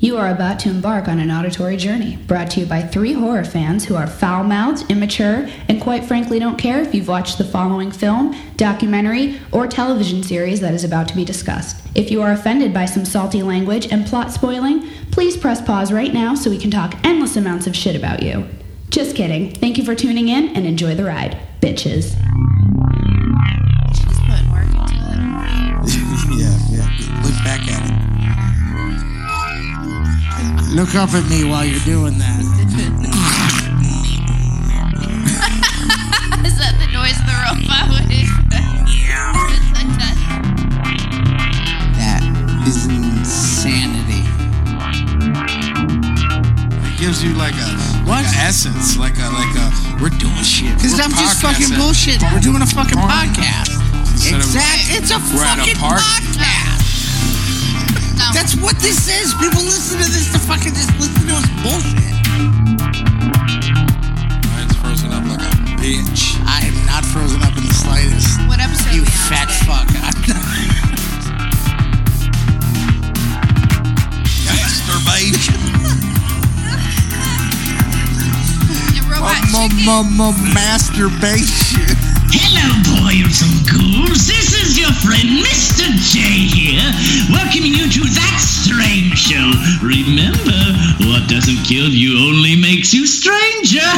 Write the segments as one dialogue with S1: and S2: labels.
S1: You are about to embark on an auditory journey brought to you by three horror fans who are foul mouthed, immature, and quite frankly don't care if you've watched the following film, documentary, or television series that is about to be discussed. If you are offended by some salty language and plot spoiling, please press pause right now so we can talk endless amounts of shit about you. Just kidding. Thank you for tuning in and enjoy the ride, bitches.
S2: She's putting work into it.
S3: yeah, yeah. Look back at it. Look up at me while you're doing that.
S2: Is that the noise the robot would expect? It's like that.
S3: That is insanity.
S4: It gives you like a
S3: What?
S4: like a essence, like a like a we're doing shit.
S3: Because
S4: We're
S3: I'm just
S4: podcasting.
S3: fucking bullshit. We're doing a fucking
S4: Party.
S3: podcast.
S4: Instead of-
S3: Exactly. It's a
S4: We're at a
S3: fucking
S4: party.
S3: podcast.
S2: No.
S3: That's what this is. People listen to this to fucking just listen to us bullshit.
S4: Mine's frozen up like a bitch.
S3: I am not frozen up in the slightest.
S2: What episode
S3: You
S2: are we on
S3: fat
S2: today?
S3: fuck.
S2: The robot
S3: I'm not-
S4: Masturbation.
S2: chicken.
S3: masturbation.
S5: Hello, boys and ghouls. This is your friend Mr. J here, welcoming you to that strange show. Remember, what doesn't kill you only makes you stranger.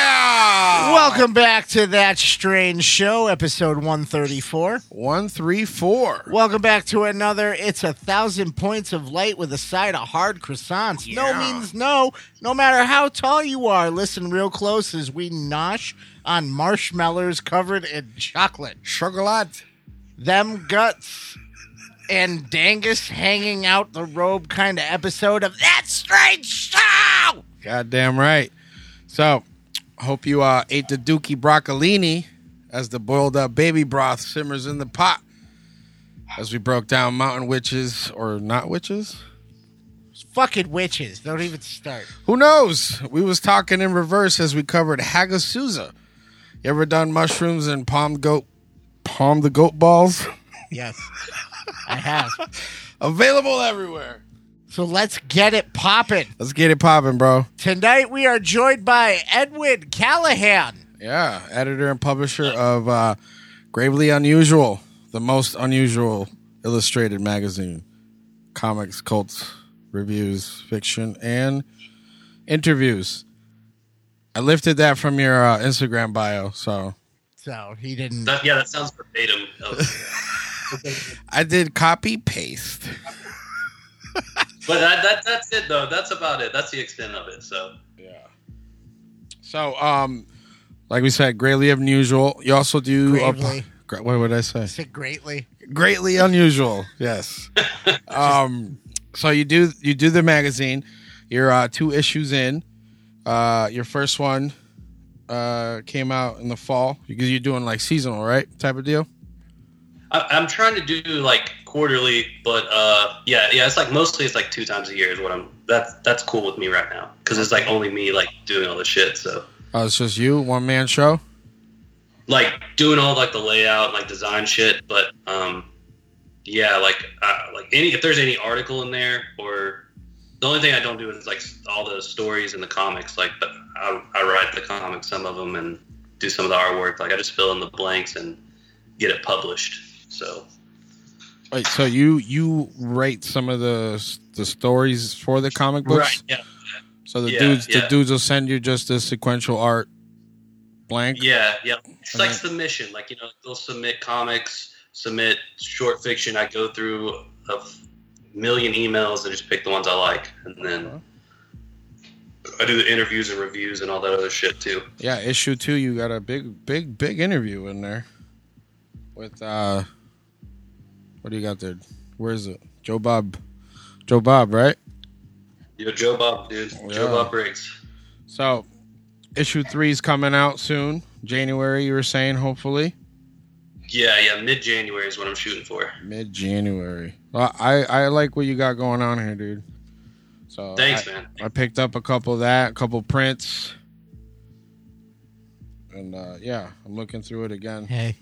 S6: Welcome back to that strange show, episode 134.
S4: One, three, four.
S6: Welcome back to another. It's a thousand points of light with a side of hard croissants. No means no, no matter how tall you are. Listen real close as we nosh on marshmallows covered in chocolate.
S4: Chocolate.
S6: Them guts and Dangus hanging out the robe kind of episode of that strange show.
S4: Goddamn right. So, hope you uh, ate the dookie broccolini as the boiled up baby broth simmers in the pot. As we broke down mountain witches or not witches.
S6: Fucking witches. Don't even start.
S4: Who knows? We was talking in reverse as we covered Hagasusa. You ever done mushrooms and palm goat palm the goat balls?
S6: Yes, I have.
S4: Available everywhere.
S6: So let's get it poppin'.
S4: Let's get it popping, bro.
S6: Tonight we are joined by Edwin Callahan.
S4: Yeah, editor and publisher of uh, Gravely Unusual, the most unusual illustrated magazine. Comics, cults, reviews, fiction, and interviews. I lifted that from your uh, Instagram bio, so
S6: So he didn't.
S7: That, yeah, that sounds verbatim. of-
S4: I did copy paste.
S7: but that, that, that's it, though. That's about it. That's the extent of it. So
S4: So, um, like we said, greatly unusual. You also do. a po-
S6: Gravely.
S4: gra- what would I say?
S6: Said greatly.
S4: Greatly unusual. Yes. um, so you do you do the magazine. You're uh, two issues in. Uh, your first one uh, came out in the fall because you're doing like seasonal, right? Type of deal.
S7: I, I'm trying to do like quarterly, but uh, yeah, yeah, it's like mostly it's like two times a year is what I'm. That's that's cool with me right now because it's like only me like doing all the shit. So
S4: Oh, it's just you, one man show.
S7: like doing all like the layout, like design shit. But um, yeah, like uh, like any if there's any article in there or the only thing I don't do is like all the stories in the comics. Like but I, I write the comics, some of them, and do some of the artwork. Like I just fill in the blanks and get it published. So
S4: Wait, so you you write some of the the stories for the comic books?
S7: yeah,
S4: So the
S7: Yeah,
S4: dudes, the
S7: yeah.
S4: dudes will send you just the sequential art blank.
S7: yeah, yeah. It's like
S4: Okay.
S7: submission. Like you know, they'll submit comics, submit short fiction. I go through a f- million emails and just pick the ones I like, and then I do the interviews and reviews and all that other shit too.
S4: Yeah, issue two, you got a big, big, big interview in there with uh, what do you got there? Where is it? Joe Bob, Joe Bob, right?
S7: Yo, Joe Bob, dude.
S4: Yeah.
S7: Joe Bob Briggs.
S4: So, issue three is coming out soon, January. You were saying, hopefully
S7: Yeah, yeah. Mid January is what I'm shooting for.
S4: mid January. Well, I I like what you got going on here, dude. So
S7: Thanks,
S4: I,
S7: man.
S4: I picked up a couple of that, a couple prints. And uh, yeah, I'm looking through it again.
S6: Hey,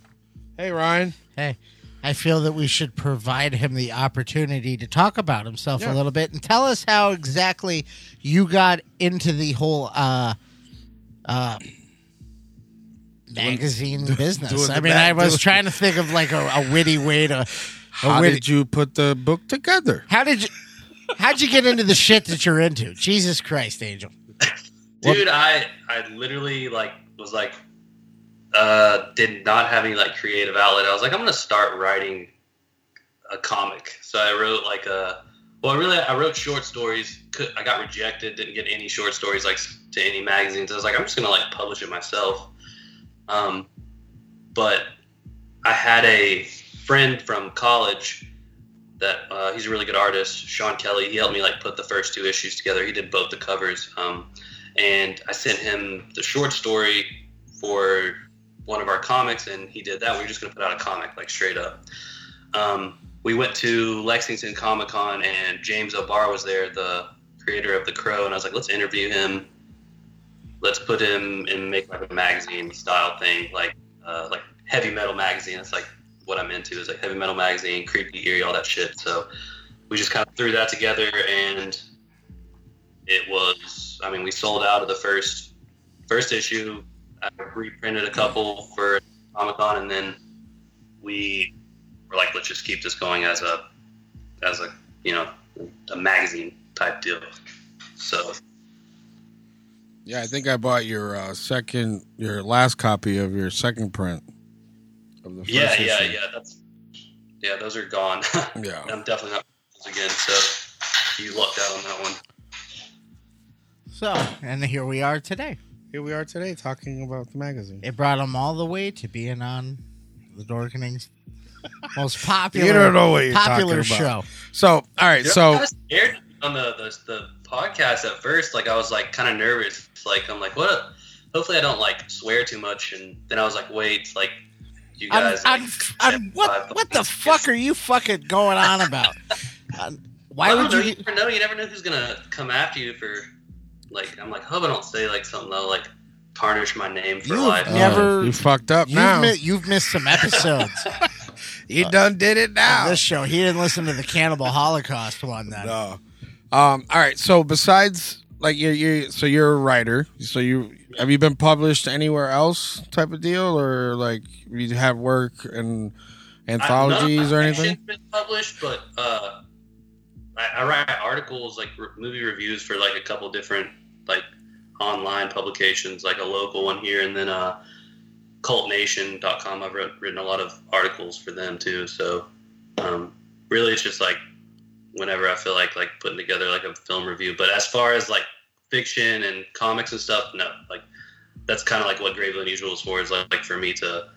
S4: Hey, Ryan.
S6: hey. I feel that we should provide him the opportunity to talk about himself
S4: Yeah.
S6: a little bit and tell us how exactly you got into the whole uh, uh, magazine business.
S4: doing
S6: I
S4: the
S6: mean,
S4: mag-
S6: I was
S4: doing-
S6: trying to think of like a, a witty way to. a
S4: How
S6: witty-
S4: did you put the book together?
S6: How did you? How'd you get into the shit that you're into? Jesus Christ, Angel.
S7: dude i i literally like was like uh did not have any like creative outlet i was like i'm gonna start writing a comic so i wrote like a well I really i wrote short stories could, i got rejected didn't get any short stories like to any magazines i was like i'm just gonna like publish it myself um but i had a friend from college that uh, he's a really good artist sean kelly he helped me like put the first two issues together he did both the covers um and I sent him the short story for one of our comics, and he did that. We were just going to put out a comic, like straight up. Um, we went to Lexington Comic Con, and James O'Barr was there, the creator of The Crow, and I was like, let's interview him. Let's put him and make like a magazine style thing, like uh, like heavy metal magazine. That's like what I'm into is like heavy metal magazine, creepy, eerie, all that shit. So we just kind of threw that together, and it was i mean we sold out of the first first issue i reprinted a couple for comic-con and then we were like let's just keep this going as a as a you know a magazine type deal so
S4: Yeah, I think I bought your uh, second, your last copy of your second print of the first
S7: yeah yeah
S4: issue.
S7: yeah that's yeah those are gone
S4: Yeah.
S7: i'm definitely not those again so you lucked out on that one
S6: So, and here we are today.
S4: Here we are today talking about the magazine.
S6: It brought him all the way to being on the Dorkening's most popular
S4: You don't know what you're
S6: popular
S4: talking
S6: show.
S4: about. So, all right,
S7: Yeah, I
S4: so
S7: was scared on the, the the podcast at first. Like I was like kind of nervous. Like I'm like, what? A, hopefully I don't like swear too much. And then I was like, wait, like you
S6: I'm-
S7: guys.
S6: I'm-
S7: like,
S6: I'm- what
S7: five
S6: what the
S7: bucks.
S6: fuck are you fucking going on about? Um,
S7: I
S6: why
S7: don't
S6: would
S7: know,
S6: you?
S7: You never know. You never know who's gonna come after you for. Like I'm like, hope I don't say like something that'll like tarnish my name for
S6: You
S7: life.
S6: have never-
S4: Oh, you fucked up
S6: You've,
S4: now.
S6: mi- you've missed some episodes
S4: you done did it
S6: of
S4: now.
S6: this show. He didn't listen to the Cannibal Holocaust one then.
S4: No. Um, all right. So besides, like you, you, so you're a writer. So you have you been published anywhere else, type of deal, or like you have work and
S7: I- none of my
S4: anthologies or anything?
S7: fiction's Been published, but uh, I, I write articles like re- movie reviews for like a couple different like online publications, like a local one here, and then uh, CultNation.com. I've wrote, written a lot of articles for them too. So um, really, it's just like whenever I feel like like putting together like a film review. But as far as like fiction and comics and stuff, no, like. That's kind of like what Gravely Unusual is for. Is like, like for me to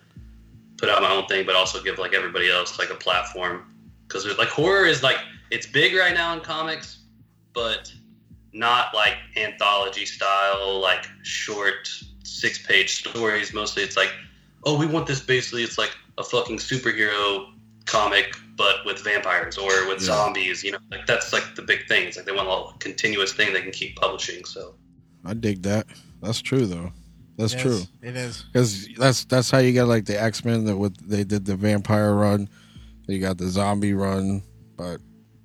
S7: put out my own thing, but also give like everybody else like a platform because like horror is like it's big right now in comics, but not like anthology style, like short six page stories. Mostly it's like, oh, we want this basically. It's like a fucking superhero comic, but with vampires or with
S4: Yeah.
S7: zombies. You know, like that's like the big thing. It's like they want a little continuous thing they can keep publishing. So
S4: I dig that. That's true though. That's
S6: Yes,
S4: true.
S6: It is.
S4: Because that's that's how you get like the X Men that with they did the vampire run, you got the zombie run, but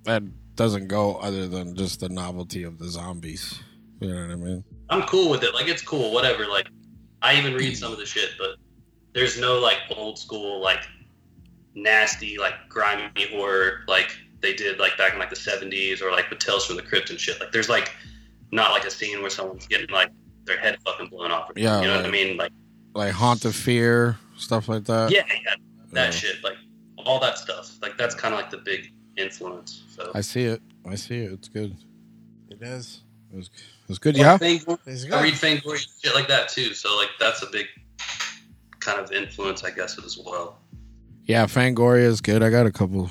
S4: that doesn't go other than just the novelty of the zombies. You know what I mean?
S7: I'm cool with it. Like it's cool, whatever. Like I even read some of the shit, but there's no like old school like nasty like grimy horror like they did like back in like the 70s or like with Tales from the Crypt and shit. Like there's like not like a scene where someone's getting like their head fucking blown off. Or
S4: Yeah,
S7: you know what I
S4: right.
S7: mean? Like
S4: Like Haunt of Fear stuff like that.
S7: yeah, yeah, that
S4: Yeah.
S7: shit. Like all that stuff. Like that's kind of like the big influence. So
S4: I see it. I see it. It's good.
S6: It is.
S4: It's, it's good. Yeah.
S7: Thing-
S6: It's
S7: I
S6: good.
S7: read Fangoria and shit like that too. So like that's a big kind of influence, I guess, as well.
S4: Yeah. Fangoria is good. I got a couple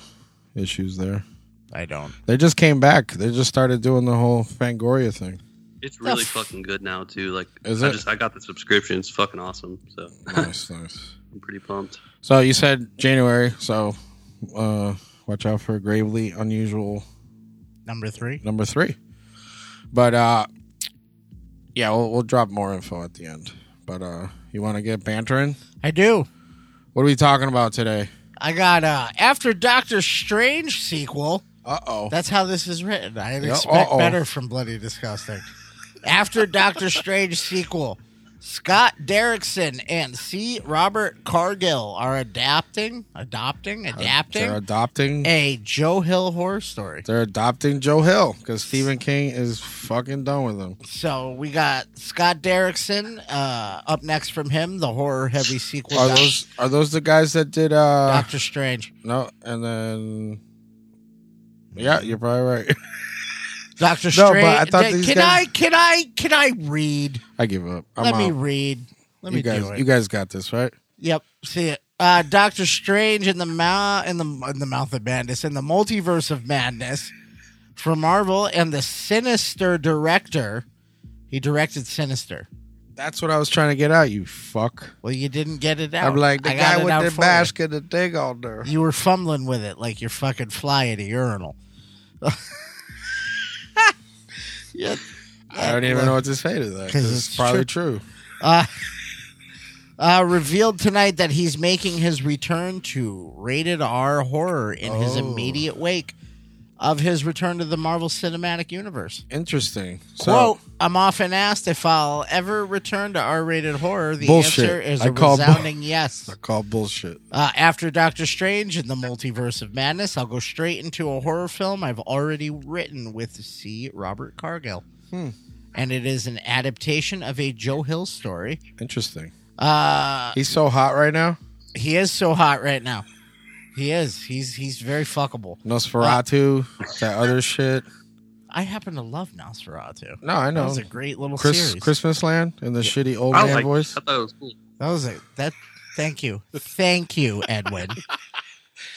S4: issues there.
S6: I don't.
S4: They just came back. They just started doing the whole Fangoria thing.
S7: It's really fucking good now too. Like
S4: Is
S7: I
S4: it?
S7: just I got the subscription. It's fucking awesome. So
S4: Nice, nice.
S7: I'm pretty pumped.
S4: So you said January. So uh, watch out for gravely unusual
S6: Number three.
S4: number three. But uh, yeah, we'll, we'll drop more info at the end. But uh, You want to get bantering?
S6: I do.
S4: What are we talking about today?
S6: I got uh after Doctor Strange sequel.
S4: Uh oh.
S6: That's how this is written. I didn't expect
S4: uh-oh.
S6: better from Bloody Disgusting. After Doctor Strange sequel, Scott Derrickson and C. Robert Cargill are adapting, adopting,
S4: Uh,
S6: adapting
S4: They're adopting.
S6: a Joe Hill horror story.
S4: They're adopting Joe Hill because Stephen King is fucking done with him.
S6: So we got Scott Derrickson uh, up next from him, the horror heavy sequel.
S4: Are
S6: Doc-
S4: those are those the guys that did uh
S6: Doctor Strange.
S4: no and then yeah you're probably right.
S6: Doctor
S4: No, but
S6: Strange.
S4: I thought
S6: Th-
S4: these
S6: can
S4: guys-
S6: I can I can I read?
S4: I give up. I'm
S6: Let
S4: out.
S6: me read. Let
S4: you
S6: me
S4: guys
S6: do it.
S4: you guys got this right.
S6: Yep. See it. Uh, Doctor Strange in the mouth in the in the mouth of madness in the multiverse of madness from Marvel and the sinister director. He directed Sinister.
S4: That's what I was trying to get out. You fuck.
S6: Well, you didn't get it out.
S4: I'm like the
S6: Oh, I got
S4: guy
S6: it out
S4: with
S6: for
S4: the
S6: you.
S4: basket of dig on there.
S6: You were fumbling with it like you're fucking fly at a urinal. yeah.
S4: I don't even know what to say to that.
S6: 'Cause
S4: This is
S6: it's
S4: probably true.
S6: Uh, revealed tonight that he's making his return to rated R horror in his
S4: Oh.
S6: immediate wake of his return to the Marvel Cinematic Universe.
S4: Interesting. So
S6: Quote, I'm often asked if I'll ever return to R rated horror. The
S4: Bullshit.
S6: answer is
S4: I
S6: a
S4: call bu-
S6: resounding yes.
S4: I call bullshit.
S6: Uh, after Doctor Strange and the Multiverse of Madness, I'll go straight into a horror film I've already written with C. Robert Cargill.
S4: Hmm.
S6: And it is an adaptation of a Joe Hill story.
S4: Interesting.
S6: Uh,
S4: He's so hot right now.
S6: he is so hot right now. He is. He's he's very fuckable.
S4: Nosferatu,
S6: Uh,
S4: that other shit.
S6: I happen to love Nosferatu.
S4: No, I
S6: That
S4: know.
S6: was a great little
S4: Chris
S6: series.
S4: Christmas Land and the shitty old
S8: I
S4: man
S8: like.
S4: voice.
S8: I thought it was cool.
S6: That was a that. Thank you, thank you, Edwin.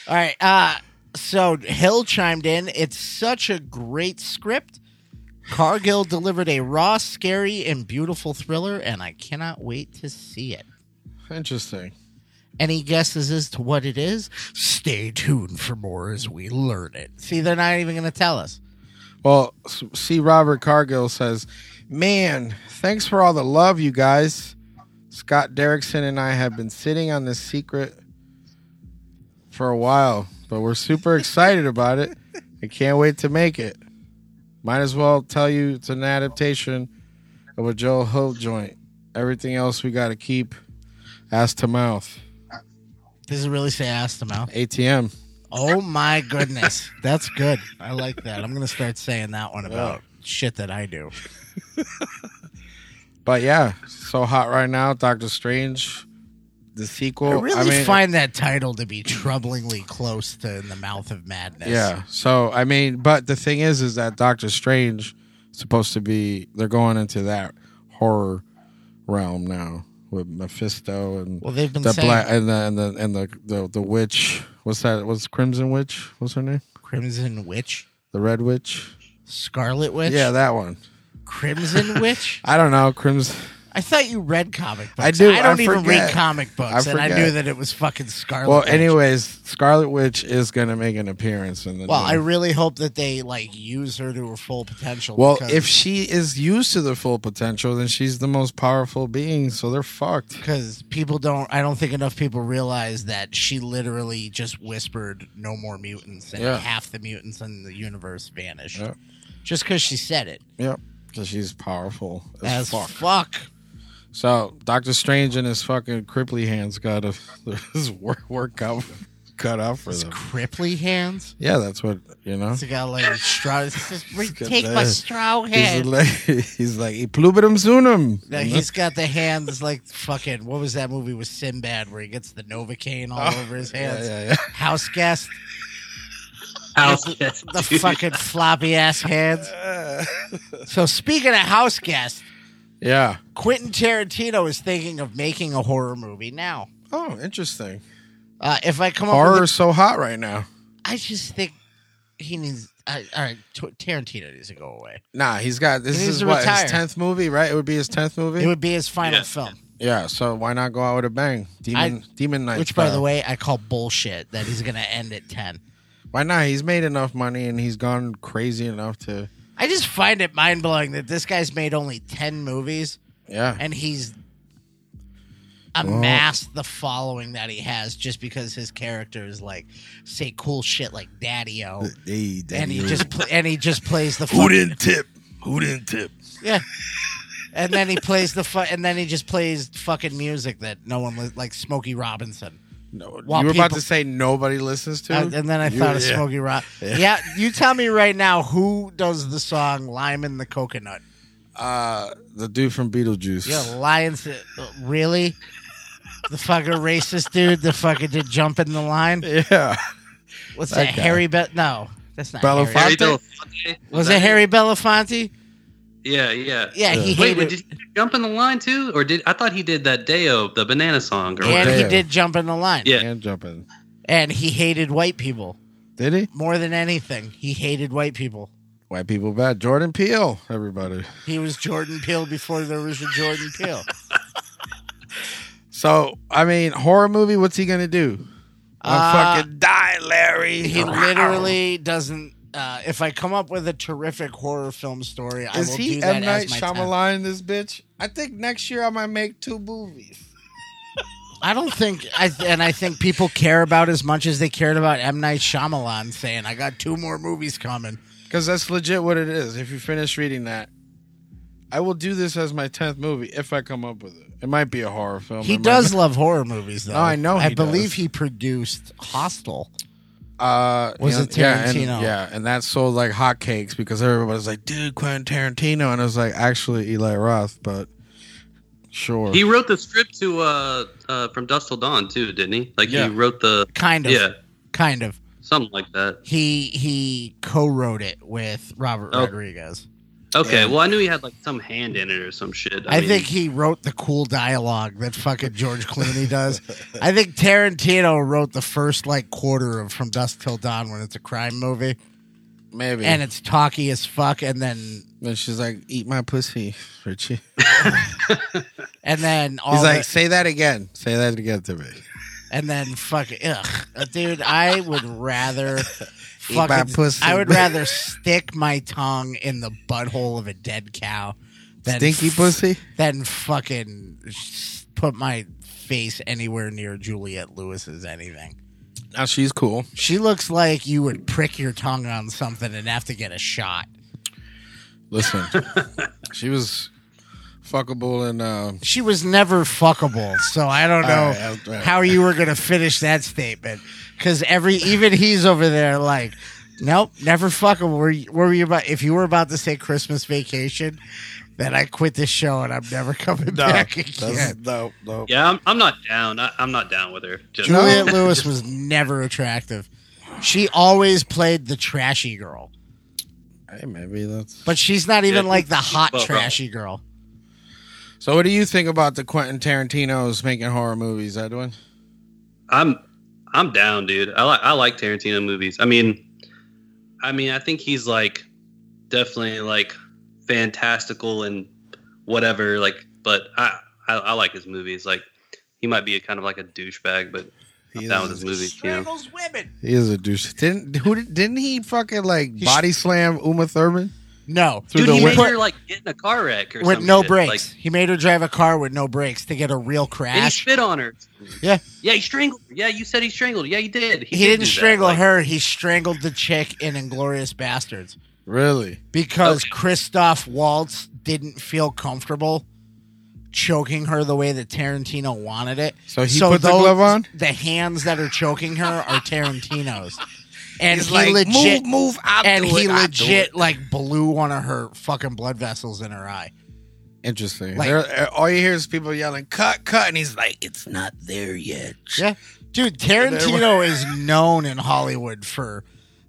S6: All right. Uh, so Hill chimed in. It's such a great script. Cargill delivered a raw, scary, and beautiful thriller, and I cannot wait to see it.
S4: Interesting.
S6: Any guesses as to what it is? Stay tuned for more as we learn it. See, they're not even going to tell us.
S4: Well, s- see, Robert Cargill says, "Man, thanks for all the love, you guys." Scott Derrickson and I have been sitting on this secret for a while, but we're super excited about it. I can't wait to make it. Might as well tell you it's an adaptation of a Joel Hill joint. Everything else we got to keep ass to mouth.
S6: Does it really say ass to mouth?
S4: ATM.
S6: Oh my goodness. That's good. I like that. I'm going to start saying that one about shit that I do.
S4: But yeah, so hot right now. Doctor Strange, the sequel.
S6: I really
S4: I mean,
S6: find that title to be troublingly close to In the Mouth of Madness.
S4: Yeah. So I mean, but the thing is, is that Doctor Strange is supposed to be they're going into that horror realm now with Mephisto and
S6: Well, they've been
S4: the
S6: saying
S4: black and the and the and the, the the witch. What's that? What's Crimson Witch? What's her name?
S6: Crimson Witch,
S4: The Red Witch.
S6: Scarlet Witch,
S4: Yeah, that one.
S6: Crimson Witch.
S4: I don't know. Crimson.
S6: I thought you read comic books.
S4: I do.
S6: I don't
S4: I
S6: even read
S4: forget.
S6: comic books,
S4: I
S6: and I
S4: forget.
S6: knew that it was fucking Scarlet.
S4: Well,
S6: Witch.
S4: anyways, Scarlet Witch is gonna make an appearance in the.
S6: Well,
S4: new-
S6: I really hope that they like use her to her full potential.
S4: Well,
S6: because,
S4: if she is used to the full potential, then she's the most powerful being. So they're fucked.
S6: because people don't, I don't think enough people realize that she literally just whispered "No more mutants," and
S4: Yeah.
S6: half the mutants in the universe vanished
S4: Yeah.
S6: just because she said it.
S4: Yep. Because she's powerful as,
S6: As
S4: fuck.
S6: fuck.
S4: So Doctor Strange and his fucking cripply hands got a, his work workout cut out for
S6: It's
S4: them.
S6: cripply hands.
S4: Yeah, that's what you know.
S6: It's got like straw. It's just, "We
S4: got
S6: take my
S4: that.
S6: straw
S4: He's
S6: hand.
S4: like, he's like, he plubitum sunum.
S6: No, he's got the hands like fucking. What was that movie with Sinbad where he gets the novocaine all over his
S4: Oh, Yeah,
S6: hands?
S4: yeah, yeah.
S6: House guest,
S8: House
S6: the fucking floppy ass hands. So speaking of house guest,
S4: Yeah.
S6: Quentin Tarantino is thinking of making a horror movie now.
S4: Oh, interesting.
S6: Uh, if I come up, with
S4: Horror's so hot right now.
S6: a- I just think he needs. I, all right, T- Tarantino needs to go away.
S4: Nah, he's got this
S6: He needs
S4: is
S6: to
S4: what
S6: retire.
S4: his tenth movie, right? It would be his tenth movie.
S6: It would be his final
S8: Yeah.
S6: film.
S4: yeah. So why not go out with a bang? Demon, Demon Knight.
S6: Which, by
S4: style.
S6: the way, I call bullshit that he's going to end at 10.
S4: why not? He's made enough money and he's gone crazy enough to.
S6: I just find it mind blowing that this guy's made only 10 movies
S4: Yeah.
S6: and he's amassed the following that he has just because his characters like say cool shit like Daddy O,
S4: Hey,
S6: and he
S4: Daddy-O.
S6: just pl- and he just plays the
S4: who
S6: fucking-
S4: didn't tip? Who didn't tip?
S6: yeah. And then he plays the fu- and then he just plays fucking music that no one li- like Smokey Robinson.
S4: No,
S6: While
S4: you were about
S6: people-
S4: to say nobody listens to,
S6: I- and then I
S4: You-
S6: thought of
S4: yeah.
S6: Smokey Rob. Yeah. you tell me right now who does the song "Lyman the Coconut"?
S4: Uh, the dude from Beetlejuice.
S6: Yeah, Lions. Really? The fucking racist dude that fucking did jump in the line.
S4: Yeah.
S6: What's
S4: That
S6: that?
S4: guy.
S6: Harry Be- No, that's not.
S4: Belafonte?
S6: Harry.
S7: Harry
S4: Fonte?
S7: Belafonte?
S6: Was
S7: that
S6: it Harry Belafonte?
S7: Yeah, yeah.
S6: Yeah, he
S7: Wait,
S6: hated.
S7: wait, did he jump in the line too, or did I thought he did that Deo, the banana song? Or
S6: and
S7: whatever.
S6: he
S4: Damn.
S6: did jump in Oh, the line.
S7: Yeah.
S4: And jumping.
S6: And he hated white people
S4: Did he?
S6: more than anything. He hated white people.
S4: White people bad. Jordan Peele, everybody.
S6: He was Jordan Peele before there was a Jordan Peele.
S4: So, I mean, horror movie, what's he going to do?
S6: Uh,
S4: i fucking die, Larry.
S6: He literally doesn't. Uh, if I come up with a terrific horror film story, I
S4: Is
S6: will
S4: he
S6: do that
S4: M.
S6: as
S4: Night
S6: my tenth.
S4: Shyamalan in this bitch? I think next year I might make two movies.
S6: I don't think I and I think people care about as much as they cared about M Night Shyamalan saying I got two more movies coming.
S4: Because that's legit what it is. If you finish reading that, I will do this as my 10th movie if I come up with it. It might be a horror film.
S6: He
S4: It might
S6: does love horror movies though.
S4: No, Oh, I know
S6: I
S4: he
S6: believe
S4: does.
S6: he produced Hostel.
S4: Uh,
S6: Was
S4: yeah,
S6: it
S4: Yeah
S6: Tarantino?
S4: and, yeah, and that sold like hotcakes because everybody's like, "Dude, Quentin Tarantino," and it was like actually Eli Roth, but sure.
S7: He wrote the script to uh, uh from Dust Till Dawn too, didn't he? Like
S4: Yeah.
S7: he wrote the
S6: Kind of.
S7: Yeah.
S6: Kind of.
S7: something like that.
S6: He he co-wrote it with Robert
S7: Oh.
S6: Rodriguez.
S7: Okay, well I knew he had like some hand in it or some shit.
S6: I,
S7: mean,
S6: think he wrote the cool dialogue that fucking George Clooney does. I think Tarantino wrote the first like quarter of From Dusk Till Dawn when it's a crime movie
S4: Maybe.
S6: and
S4: And
S6: it's talky as fuck and then
S4: she's like, "Eat my pussy, Richie."
S6: and then all
S4: He's
S6: the-
S4: like, "Say that again. Say that again to me."
S6: and then fuck ugh, uh, dude. I would rather
S4: my
S6: fucking,
S4: pussy.
S6: I would rather stick my tongue in the butthole of a dead cow than
S4: Stinky
S6: f-
S4: pussy.
S6: than fucking s- put my face anywhere near Juliet Lewis's anything.
S4: Now she's cool.
S6: She looks like you would prick your tongue on something and have to get a shot.
S4: Listen, she was fuckable and um,
S6: She was never fuckable, so I don't
S4: All
S6: know
S4: right, that's right.
S6: how you were gonna finish that statement. Because every even he's over there like, nope, never fuckable. Were you, were you about? If you were about to say Christmas vacation, then I quit this show and I'm never coming back
S4: that's-
S6: again.
S4: no, no.
S7: Yeah, I'm, I'm not down. I, I'm not down with her. Just,
S6: Juliet Lewis was never attractive. She always played the trashy girl,
S4: Hey, maybe that's.
S6: but she's not even
S7: Yeah,
S6: like the hot
S7: well, well.
S6: trashy girl.
S4: So, what do you think about the Quentin Tarantino's making horror movies, Edwin?
S7: I'm I'm down, dude. I like I like Tarantino movies. I mean, I mean, I think he's like definitely like fantastical and whatever. Like, but I I, I like his movies. Like, he might be a, kind of like a douchebag, but
S4: He
S7: I'm
S4: is
S7: down with
S4: a
S7: his movies. You know?
S4: He is a douche. Didn't who did- didn't he fucking like body slam Uma Thurman
S6: No,
S4: through
S7: Dude, he
S4: the
S7: made
S4: window?
S7: her like get in a car wreck or
S6: with
S7: some
S6: no
S7: shit. Like,
S6: brakes. he made her drive a car with no brakes to get a real
S7: and he
S6: crash.
S7: spit on her.
S6: Yeah.
S7: Yeah, he strangled. her. Yeah, you said he strangled. her. Yeah, he did.
S6: He,
S7: did
S6: didn't
S7: do that.
S6: strangle
S7: Like,
S6: her. He strangled the chick in Inglorious Bastards
S4: Really?
S6: because
S7: Okay.
S6: Christoph Waltz didn't feel comfortable choking her the way that Tarantino wanted it.
S4: So he put the
S6: those-
S4: glove on?
S6: The hands that are choking her are Tarantino's, and
S4: He's
S6: he
S4: like,
S6: legit
S4: move, move, I'll
S6: and
S4: do
S6: he
S4: it, I'll do
S6: legit
S4: it."
S6: like blew one of her fucking blood vessels in her eye.
S4: Interesting.
S6: Like-
S4: There- all you hear is people yelling, "Cut, cut!" and he's like, "It's not there yet."
S6: Yeah. Dude, Tarantino is known in Hollywood for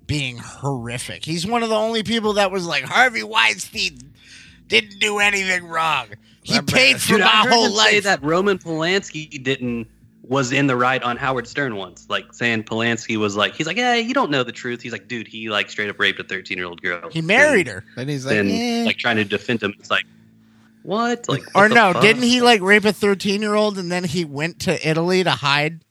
S6: being horrific. He's one of the only people that was like Harvey Weinstein didn't do anything wrong. He
S4: That man-
S6: paid for
S7: Dude, I
S6: my
S7: heard
S6: whole
S7: them say
S6: life.
S7: that Roman Polanski didn't was in the right on Howard Stern once, like saying Polanski was like, he's like, yeah, you don't know the truth. He's like, dude, he like straight up raped a thirteen year old girl.
S6: He married her.
S4: Then he's like,
S7: And,
S4: eh.
S7: like trying to defend him. It's like, what? Like,
S6: Or
S7: what the
S6: no,
S7: fuck?
S6: didn't he like rape a 13-year-old and then he went to Italy to hide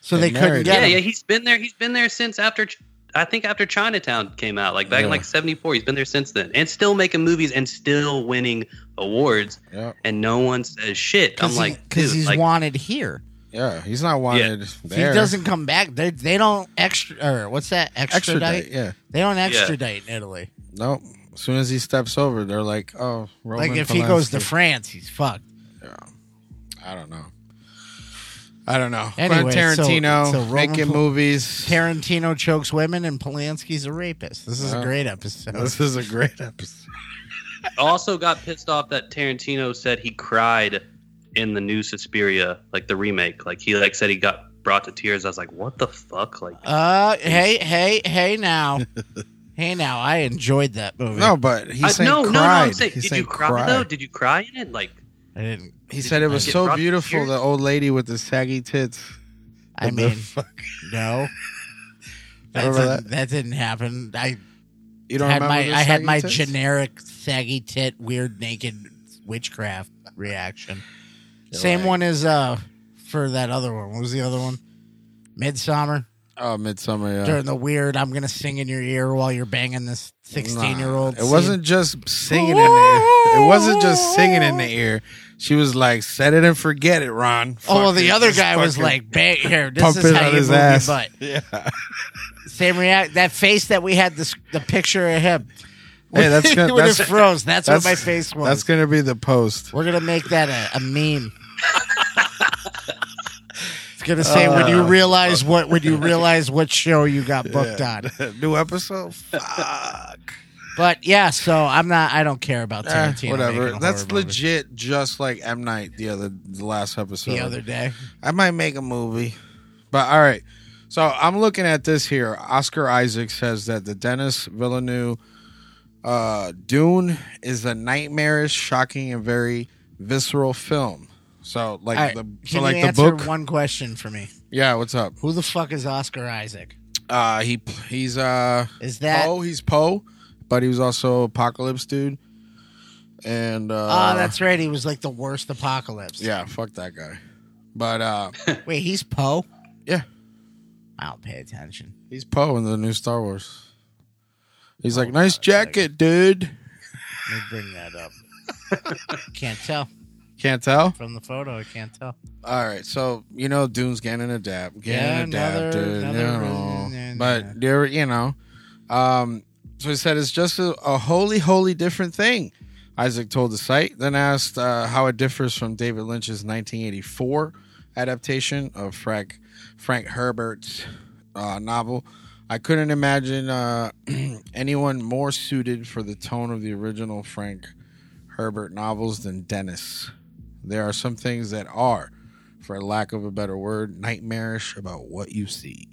S6: so
S4: And
S6: they couldn't
S4: married
S6: get
S7: Yeah,
S6: him?
S7: yeah, he's been there. He's been there since after I think after Chinatown came out, like back
S4: Yeah.
S7: in like '74. He's been there since then, and still making movies and still winning awards,
S4: Yeah,
S7: and no one says shit. I'm
S6: he-
S7: like, dude,
S6: he's
S7: like,
S6: wanted here.
S4: yeah. He's not wanted
S6: If
S4: there.
S6: he doesn't come back, they they don't extra or what's that extradite?
S4: extradite. Yeah.
S6: They don't extradite in Italy.
S4: Nope. As soon as he steps over, they're like, oh, Roman
S6: like if he goes to
S4: Polanski.
S6: France, he's fucked.
S4: I don't know. I don't know.
S6: Anyway,
S4: Quentin
S6: so-
S4: Tarantino
S6: so Roman
S4: making
S6: Pol-
S4: movies.
S6: Tarantino chokes women and Polanski's a rapist. This is
S4: Yeah.
S6: a great episode.
S4: this is a great episode.
S7: also got pissed off that Tarantino said he cried in the new Suspiria, like the remake. Like he like said he got brought to tears. I was like, what the fuck? Like
S6: Uh, hey, hey, hey, now, hey, now. I enjoyed that movie.
S4: No, but he
S7: I-
S4: said
S7: Uh, no, no,
S4: cried.
S7: no, I'm saying,
S4: He
S7: did
S4: said
S7: you cry,
S4: cried.
S7: though? Did you cry in it? Like
S6: I didn't.
S4: He said it was
S7: Get
S4: so
S7: brought to
S4: beautiful.
S7: tears?
S4: The old lady with the saggy tits.
S6: I
S4: What the
S6: mean,
S4: fuck?
S6: no. That
S4: Remember
S6: didn't,
S4: that?
S6: that? didn't happen. I
S4: you don't
S6: had
S4: remember
S6: my
S4: the
S6: I had
S4: saggy
S6: my
S4: tits?
S6: generic saggy tit, weird naked witchcraft reaction.
S4: You're
S6: Same
S4: right.
S6: one as uh for that other one. What was the other one? Midsummer
S4: Oh, Midsummer. Yeah.
S6: during the weird. I'm gonna sing in your ear while you're banging this sixteen year old.
S4: Nah, It wasn't just singing in the ear. It wasn't just singing in the ear. She was like, "Set it and forget it, Ron."
S6: Oh well,
S4: Fuck it.
S6: the other
S4: Just
S6: guy was
S4: fucking
S6: like, "Bang here, this
S4: pump
S6: is
S4: it
S6: how
S4: on
S6: you
S4: his
S6: move
S4: ass."
S6: your butt."
S4: "Yeah,
S6: Same react. That face that we had this the picture of him.
S4: hey, that's
S6: when
S4: gonna, that's,
S6: it froze. That's,
S4: that's
S6: what my face was.
S4: That's gonna be the post."
S6: We're gonna make that a, a meme. it's gonna say when
S4: Uh,
S6: you realize what when you realize what show you got booked on.
S4: New episode. Fuck.
S6: But yeah, so I'm not. I don't care about
S4: Eh,
S6: Tarantino. making
S4: whatever.
S6: a
S4: That's
S6: horror movie.
S4: legit. Just like M Night the other the last episode.
S6: The other day,
S4: I might make a movie. But all right. So I'm looking at this here. Oscar Isaac says that the Dennis Villeneuve uh, Dune is a nightmarish, shocking, and very visceral film. So like
S6: All right,
S4: the so
S6: can
S4: like
S6: you
S4: the
S6: answer
S4: book.
S6: one question for me?
S4: yeah, what's up?
S6: Who the fuck is Oscar Isaac?
S4: Uh, he he's uh
S6: Is that?
S4: Poe. He's Poe, but he was also Apocalypse dude. And uh,
S6: oh, that's right. He was like the worst apocalypse.
S4: yeah. Fuck that guy. But uh,
S6: Wait, he's Poe.
S4: yeah,
S6: I don't pay attention.
S4: He's Poe in the new Star Wars. He's Oh, like, nice jacket, dude.
S6: Let me bring that up. can't tell
S4: Can't tell.
S6: from the photo. I can't tell.
S4: All right, so you know Dune's getting adapted, getting
S6: Yeah, another-
S4: adapted,
S6: another-
S4: you know.
S6: yeah, yeah.
S4: But there, you know, um, so he said it's just a, a wholly, wholly different thing. Isaac told the site, then asked uh, how it differs from David Lynch's 1984 adaptation of Frank Frank Herbert's uh, novel. I couldn't imagine uh, anyone more suited for the tone of the original Frank Herbert novels than Dennis. There are some things that are, for lack of a better word, nightmarish about what you see.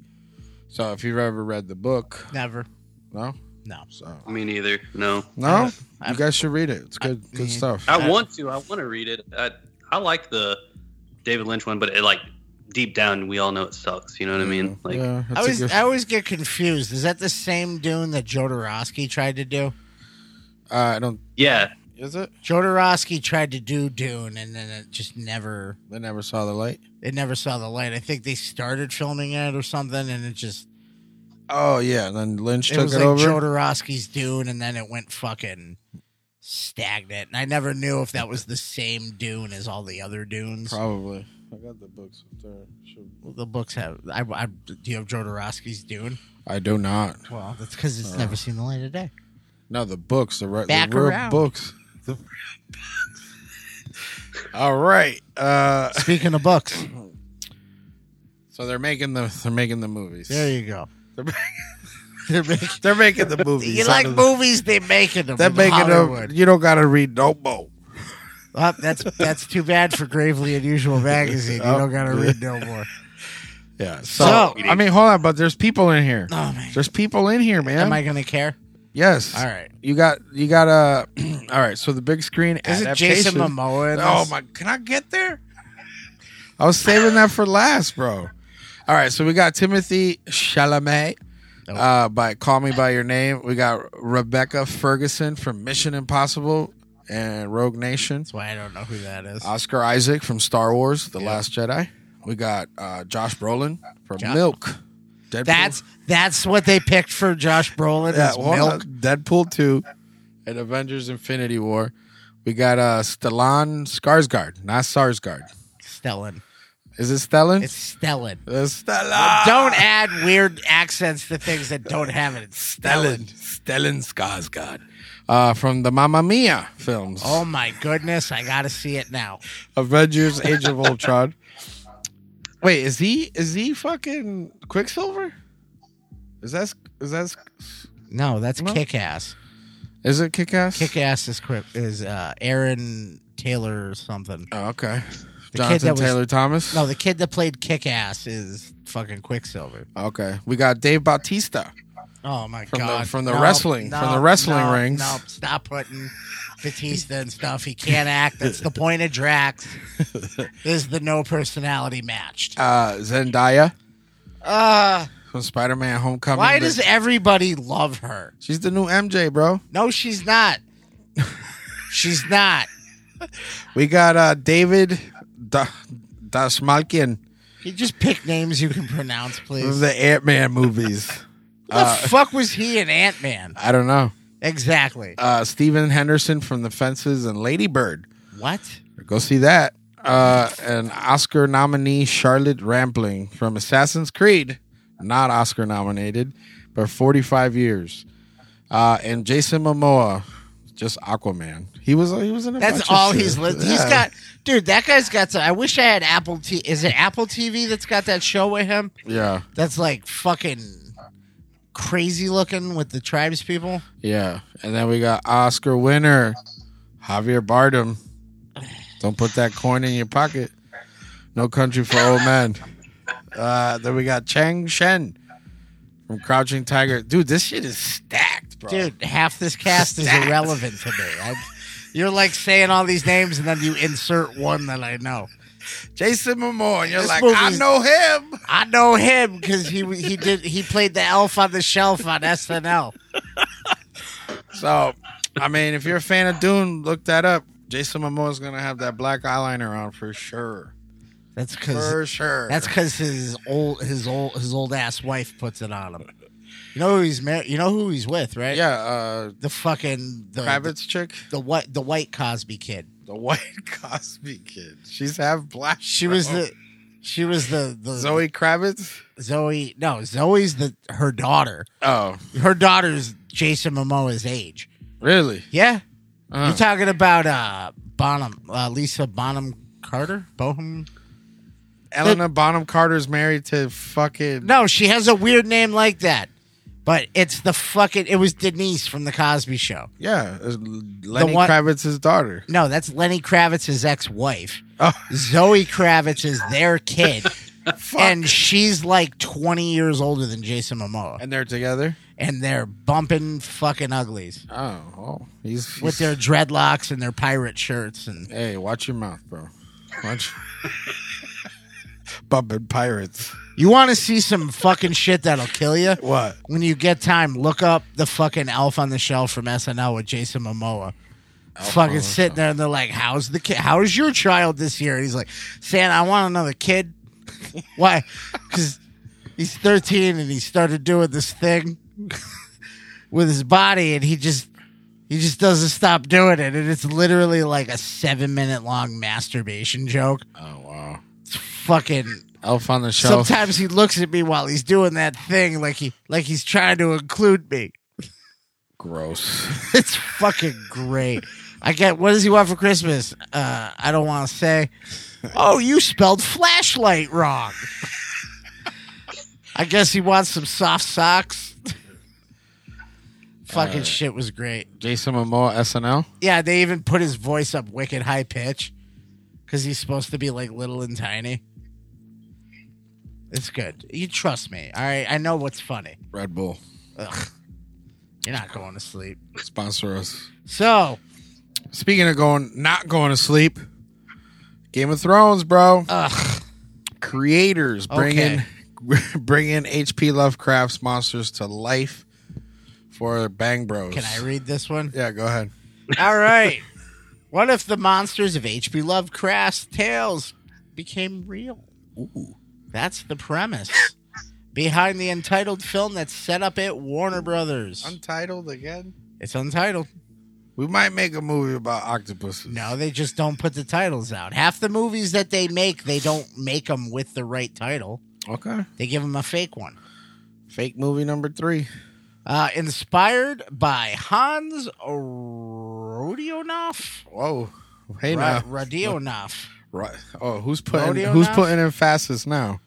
S4: So if you've ever read the book,
S6: Never.
S4: no,
S6: No.
S4: so
S7: me neither. No,
S4: no, you guys should read it. It's good, good stuff.
S7: I want to. I want to read it. I I like the David Lynch one, but it like deep down we all know it sucks. You know what I mean? Like
S4: yeah,
S6: I
S4: it's a
S6: always,
S4: good-
S6: I always get confused. Is that the same Dune that Jodorowsky tried to do?
S4: uh, I don't.
S7: yeah,
S4: Is it?
S6: Jodorowsky tried to do Dune, and then it just never,
S4: They never saw the light.
S6: it never saw the light. I think they started filming it or something, and it just,
S4: Oh yeah, and then Lynch
S6: it
S4: took
S6: was
S4: it
S6: like
S4: over.
S6: Jodorowsky's Dune, and then it went fucking stagnant. And I never knew if that was the same Dune as all the other Dunes.
S4: Probably. I got the books up there. Should-
S6: The books have. I, I, do you have Jodorowsky's Dune?
S4: I do not.
S6: Well, uh, that's because it's never seen the light of day.
S4: No, the books, the, re- the
S6: Back
S4: real
S6: around.
S4: books. The real books. All right. Uh,
S6: Speaking of books,
S4: so they're making the they're making the movies.
S6: there you go.
S4: They're making, they're making, they're making the movies.
S6: You
S4: out
S6: like
S4: of the-
S6: movies? They making them.
S4: They're
S6: in
S4: making
S6: Hollywood.
S4: them. You don't gotta read no more.
S6: Oh, that's that's too bad for Gravely Unusual magazine. You don't gotta read no more.
S4: Yeah.
S6: So-
S4: So, I mean, hold on, but there's people in here.
S6: Oh man,
S4: There's people in here, man.
S6: am I gonna care?
S4: yes.
S6: All right.
S4: You got you got a. all right. So the big screen
S6: Is it Jason
S4: adaptation-
S6: Momoa? In
S4: Oh
S6: this?
S4: my! Can I get there? I was saving that for last, bro. All right, so we got Timothy Chalamet uh, by "Call Me by Your Name." We got Rebecca Ferguson from Mission Impossible and Rogue Nation.
S6: That's why I don't know who that is.
S4: Oscar Isaac from Star Wars: The Last Jedi. We got uh, Josh uh, Brolin from
S6: Josh.
S4: Milk. Deadpool.
S6: That's that's what they picked for Josh Brolin.
S4: yeah,
S6: is
S4: well,
S6: milk.
S4: Deadpool two, and Avengers Infinity War. We got uh Stellan Skarsgård, not Sarsgaard.
S6: uh, Stellan.
S4: Is it Stellan?
S6: It's Stellan.
S4: Uh, Stellan.
S6: Don't add weird accents to things that don't have it. It's Stellan.
S4: Stellan Stellan Skarsgård. Uh, from the Mamma Mia films,
S6: Oh my goodness, I gotta see it now.
S4: Avengers: Age of Ultron. Wait, is he is he fucking Quicksilver? Is that is that
S6: No, that's
S4: No.
S6: kick ass.
S4: is it Kick-Ass?
S6: Kick ass is cri- is uh, Aaron Taylor or something.
S4: Oh, okay.
S6: The kid
S4: Jonathan
S6: that was-
S4: Taylor Thomas.
S6: No, the kid that played kick ass is fucking Quicksilver.
S4: Okay, we got Dave Bautista.
S6: Oh my
S4: From the-
S6: god!
S4: from the
S6: No,
S4: wrestling-
S6: no,
S4: from the wrestling
S6: no,
S4: rings.
S6: No, stop putting Batista and stuff. He can't act. That's the point of Drax. is the no personality matched?
S4: Uh, Zendaya
S6: Uh,
S4: from Spider-Man: Homecoming.
S6: why
S4: but
S6: does everybody love her?
S4: she's the new MJ, bro?
S6: No, she's not. she's not.
S4: We got uh, David da- Dasmalkian
S6: You just pick names you can pronounce,
S4: from
S6: please.
S4: the Ant Man movies.
S6: Who the fuck was he in Ant Man?
S4: I don't know.
S6: Exactly.
S4: Uh, Steven Henderson from The Fences and Lady Bird.
S6: what?
S4: Go see that. Uh, and Oscar nominee Charlotte Rampling from Assassin's Creed, not Oscar nominated, but 45 years. Uh, and Jason Momoa, just Aquaman. He was he was in. A bunch
S6: That's
S4: of
S6: all
S4: shit.
S6: he's li- he's
S4: Yeah.
S6: got. Dude, that guy's got. Some, I wish I had Apple T. Is it Apple TV that's got that show with him?
S4: Yeah,
S6: That's like fucking crazy looking with the tribes people.
S4: yeah. And then we got Oscar winner Javier Bardem. Don't put that coin in your pocket. No country for old men. Uh, then we got Chang Shen from Crouching Tiger. Dude, this shit is stacked, bro.
S6: Dude, half this cast is
S4: Stats.
S6: irrelevant to me. I, you're like saying all these names and then you insert one that I know.
S4: Jason Momoa, and you're
S6: This
S4: like, I
S6: movie's-
S4: know him.
S6: I know him because he he did he played the elf on the shelf on SNL.
S4: So, I mean, if you're a fan of Dune, look that up. Jason Momoa's gonna have that black eyeliner on for sure,
S6: That's because
S4: for sure.
S6: That's because his old his old his old ass wife puts it on him. You know who he's mar- You know who he's with, right?
S4: yeah. Uh,
S6: The fucking the the,
S4: Kravitz chick,
S6: the what the white Cosby kid.
S4: the white Cosby kid. She's half black.
S6: She
S4: bro.
S6: was the she was the the
S4: Oh. Zoe Kravitz.
S6: Zoe. No, Zoe's the her daughter.
S4: Oh,
S6: Her daughter's Jason Momoa's age.
S4: really?
S6: Yeah,
S4: Uh,
S6: you're talking about uh Bonham uh, Lisa Bonham Carter Bohem.
S4: Elena Bonham Carter's married to fucking.
S6: No, she has a weird name like that, but it's the fucking. It was Denise from the Cosby Show.
S4: Yeah, it's Lenny
S6: one-
S4: Kravitz's daughter.
S6: No, that's Lenny Kravitz's ex-wife.
S4: Oh.
S6: Zoe Kravitz is their kid,
S4: Fuck.
S6: and she's like 20 years older than Jason Momoa,
S4: and they're together.
S6: and they're bumping fucking uglies
S4: Oh, oh he's
S6: with their dreadlocks and their pirate shirts. And
S4: Hey, watch your mouth, bro. Watch. Bumping pirates.
S6: you want to see some fucking shit that'll kill you?
S4: What?
S6: When you get time, look up the fucking Elf on the Shelf from SNL with Jason Momoa. fucking sitting there, and they're like, "How's the kid? How's your child this year?" And he's like, "Santa, I want another kid." Why? Because he's 13 and he started doing this thing with his body, and he just he just doesn't stop doing it, and it's literally like a seven minute long masturbation joke.
S4: Oh wow.
S6: Fucking.
S4: Elf on the shelf.
S6: Sometimes he looks at me while he's doing that thing, like he like he's trying to include me.
S4: Gross.
S6: It's fucking great. I get what does he want for Christmas? Uh, I don't want to say. Oh, you spelled flashlight wrong. I guess he wants some soft socks. fucking shit was great.
S4: Jason Momoa SNL.
S6: Yeah, they even put his voice up wicked high pitch because he's supposed to be like little and tiny. It's good. You trust me. All right. I know what's funny.
S4: Red Bull
S6: Ugh. You're not going to sleep.
S4: sponsor us.
S6: So,
S4: Speaking of going, not going to sleep. Game of Thrones, bro.
S6: ugh.
S4: Creators bringing
S6: Okay.
S4: bringing H.P. Lovecraft's monsters to life for Bang Bros.
S6: Can I read this one?
S4: Yeah, go ahead.
S6: All right. What if the monsters of H.P. Lovecraft's tales became real? That's the premise. behind the untitled film that's set up at Warner Brothers.
S4: Untitled again?
S6: It's untitled.
S4: We might make a movie about octopuses.
S6: No, they just don't put the titles out. Half the movies that they make, they don't make them with the right title.
S4: Okay.
S6: They give them a fake one.
S4: Fake movie number three.
S6: Uh, inspired by Hans Rodionov.
S4: Whoa. Hey
S6: Ra-
S4: now.
S6: Rodionov.
S4: Right. Oh, who's putting
S6: Rodeo
S4: who's
S6: now?
S4: putting in fastest now?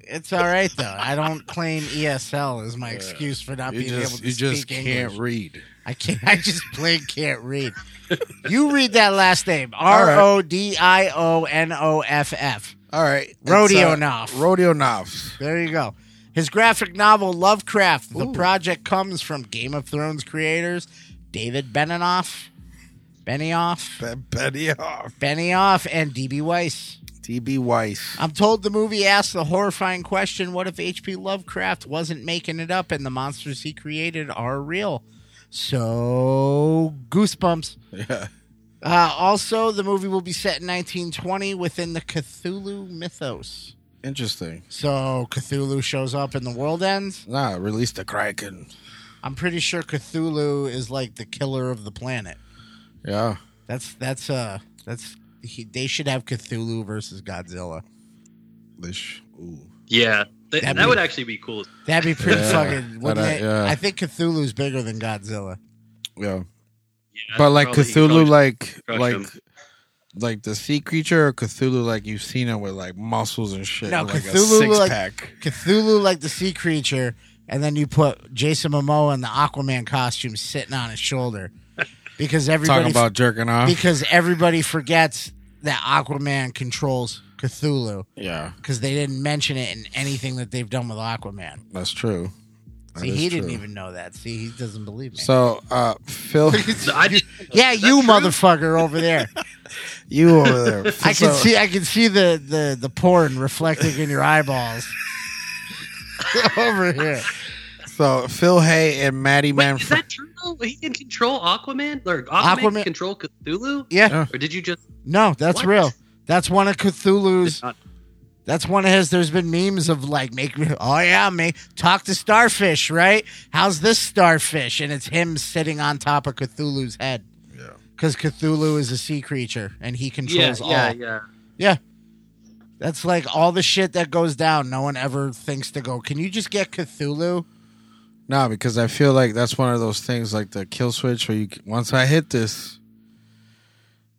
S6: It's all right though. I don't claim ESL as my excuse for not
S4: You
S6: being able
S4: just
S6: to
S4: you
S6: speak
S4: just can't
S6: English.
S4: read.
S6: I can't. I just plain can't read. You read that last name.
S4: All
S6: R
S4: right.
S6: O D I O N O F F.
S4: All right. It's,
S6: Rodeo
S4: uh,
S6: Knopf.
S4: Rodeo Knopf.
S6: There you go. His graphic novel Lovecraft. The
S4: Ooh.
S6: project comes from Game of Thrones creators David Benioff, Benioff,
S4: That Betty off.
S6: Benioff, and D.B. Weiss.
S4: TB Weiss.
S6: I'm told the movie asks the horrifying question what if H.P. Lovecraft wasn't making it up and the monsters he created are real? So, goosebumps.
S4: Yeah.
S6: Uh, also, the movie will be set in 1920 within the Cthulhu mythos.
S4: Interesting.
S6: So, Cthulhu shows up and the world ends.
S4: Nah, release the Kraken.
S6: I'm pretty sure Cthulhu is like the killer of the planet.
S4: Yeah.
S6: That's, that's, uh, that's, he, they should have Cthulhu versus Godzilla.
S4: They sh- ooh.
S7: Yeah, Th-
S6: That'd
S7: that,
S6: be-
S7: would actually be cool.
S6: That'd be pretty
S4: Yeah.
S6: fucking, wouldn't
S4: That,
S6: it?
S4: uh, yeah.
S6: I think Cthulhu's bigger than Godzilla.
S4: Yeah.
S7: Yeah,
S4: But like
S7: probably-
S4: Cthulhu,
S7: probably-
S4: like
S7: crush
S4: like
S7: 'em.
S4: like the sea creature, or Cthulhu, like you've seen it with like muscles and shit,
S6: No,
S4: with, like
S6: Cthulhu,
S4: a six
S6: like-
S4: pack.
S6: Cthulhu like the sea creature, and then you put Jason Momoa in the Aquaman costume sitting on his shoulder, because everybody
S4: Talking about jerking off.
S6: because everybody forgets that Aquaman controls Cthulhu
S4: yeah,
S6: because they didn't mention it in anything that they've done with Aquaman.
S4: that's true. That
S6: See,
S4: is
S6: he didn't
S4: true.
S6: even know that. See, he doesn't believe me.
S4: So, uh, Phil,
S7: So I did-
S6: yeah,
S7: is that
S6: you
S7: true?
S6: motherfucker over there.
S4: you over there.
S6: I can
S4: So-
S6: see I can see the, the, the porn reflecting in your eyeballs. over here.
S4: So Phil Hay and Maddie
S7: Wait, is
S4: Manfred.
S7: that true? though? He can control Aquaman, or Aquaman,
S6: Aquaman-
S7: can control Cthulhu,
S6: Yeah.
S7: or did you just?
S6: No, that's
S7: What?
S6: real. That's one of Cthulhu's.
S7: Not-
S6: That's one of his. There's been memes of like, make me, oh yeah, me talk to starfish, right? How's this starfish? And it's him sitting on top of Cthulhu's head.
S4: Yeah.
S6: Because Cthulhu is a sea creature and he
S7: Yeah,
S6: controls all.
S7: yeah, yeah.
S6: That's like all the shit that goes down. No one ever thinks to go. Can you just get Cthulhu?
S4: No, because I feel like that's one of those things, like the kill switch, where you c- once I hit this,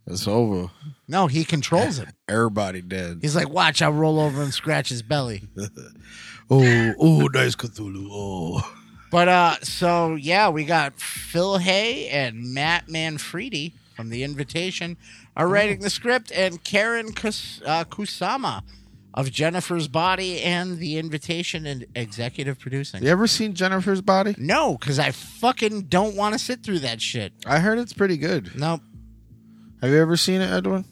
S4: it's over.
S6: No, he controls him.
S4: Everybody dead.
S6: He's like, watch, I'll roll over and scratch his belly.
S4: Oh, oh, nice Cthulhu. Oh,
S6: But uh, so yeah, we got Phil Hay and Matt Manfredi from The Invitation are
S4: Oh.
S6: writing the script, and Karen Kus- uh, Kusama of Jennifer's Body and The Invitation and executive producing.
S4: you ever seen Jennifer's Body?
S6: No, because I fucking don't want to sit through that shit.
S4: I heard it's pretty good.
S6: Nope.
S4: Have you ever seen it, Edwin?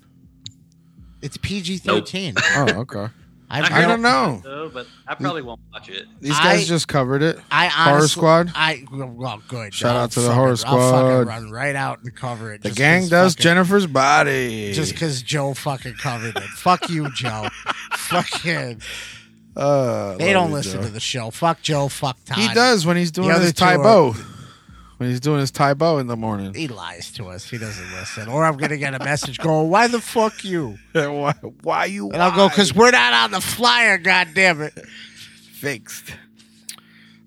S6: It's PG thirteen.
S4: Oh, okay.
S6: I've
S4: I don't know.
S7: So, but I probably won't watch it.
S4: These guys
S6: I-
S4: just covered it.
S6: I
S4: Horror
S6: honestly-
S4: Squad?
S6: I well, good.
S4: Shout
S6: I'll
S4: out to the
S6: fucking-
S4: Horror
S6: I'll
S4: Squad.
S6: fucking run right out and cover it.
S4: The
S6: just
S4: gang
S6: 'cause
S4: does
S6: fucking-
S4: Jennifer's Body.
S6: just because Joe fucking covered it. Fuck you, Joe. fucking.
S4: uh,
S6: They don't listen to the show. Fuck Joe. Fuck Todd.
S4: He does when he's doing
S6: other
S4: his
S6: two
S4: Tai
S6: are-
S4: Bo. When he's doing his Tai Bo in the morning.
S6: He lies to us. He doesn't listen. Or I'm gonna get a message going. Why the fuck you?
S4: why, why you?
S6: And I'll go because we're not on the flyer. God damn it. I
S4: fixed.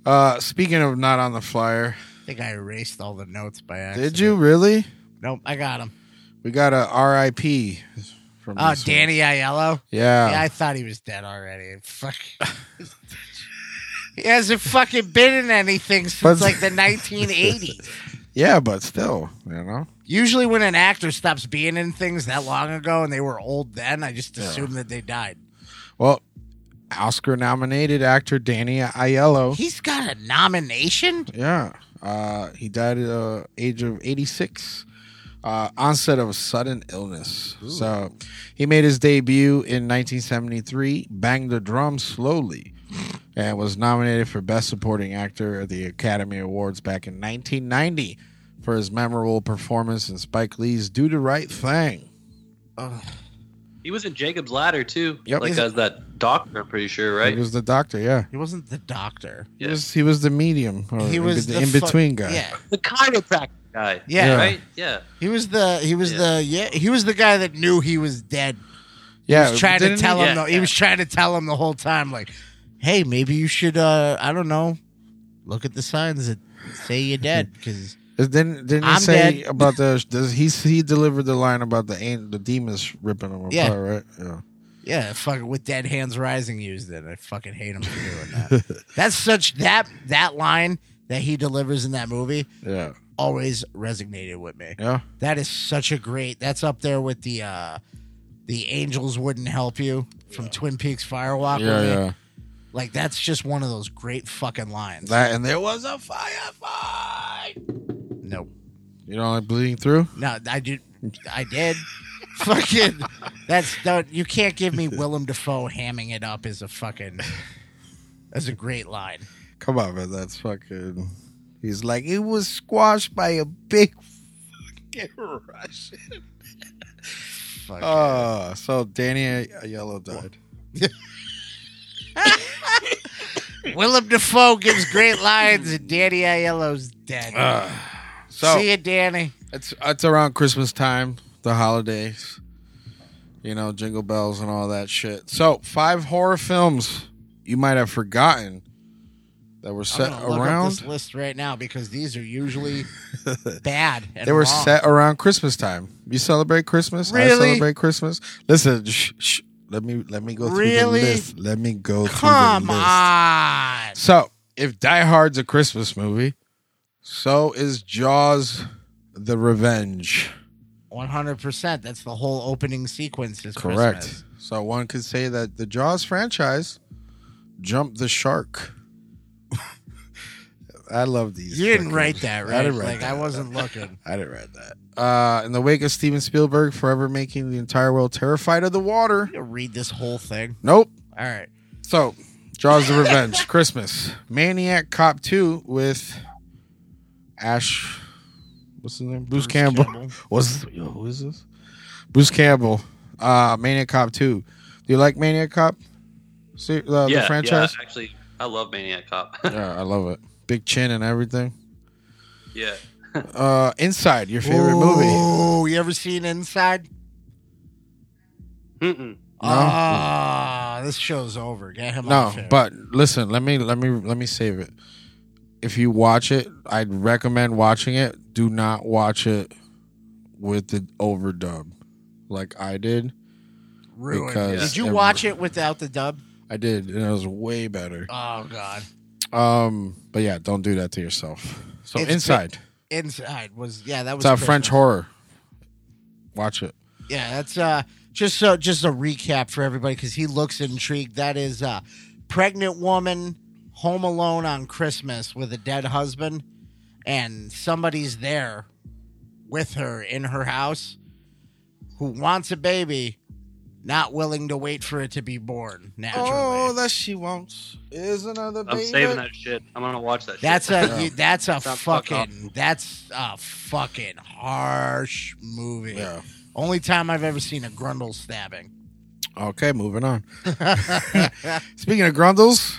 S4: Uh, speaking of not on the flyer,
S6: think I erased all the notes by accident.
S4: did you really?
S6: Nope. I got them.
S4: We got a RIP from
S6: Oh,
S4: this one.
S6: Danny Aiello.
S4: Yeah,
S6: Yeah, I thought he was dead already. Fuck. he hasn't fucking been in anything since
S4: But-
S6: like the 1980s.
S4: yeah, but still, you know,
S6: Usually, when an actor stops being in things that long ago and they were old then, I just assume that they died.
S4: well, Oscar-nominated actor Danny Aiello.
S6: He's got a nomination?
S4: Yeah, uh, he died at the age of 86, uh, onset of sudden illness. So he made his debut in 1973, banged the drum slowly, and was nominated for Best Supporting Actor at the Academy Awards back in 1990 for his memorable performance in Spike Lee's Do the Right Thing.
S7: He was in Jacob's Ladder too.
S4: Yep.
S7: like
S4: Is-
S7: as that doctor, I'm pretty sure,
S4: He
S7: right?
S4: was the doctor, yeah.
S6: He wasn't the doctor.
S4: He was he was the medium or
S6: He
S4: Oh, in
S6: was
S4: be-
S6: the
S4: in
S6: fu-
S4: between guy.
S6: Yeah,
S8: The chiropractor.
S7: Guy.
S6: Yeah.
S4: Yeah.
S7: Right? Yeah.
S6: he was the he was
S7: Yeah.
S6: the yeah he was the guy that knew he was dead.
S4: yeah.
S6: He was trying to
S4: Oh, didn't
S6: tell
S4: he-
S6: him.
S7: Yeah,
S6: though. He
S7: yeah.
S6: was trying to tell him the whole time, like, "Hey, maybe you should. uh I don't know. Look at the signs that say you're dead, because
S4: Didn't didn't he
S6: I'm
S4: say
S6: dead.
S4: about the does he he delivered the line about the an- the demons ripping him apart,
S6: Yeah.
S4: right? Yeah.
S6: yeah, fucking with dead hands rising used it. I fucking hate him for doing that. That's such that that line that he delivers in that movie
S4: Yeah.
S6: always resonated with me.
S4: Yeah.
S6: That is such a great. That's up there with the uh the angels wouldn't help you from Twin Peaks Firewalk.
S4: Yeah,
S6: with me.
S4: yeah.
S6: Like that's just one of those great fucking lines.
S4: That and there was a firefight.
S6: nope.
S4: You know, like bleeding through.
S6: No, I did. I did. fucking. That's no. You can't give me Willem Dafoe hamming it up as a fucking. As a great line.
S4: Come on, man. That's fucking. He's like, it was squashed by a big fucking Russian.
S6: Fuck.
S4: Oh, so Danny Aiello died.
S6: Willem Dafoe gives great lines, and Danny Aiello's dead.
S4: Uh, So
S6: See you, Danny.
S4: it's it's around Christmas time, the holidays. You know, jingle bells and all that shit. So five horror films you might have forgotten that were
S6: I'm
S4: set
S6: gonna look up this
S4: around.
S6: list right now because these are usually bad. And
S4: They were
S6: wrong.
S4: set around Christmas time. You celebrate Christmas. I
S6: Really?
S4: celebrate Christmas. Listen, shh, shh, let me let me go through
S6: Really?
S4: the list. Let me go
S6: Come
S4: through the list.
S6: on.
S4: So, if Die Hard's a Christmas movie, so is Jaws the Revenge.
S6: One hundred percent. That's the whole opening sequence. Is
S4: Correct.
S6: Christmas.
S4: So, one could say that the Jaws franchise jumped the shark. I love these.
S6: You didn't
S4: fucking-
S6: write that, right?
S4: I didn't write
S6: like I
S4: that.
S6: wasn't looking.
S4: I didn't write that. Uh, in the wake of Steven Spielberg forever making the entire world terrified of the water.
S6: You read this whole thing.
S4: Nope.
S6: All right.
S4: So, Jaws the Revenge, Christmas, Maniac Cop 2 with Ash. What's his name? Bruce, Campbell. What's yo, who is this? Bruce Campbell. Uh, Maniac Cop 2. Do you like Maniac Cop? See, uh,
S7: yeah,
S4: the franchise?
S7: yeah. Actually, I love Maniac Cop.
S4: Yeah. I love it. Big chin and everything.
S7: yeah.
S4: Uh, Inside, your favorite movie.
S6: Oh, you ever seen Inside?
S7: Mm-mm.
S6: Ah, this show's over. Get him
S4: No,
S6: off here.
S4: but listen, let me let me let me save it. If you watch it, I'd recommend watching it. Do not watch it with the overdub, like I did.
S6: Ruined.
S4: because
S6: Did you
S4: it-
S6: watch it without the dub?
S4: I did, and it was way better.
S6: Oh God.
S4: Um, but yeah, don't do that to yourself. So
S6: It's
S4: inside,
S6: Inside was yeah. That was
S4: it's a
S6: Christmas.
S4: French horror. Watch it.
S6: Yeah, that's uh just so just a recap for everybody because he looks intrigued. That is uh pregnant woman home alone on Christmas with a dead husband and somebody's there with her in her house who wants a baby, not willing to wait for it to be born naturally.
S4: that she wants is another
S7: I'm saving that shit. I'm gonna watch that.
S6: that's
S7: shit.
S6: a that's a
S7: Sounds fucked up.
S6: fucking that's a fucking harsh movie.
S4: Yeah.
S6: Only time I've ever seen a grundle stabbing.
S4: Okay, moving on. Speaking of grundles,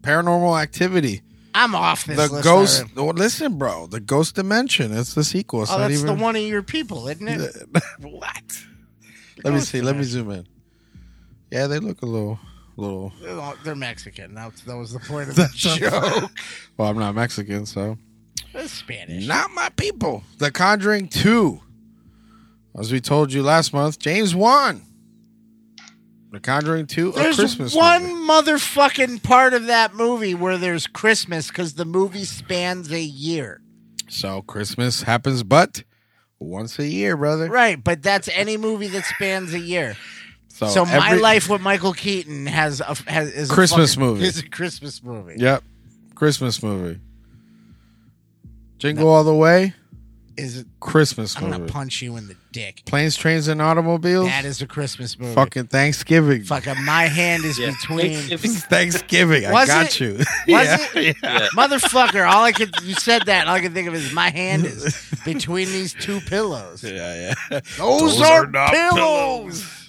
S4: paranormal activity.
S6: I'm off this
S4: the
S6: list
S4: ghost.
S6: already.
S4: Well, listen, bro. The ghost dimension. It's the sequel. It's
S6: Oh,
S4: not
S6: that's
S4: even.
S6: the one of your people, isn't it?
S4: what? Let me see. Let me zoom in. Yeah, they look a little, little.
S6: Oh, They're Mexican. That, that was the point of the joke.
S4: Well, I'm not Mexican, so
S6: That's Spanish.
S4: not my people. The Conjuring Two. As we told you last month, James Wan. The Conjuring Two, a
S6: There's
S4: Christmas
S6: one
S4: movie.
S6: motherfucking part of that movie where there's Christmas because the movie spans a year.
S4: So Christmas happens, but once a year, brother.
S6: Right, but that's any movie that spans a year.
S4: So,
S6: so my
S4: every-
S6: life with Michael Keaton has a has, is a
S4: Christmas
S6: fucking-
S4: movie.
S6: Is a Christmas movie.
S4: Yep. Christmas movie. Jingle all the way.
S6: Is it,
S4: Christmas
S6: I'm gonna
S4: movie.
S6: punch you in the dick.
S4: Planes, trains, and automobiles.
S6: That is a Christmas movie.
S4: fucking Thanksgiving.
S6: Fucking my hand is
S7: Yeah.
S6: between
S4: It's Thanksgiving. I
S6: Was
S4: got
S6: it?
S4: you.
S6: Was
S4: yeah.
S6: it?
S7: Yeah.
S6: Motherfucker, all I could you said that and all I can think of is my hand is between these two pillows.
S4: Yeah, yeah.
S6: Those,
S4: are
S6: are,
S4: not
S6: pillows.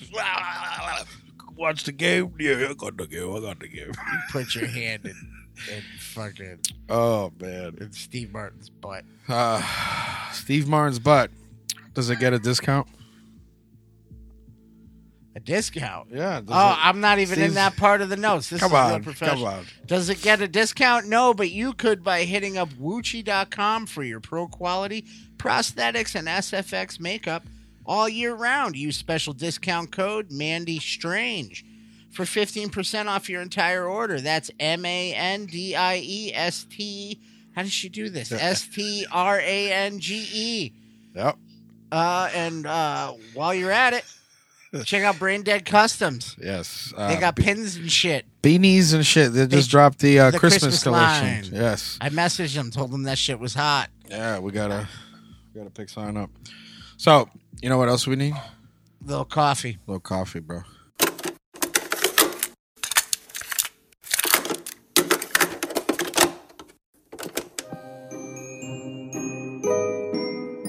S9: watch the game. Yeah, I got the game. I got the game.
S6: Put your hand in, in fucking
S4: Oh man,
S6: in Steve Martin's butt.
S4: uh, Steve Martin's butt. Does it get a discount?
S6: A discount.
S4: Yeah. does
S6: Oh,
S4: it-
S6: I'm not even in
S4: Steve's-
S6: that part of the notes. This
S4: Come
S6: is real
S4: on,
S6: professional.
S4: come on.
S6: Does it get a discount? No, but you could by hitting up Woochie.com for your pro quality prosthetics and SFX makeup all year round. Use special discount code Mandy Strange for 15% off your entire order. That's M A N D I E S T. How does she do this? S T R A N G E.
S4: Yep.
S6: Uh, and uh, while you're at it, check out Brain Dead Customs.
S4: Yes. Uh,
S6: They got pins and shit.
S4: beanies and shit. They just dropped the, uh,
S6: the
S4: Christmas,
S6: Christmas line.
S4: collection. Yes.
S6: I messaged them, told them that shit was hot.
S4: Yeah, we gotta we gotta pick something up. So you know what else we need? A
S6: Little coffee.
S4: little coffee, bro.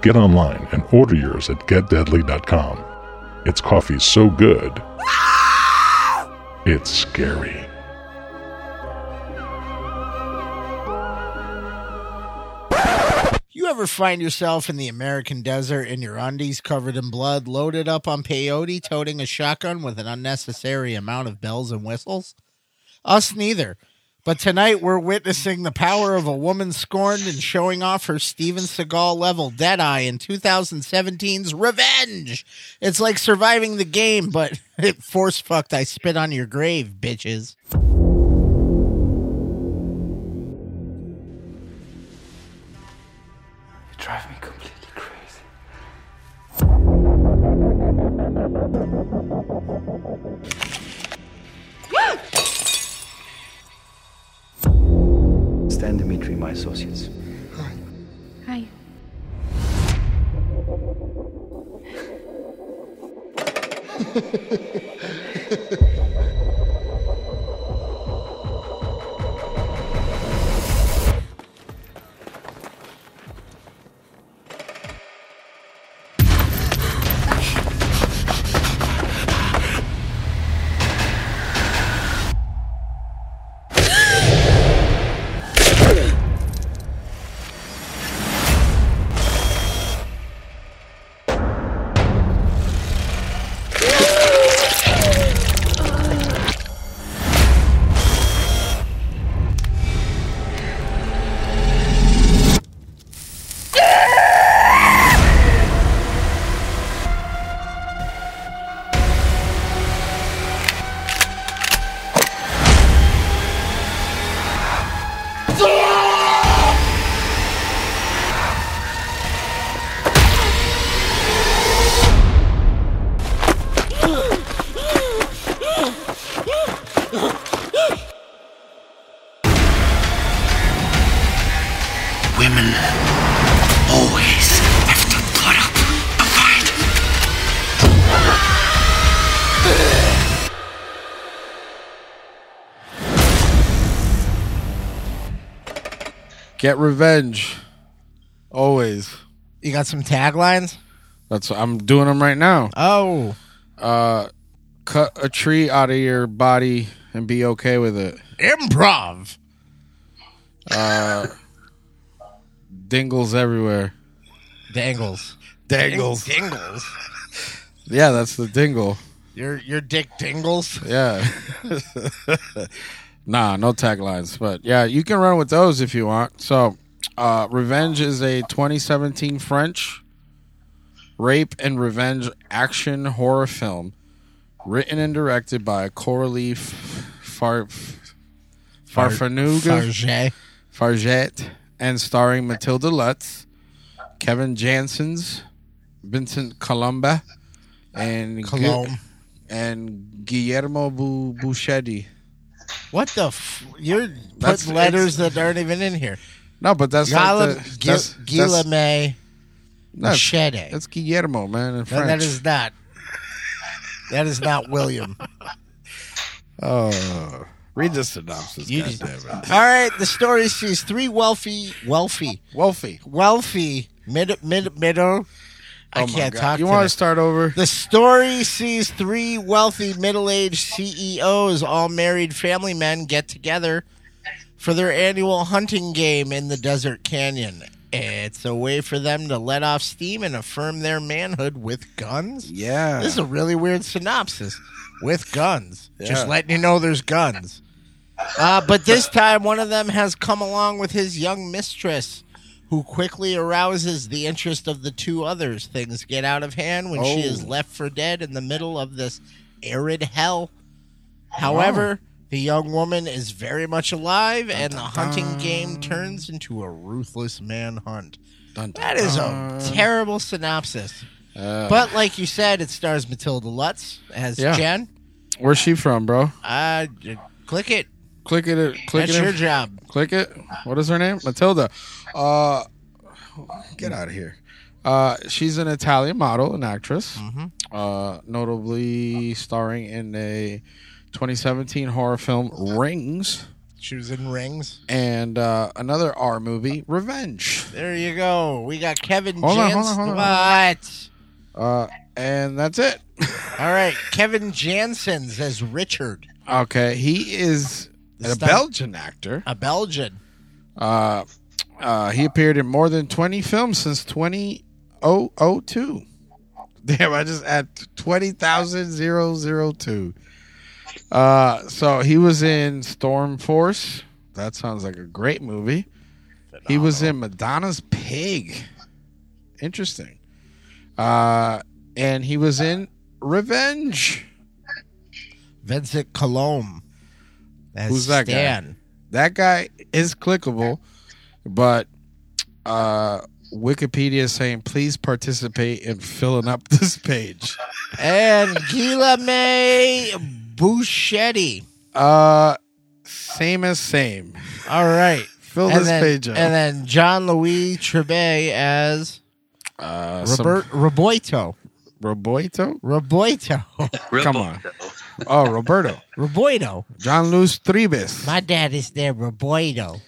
S10: get online and order yours at getdeadly.com. It's coffee so good, it's scary.
S6: You ever find yourself in the American desert in your undies covered in blood, loaded up on peyote, toting a shotgun with an unnecessary amount of bells and whistles? Us neither. But tonight we're witnessing the power of a woman scorned and showing off her Steven Seagal level Deadeye in 2017's Revenge. It's like surviving the game, but it force fucked I spit on your grave, bitches.
S11: Stan Dimitri, my associates.
S1: Hi.
S3: Women always have to put up a fight.
S4: Get revenge. Always.
S6: You got some taglines?
S4: That's what I'm doing them right now.
S6: Oh.
S4: Cut a tree out of your body and be okay with it.
S6: Improv.
S4: Dingles everywhere.
S6: Dangles.
S4: Dangles.
S6: Dingles.
S4: Yeah, that's the dingle.
S6: Your your dick dingles.
S4: Yeah. nah, no taglines, but yeah, you can run with those if you want. So, uh, Revenge is a 2017 French rape and revenge action horror film written and directed by Coralie F- Far- Farfanuga
S6: Farge.
S4: Fargette and starring Matilda Lutz, Kevin Jansons, Vincent Columba, and
S6: Cologne.
S4: Gu- and Guillermo Bu- Buschetti.
S6: What the? F- you're putting
S4: That's-
S6: letters
S4: it's-
S6: that aren't even in here.
S4: No, but that's not
S6: Gala,
S4: the-
S6: Gil-
S4: that's- that's-
S6: Guillemay
S4: No,
S6: Machete.
S4: That's Guillermo, man, in
S6: No,
S4: French.
S6: that is not. That is not William.
S4: Oh, read the synopsis.
S6: You
S4: goddamn
S6: just-
S4: it.
S6: All right, the story sees three wealthy, wealthy,
S4: wealthy,
S6: wealthy mid mid middle. I
S4: Oh my
S6: can't
S4: God.
S6: talk.
S4: You wanna
S6: today.
S4: start over?
S6: The story sees three wealthy middle-aged CEOs, all married family men, get together for their annual hunting game in the desert canyon. It's a way for them to let off steam and affirm their manhood with guns.
S4: Yeah,
S6: This is a really weird synopsis. With guns. Just
S4: Yeah.
S6: letting you know there's guns. Uh, but this time, one of them has come along with his young mistress, who quickly arouses the interest of the two others. Things get out of hand when she is
S12: Oh.
S6: left for dead in the middle of this arid hell. However, the young woman is very much alive, and the hunting game turns into a ruthless manhunt. That is a terrible synopsis.
S4: Um, Uh,
S6: But like you said, it stars Matilda Lutz as
S4: Yeah.
S6: Jen.
S4: where's she from, bro?
S6: Uh, j- click it.
S4: Click it. it- Click
S6: That's
S4: it. in-
S6: your job.
S4: Click it. What is her name? Matilda. Uh, get out of here. Uh, she's an Italian model, an actress, uh, notably starring in a 2017 horror film Rings
S6: She was in Rings.
S4: and uh, another R movie, Revenge.
S6: There you go. We got Kevin
S4: Hold on, hold
S6: Jans-
S4: on, hold on.
S6: What?
S4: Uh, and that's it.
S6: All right, Kevin Jansen's as Richard,
S4: Okay, he is
S6: The
S4: a
S6: stunt-
S4: Belgian actor.
S6: a Belgian.
S4: Uh, uh, he appeared in more than 20 films since 2002. Damn, I just add 20,002. Uh, so he was in Storm Force. That sounds like a great movie. He was in Madonna's Pig. Interesting. Uh, and he was in Revenge.
S6: Vincent Colombe. as
S4: Who's that guy?
S6: Stan.
S4: That guy is clickable, but uh, Wikipedia is saying please participate in filling up this page.
S6: And Guillemay Bouchetti.
S4: Uh, same as same.
S6: All right.
S4: Fill
S6: and
S4: this
S6: then,
S4: page up.
S6: And then John Louis Trebay as
S4: Uh, some-
S6: Robert Roboito.
S4: Roboito?
S6: Roboito.
S4: Come on. Oh, Roberto.
S6: Roboito.
S4: John Luz Tribes.
S6: My dad is there, Roboito.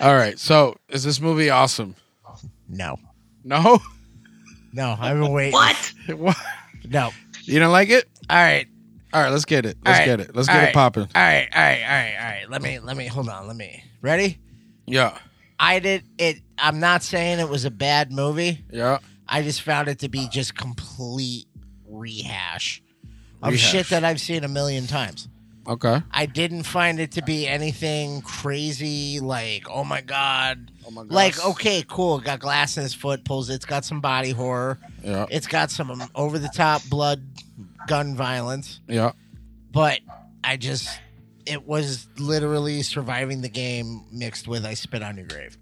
S4: All right. So, is this movie awesome?
S6: No.
S4: No?
S6: No, I've been waiting.
S7: What?
S4: What?
S6: No.
S4: You didn't like it?
S6: All right.
S4: All right. Let's get it. Let's
S6: All right.
S4: get it. Let's
S6: All
S4: get
S6: right.
S4: it popping.
S6: All right, all right, all right, all right. Let me let me hold on. Let me ready.
S4: Yeah.
S6: I did it. I'm not saying it was a bad movie.
S4: Yeah.
S6: I just found it to be just complete rehash of
S4: Rehash.
S6: shit that I've seen a million times.
S4: Okay.
S6: I didn't find it to be anything crazy like, oh my god. Oh my
S4: gosh.
S6: Like, okay, cool. Got glass in his foot, pulls it. It's got some body horror.
S4: Yeah.
S6: It's got some over the top blood gun violence.
S4: Yeah.
S6: But I just it was literally surviving the game mixed with I spit on your grave.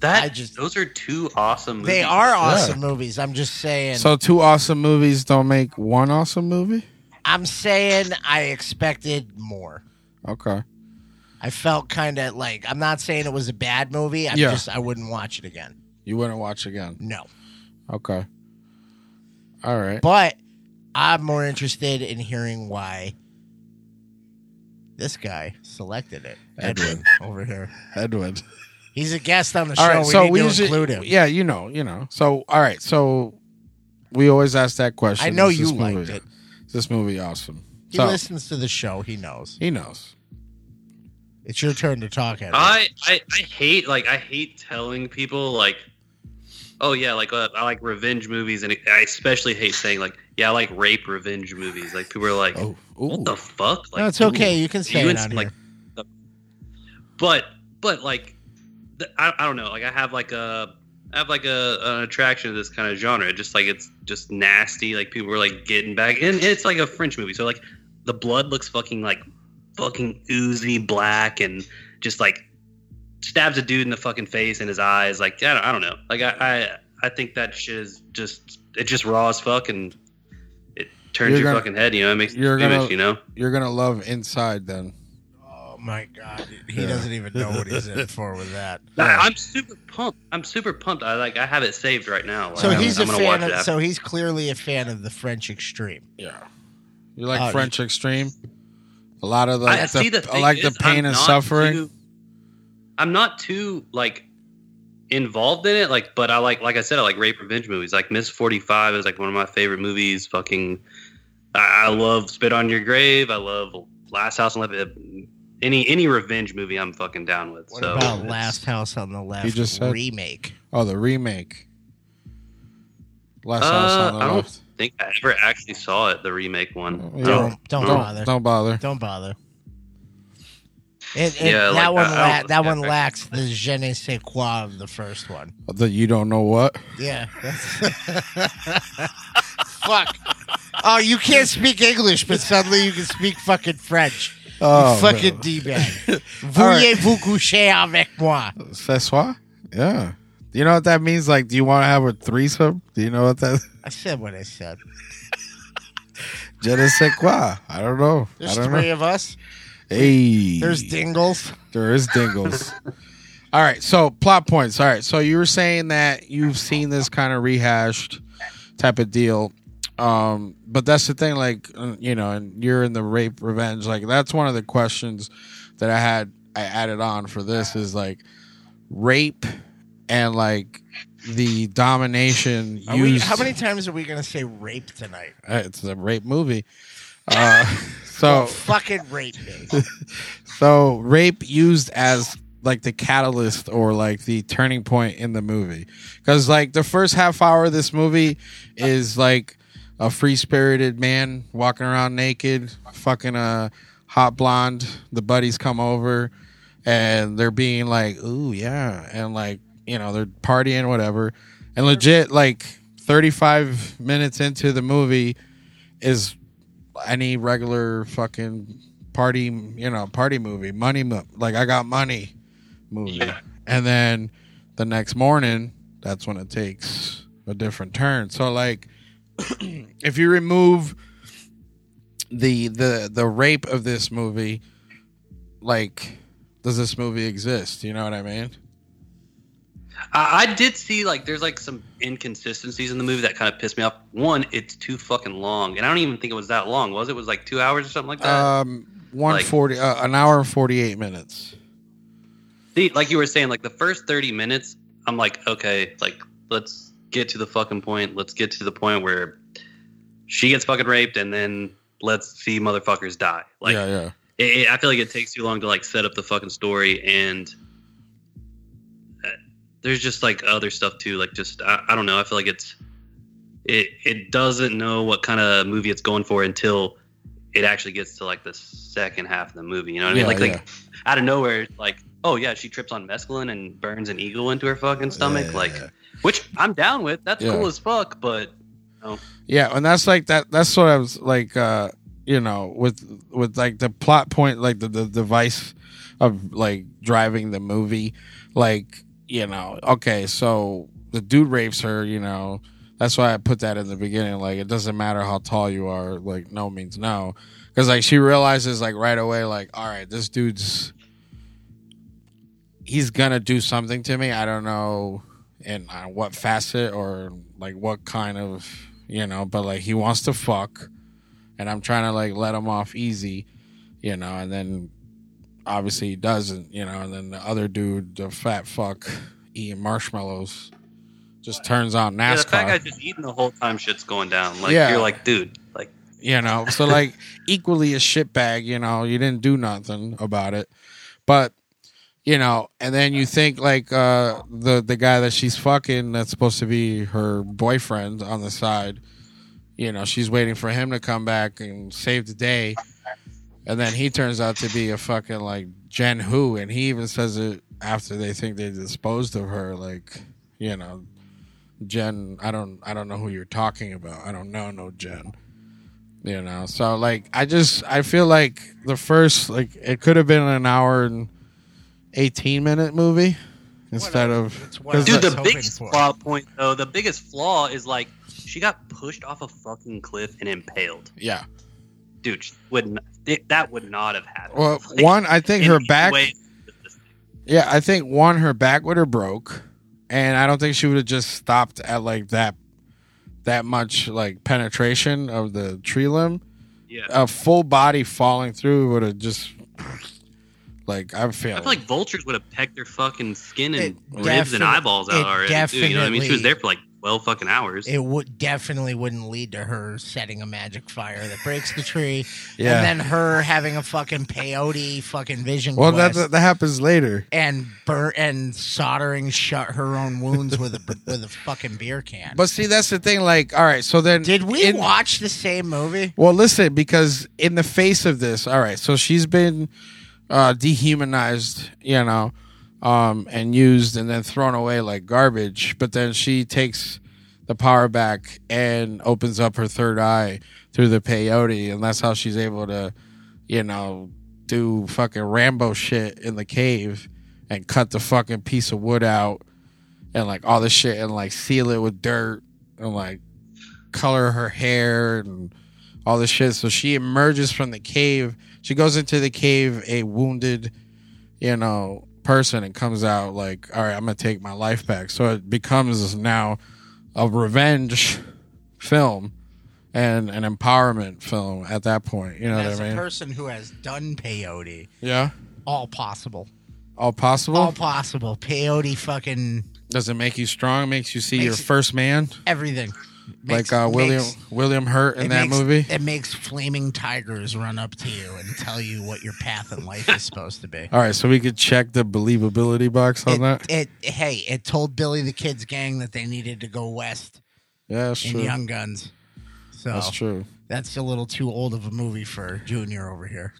S7: That those are two awesome. movies.
S6: They are awesome movies. I'm just saying
S4: So, two awesome movies don't make one awesome movie?
S6: I'm saying I expected more.
S4: Okay.
S6: I felt kind of like I'm not saying it was a bad movie. I am
S4: Yeah.
S6: just I wouldn't watch it again.
S4: You wouldn't watch again.
S6: No.
S4: Okay. All right.
S6: But I'm more interested in hearing why this guy selected it. Edwin over here.
S4: Edward.
S6: He's a guest on the show.
S4: All right,
S6: we
S4: so
S6: need
S4: we
S6: to
S4: usually,
S6: include him.
S4: yeah, you know, you know. So, all right, so we always ask that question.
S6: I know
S4: Is this
S6: you liked
S4: movie-
S6: it.
S4: Is this movie awesome?
S6: He
S4: so
S6: listens to the show. He knows.
S4: he knows.
S6: It's your turn to talk, Edwin.
S7: I, I I hate like I hate telling people like, oh yeah, like uh, I like revenge movies, and I especially hate saying like, yeah, I like rape revenge movies. Like people are like, what the fuck? Like,
S6: Oh, no, it's okay.
S7: ooh,
S6: you can say it
S7: ins-
S6: on
S7: like,
S6: here.
S7: but but like, th- I I don't know. Like I have like a. I have like a an attraction to this kind of genre. Just like it's just nasty. Like people are like getting back, and it's like a French movie. So like the blood looks fucking like fucking oozy black and just like stabs a dude in the fucking face and his eyes. Like I don't, I don't know. Like I, I I think that shit is just it's just raw as fuck and it turns
S4: You're
S7: your
S4: gonna-
S7: fucking head. You know, it makes
S4: You're
S7: damage.
S4: gonna,
S7: you know,
S4: you're gonna love inside then.
S6: Oh my god, he doesn't even know what he's in for with that.
S7: I, am super pumped. I'm super pumped. I like. I have it saved right now. Like,
S6: So
S7: I'm,
S6: he's
S7: I'm
S6: a
S7: gonna watch
S6: fan.
S7: it
S6: Of,
S7: after.
S6: so he's clearly a fan of the French extreme.
S4: Yeah, You like
S6: Oh,
S4: French extreme? A lot of the,
S7: I-
S4: the-
S7: see, the
S4: I
S7: thing
S4: like the
S7: is,
S4: pain
S7: I'm
S4: and
S7: not
S4: suffering.
S7: too- I'm not too like involved in it, like, but I like, like I said, I like rape revenge movies. Like Miss Forty Five is like one of my favorite movies. Fucking, I, I love Spit on Your Grave. I love Last House on Left. Any any revenge movie, I'm fucking down with.
S6: What
S7: so
S6: about
S7: it's-
S6: Last House on the Left?
S4: He just said
S6: remake.
S4: Oh, the remake. Last house
S7: Uh,
S4: on the
S7: I don't
S4: left.
S7: think I ever actually saw it, the remake one.
S4: Yeah.
S7: I
S6: Don't don't
S7: I don't-
S6: bother.
S4: Don't bother.
S6: Don't bother. It, it,
S7: Yeah,
S6: that
S7: like,
S6: one
S7: I- I
S6: la-
S7: don't-
S6: that one lacks the je ne sais quoi of the first one.
S4: The you don't know what.
S6: Yeah. Fuck. Oh, you can't speak English, but suddenly you can speak fucking French.
S4: Oh,
S6: you fucking
S4: man.
S6: d bag.
S4: All right.
S6: Veuillez vous coucher avec moi.
S4: C'est soir? Yeah. Do you know what that means? Like, do you want to have a threesome? Do you know what that?
S6: I said what I said.
S4: Je ne sais quoi. I don't know.
S6: There's
S4: I don't
S6: three
S4: know.
S6: of us.
S4: Hey,
S6: There's Dingles.
S4: there is dingles. All right. So plot points. All right. So you were saying that you've seen this kind of rehashed type of deal. Um, but that's the thing, like uh, you know, and you're in the rape revenge. Like that's one of the questions that I had I added on for this is like rape and like the domination
S6: Are
S4: used.
S6: we, how many times are we gonna say rape tonight?
S4: Uh, It's a rape movie. Uh,
S6: Oh,
S4: so
S6: fucking rape me.
S4: so rape used as like the catalyst or like the turning point in the movie because like the first half hour of this movie is like a free spirited man walking around naked, fucking a hot blonde. The buddies come over and they're being like, ooh, yeah. And like, you know, they're partying, whatever. And legit, like 35 minutes into the movie is any regular fucking party, you know, party movie, money, mo- like I got money movie. And then the next morning, that's when it takes a different turn. So, like, if you remove the the the rape of this movie, like does this movie exist? You know what I mean?
S7: I, I did see like there's like some inconsistencies in the movie that kind of pissed me off. One, it's too fucking long, and I don't even think it was that long. Was it? It was like two hours or something like that?
S4: Um, one forty, uh, an hour and forty eight minutes.
S7: See, like you were saying, like the first thirty minutes, I'm like, okay, like let's get to the fucking point. Let's get to the point where she gets fucking raped, and then let's see motherfuckers die. Like
S4: yeah, yeah.
S7: it, it- I feel like it takes too long to like set up the fucking story, and uh, there's just like other stuff too. Like just I, I don't know. I feel like it's it it doesn't know what kind of movie it's going for until it actually gets to like the second half of the movie. You know what I mean?
S4: Yeah,
S7: like
S4: yeah.
S7: like out of nowhere, like oh yeah, she trips on mescaline and burns an eagle into her fucking stomach.
S4: yeah,
S7: like
S4: yeah.
S7: which I'm down with. That's
S4: Yeah.
S7: cool as fuck, but.
S4: Yeah, and that's like that. That's what I was like. uh You know, with with like the plot point, like the the device of like driving the movie. Like you know, okay, so the dude rapes her. You know, that's why I put that in the beginning. Like it doesn't matter how tall you are. Like no means no, because like she realizes like right away. Like all right, this dude's he's gonna do something to me. I don't know in uh, what facet or like what kind of you know, but like he wants to fuck, and I'm trying to like let him off easy, you know, and then obviously he doesn't, you know, and then the other dude, the fat fuck eating marshmallows, just turns on NASCAR.
S7: Yeah, the fat guy's just eating the whole time shit's going down. Like
S4: Yeah.
S7: you're like, dude, like
S4: you know. So like equally a shitbag, you know, you didn't do nothing about it. But you know, and then you think like uh the the guy that she's fucking that's supposed to be her boyfriend on the side, you know, she's waiting for him to come back and save the day. And then he turns out to be a fucking like Jen Who, and he even says it after they think they disposed of her, like, you know, Jen, I don't I don't know who you're talking about. I don't know no Jen you know so like i just i feel like the first like it could have been an hour and 18 minute movie instead of
S6: what I
S4: because
S7: Dude,
S6: was
S7: the
S6: hoping
S7: biggest
S6: for.
S7: flaw point though, the biggest flaw is like She got pushed off a fucking cliff and impaled.
S4: Yeah.
S7: Dude, she wouldn't it, that would not have happened.
S4: Well,
S7: Like,
S4: one, I think
S7: in
S4: her
S7: any
S4: back.
S7: way-
S4: Yeah, I think one, her back would have broke, and I don't think she would have just stopped at like that, that much like penetration of the tree limb.
S7: Yeah.
S6: Oh.
S4: a full body falling through would have just like I'm
S7: I
S4: failing.
S7: feel like vultures would have pecked her fucking skin and ribs
S6: definite-
S7: and eyeballs
S6: it
S7: out already. Dude, you know what I mean? She was
S6: definitely-
S7: there for like twelve fucking hours.
S6: It would definitely wouldn't lead to her setting a magic fire that breaks the tree,
S4: Yeah.
S6: and then her having a fucking peyote fucking vision
S4: well, that,
S6: quest,
S4: that that happens later.
S6: and burn and soldering shut her own wounds with a with a fucking beer can.
S4: But see, that's the thing. Like, all right, so then
S6: Did we
S4: in-
S6: watch the same movie?
S4: Well, listen, because in the face of this, all right, so she's been uh, dehumanized, you know, um, and used and then thrown away like garbage. But then she takes the power back and opens up her third eye through the peyote, and that's how she's able to, you know, do fucking Rambo shit in the cave and cut the fucking piece of wood out and like all this shit and like seal it with dirt and like color her hair and all this shit. So she emerges from the cave. She goes into the cave a wounded, you know, person and comes out like, all right, I'm gonna take my life back. So it becomes now a revenge film and an empowerment film at that point. You know
S6: As
S4: what I
S6: a
S4: mean?
S6: person who has done peyote,
S4: yeah.
S6: all possible,
S4: All possible.
S6: all possible. Peyote, fucking
S4: Does it make you strong? Makes you see
S6: Makes
S4: your
S6: it-
S4: first man,
S6: everything. Makes-
S4: like uh, William
S6: makes-
S4: William Hurt
S6: it
S4: in that
S6: makes-
S4: movie.
S6: It makes flaming tigers run up to you and tell you what your path in life is supposed to be.
S4: All right, so we could check the believability box on Oh, that.
S6: It, hey, it told Billy the Kid's gang that they needed to go west
S4: Yeah, that's
S6: in oh.
S4: true.
S6: Young Guns. So
S4: That's true.
S6: That's a little too old of a movie for Junior over here.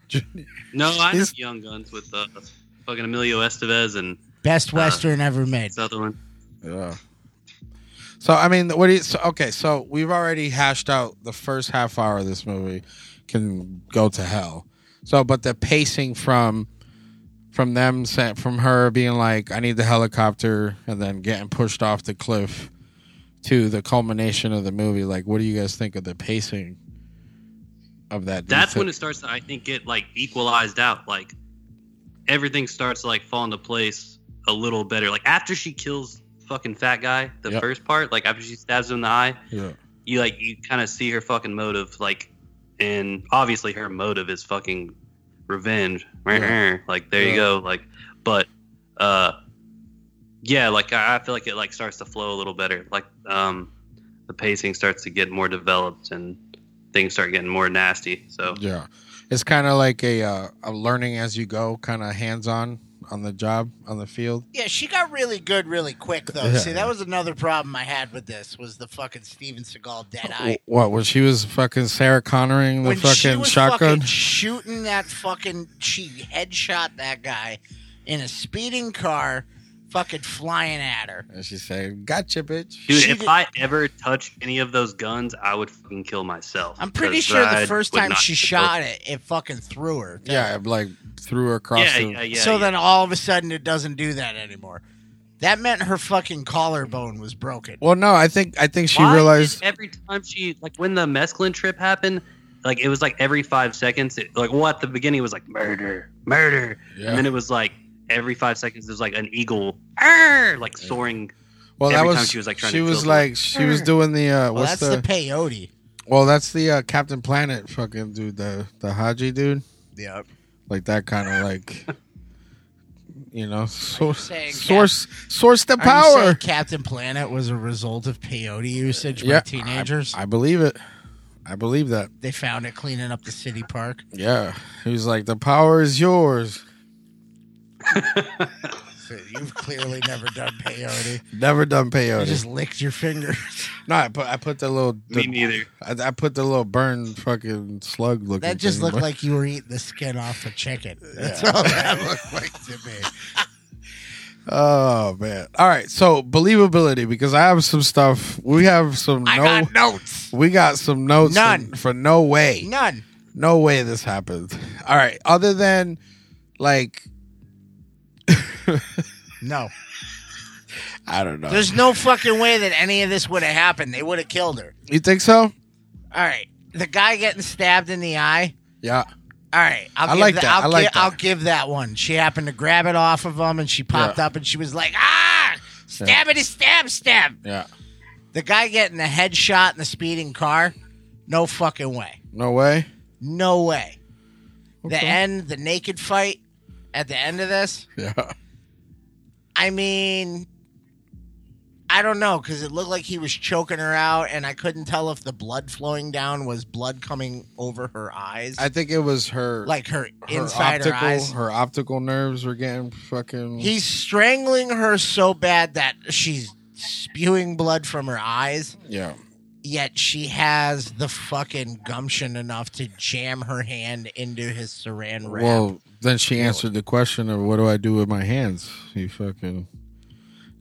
S7: No, I have Young Guns with uh, fucking Emilio Estevez and
S6: Best
S7: Uh,
S6: Western ever made.
S7: Sutherland.
S4: Yeah. So I mean, what do you? So, okay, so we've already hashed out the first half hour of this movie can go to hell. So, but the pacing from from them sa- from her being like, "I need the helicopter," and then getting pushed off the cliff to the culmination of the movie. Like, what do you guys think of the pacing of that? Do you
S7: That's
S4: thi-
S7: when it starts to, I think, get like equalized out. Like everything starts to like fall into place a little better. Like after she kills fucking fat guy, the
S4: Yep.
S7: first part, like after she stabs him in the eye,
S4: Yeah.
S7: you like you kind of see her fucking motive. Like, and obviously her motive is fucking revenge.
S4: Yeah.
S7: Like there
S4: Yeah.
S7: you go. Like, but uh, yeah, like I, I feel like it like starts to flow a little better. Like um, the pacing starts to get more developed and things start getting more nasty. So.
S4: Yeah, it's kind of like a uh, a learning as you go, kind of hands on on the job on the field.
S6: Yeah, she got really good really quick though.
S4: Yeah.
S6: See, that was another problem I had with this was the fucking Steven Seagal dead eye.
S4: Wh- What when she was fucking Sarah Connoring the
S6: when she
S4: fucking
S6: was
S4: shotgun?
S6: fucking shooting that fucking she headshot that guy in a speeding car, fucking flying at her.
S4: and she said, "Gotcha, bitch."
S7: Dude,
S6: She
S7: if
S6: did-
S7: I ever touched any of those guns, I would fucking kill myself.
S6: I'm pretty
S7: 'Cause
S6: sure
S7: I
S6: the first
S7: would
S6: time
S7: not
S6: she
S7: be
S6: shot it, it fucking threw her.
S4: yeah, it, like threw her across.
S7: Yeah,
S4: the,
S7: yeah, yeah.
S6: so
S7: yeah.
S6: then all of a sudden it doesn't do that anymore. That meant her fucking collarbone was broken.
S4: Well, no, I think I think she
S7: Why did
S4: realized.
S7: every time she like when the mescaline trip happened, like it was like every five seconds. It, like well, at the beginning it was like murder, murder,
S4: Yeah.
S7: and then it was like every five seconds there's like an eagle, "Arr!" like soaring.
S4: well, that
S7: every time
S4: was
S7: she was, like, trying
S4: she
S7: to kill
S4: was
S7: someone.
S4: like she was doing the uh,
S6: Well,
S4: what's
S6: that's
S4: the,
S6: the, peyote.
S4: well that's the uh, Captain Planet fucking dude the the Haji dude
S6: Yeah.
S4: like that kind of like. You know, source,
S6: saying Cap-
S4: source, source the
S6: Are you saying
S4: power.
S6: Captain Planet was a result of peyote usage by
S4: Yeah,
S6: teenagers.
S4: I believe it. I believe that.
S6: they found it cleaning up the city park.
S4: Yeah, he was like, "The power is yours."
S6: So You've clearly never done peyote.
S4: Never done
S6: You
S4: peyote.
S6: just licked your fingers.
S4: No, I put I put the little the,
S7: Me neither.
S4: I, I put the little burn fucking slug looking.
S6: That just
S4: thing,
S6: looked
S4: but-
S6: like you were eating the skin off a chicken. That's all that looked like to me.
S4: Oh man! All right, so believability because I have some stuff. We have some no.
S6: I got notes.
S4: we got some notes.
S6: None.
S4: for, for no way.
S6: None.
S4: No way this happened. All right, other than like
S6: No.
S9: I don't know.
S6: There's no fucking way that any of this would have happened. They would have killed her.
S4: You think so?
S6: All right. The guy getting stabbed in the eye.
S4: Yeah.
S6: All right, I'll
S4: I
S6: give
S4: like
S6: the-
S4: that.
S6: I'll
S4: I like
S6: give,
S4: that.
S6: I'll give that one. She happened to grab it off of him, and she popped
S4: Yeah.
S6: up, and she was like, "Ah, stab it, stab, stab."
S4: Yeah.
S6: The guy getting a headshot in the speeding car, no fucking way,
S4: No way.
S6: no way. The end, the naked fight at the end of this.
S4: Yeah.
S6: I mean, I don't know because it looked like he was choking her out, and I couldn't tell if the blood flowing down was blood coming over her eyes.
S4: I think it was her
S6: Like her inside her
S4: optical,
S6: eyes.
S4: Her optical nerves were getting fucking.
S6: He's strangling her so bad that she's spewing blood from her eyes,
S4: yeah.
S6: yet she has the fucking gumption enough to jam her hand into his saran wrap.
S4: Well, then she answered the question of what do I do with my hands? You fucking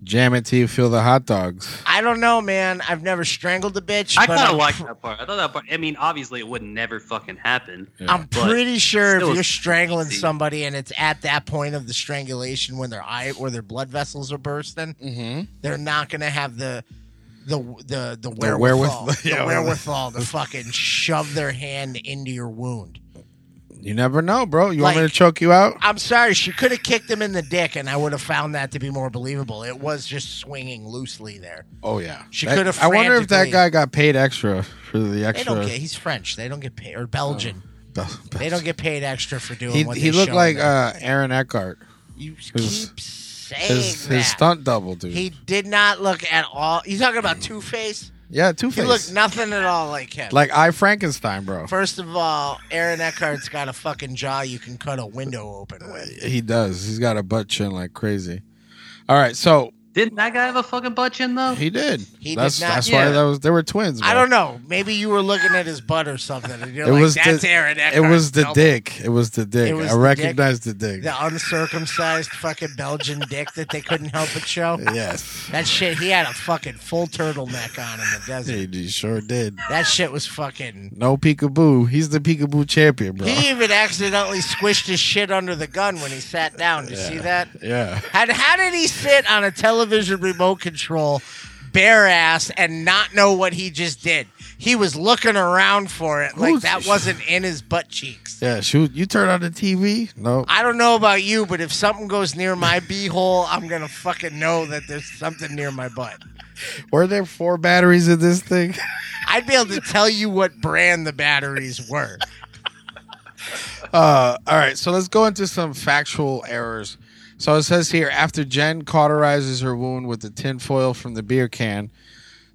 S4: jam it till you feel the hot dogs.
S6: I don't know, man. I've never strangled a bitch.
S7: I
S6: but
S7: kind of
S6: I'm
S7: like
S6: pr-
S7: that part. I thought that part. I mean, obviously, it would never fucking happen.
S6: I'm
S7: but
S6: pretty sure if
S7: still,
S6: you're strangling somebody and it's at that point of the strangulation when their eye or their blood vessels are bursting,
S7: Mm-hmm.
S6: they're not gonna have the the the the
S4: The
S6: wherewithal,
S4: wherewith-
S6: the
S4: yeah, well,
S6: wherewithal to fucking shove their hand into your wound.
S4: You never know, bro. You want me
S6: Like-
S4: to choke you out?
S6: I'm sorry, she could have kicked him in the dick, and I would have found that to be more believable. It was just swinging loosely there.
S4: Oh yeah.
S6: She
S4: That-
S6: could have.
S4: I wonder if that
S6: frantically-
S4: guy got paid extra for the
S6: They
S4: extra.
S6: don't get. He's French. They don't get paid or Belgian.
S7: Oh.
S6: They don't get paid extra for doing
S4: he
S6: what
S4: he
S6: they
S4: looked
S6: show
S4: like
S6: them.
S4: uh, Aaron Eckhart.
S6: You
S4: his,
S6: keep saying
S4: his,
S6: that.
S4: his stunt double, dude.
S6: He did not look at all. You talking about Two Face?
S4: yeah, Two
S6: He looked
S4: Face.
S6: nothing at all like him.
S4: Like I Frankenstein, bro.
S6: First of all, Aaron Eckhart's got a fucking jaw you can cut a window open with.
S4: He does. He's got a butt chin like crazy. All right, so
S7: Didn't that guy have a fucking butt chin though?
S4: he did.
S6: He did
S4: that's
S6: not-
S4: that's
S6: Yeah.
S4: why that was they were twins.
S6: I
S4: bro.
S6: don't know. Maybe you were looking at his butt or something. And you're
S4: It
S6: like,
S4: was
S6: that's
S4: the,
S6: Aaron Eckhart.
S4: It was the
S6: No,
S4: dick. It was the dick.
S6: It was
S4: I
S6: the
S4: recognized the dick.
S6: The uncircumcised fucking Belgian dick that they couldn't help but show.
S4: Yes.
S6: That shit, he had a fucking full turtleneck on in the desert.
S4: He d- sure did.
S6: That shit was fucking.
S4: No peekaboo. He's the peekaboo champion, bro.
S6: He even accidentally squished his shit under the gun when he sat down. Did you see that?
S4: yeah.
S6: How, how did he sit on a television remote control, bare ass, and not know what he just did? He was looking around for it like
S4: Who's-
S6: that wasn't in his butt cheeks.
S4: Yeah. Shoot. You turn on the TV. No.
S6: I don't know about you, but if something goes near my beehole, I'm gonna fucking know that there's something near my butt.
S4: Were there four batteries in this thing?
S6: I'd be able to tell you what brand the batteries were.
S4: Uh, all right, so let's go into some factual errors. So it says here after Jen cauterizes her wound with the tin foil from the beer can,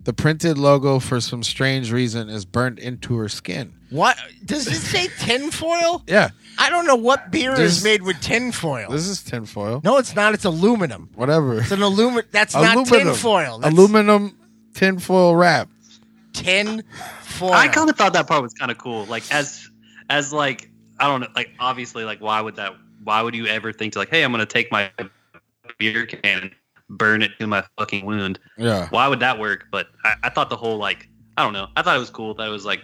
S4: the printed logo for some strange reason is burnt into her skin.
S6: What does it say? Tinfoil?
S4: Yeah,
S6: I don't know what beer is
S4: This-
S6: made with tinfoil.
S4: this is tin foil.
S6: no, it's not. It's aluminum.
S4: Whatever.
S6: It's an aluminum. That's not tinfoil. That's
S4: Aluminum tin foil wrap.
S6: tin foil.
S7: I kind of thought that part was kind of cool. Like as as like I don't know. Like obviously, like why would that? Why would you ever think to like, hey, I'm gonna take my beer can and burn it to my fucking wound?
S4: Yeah.
S7: Why would that work? But I, I thought the whole like I don't know. I thought it was cool. That it was like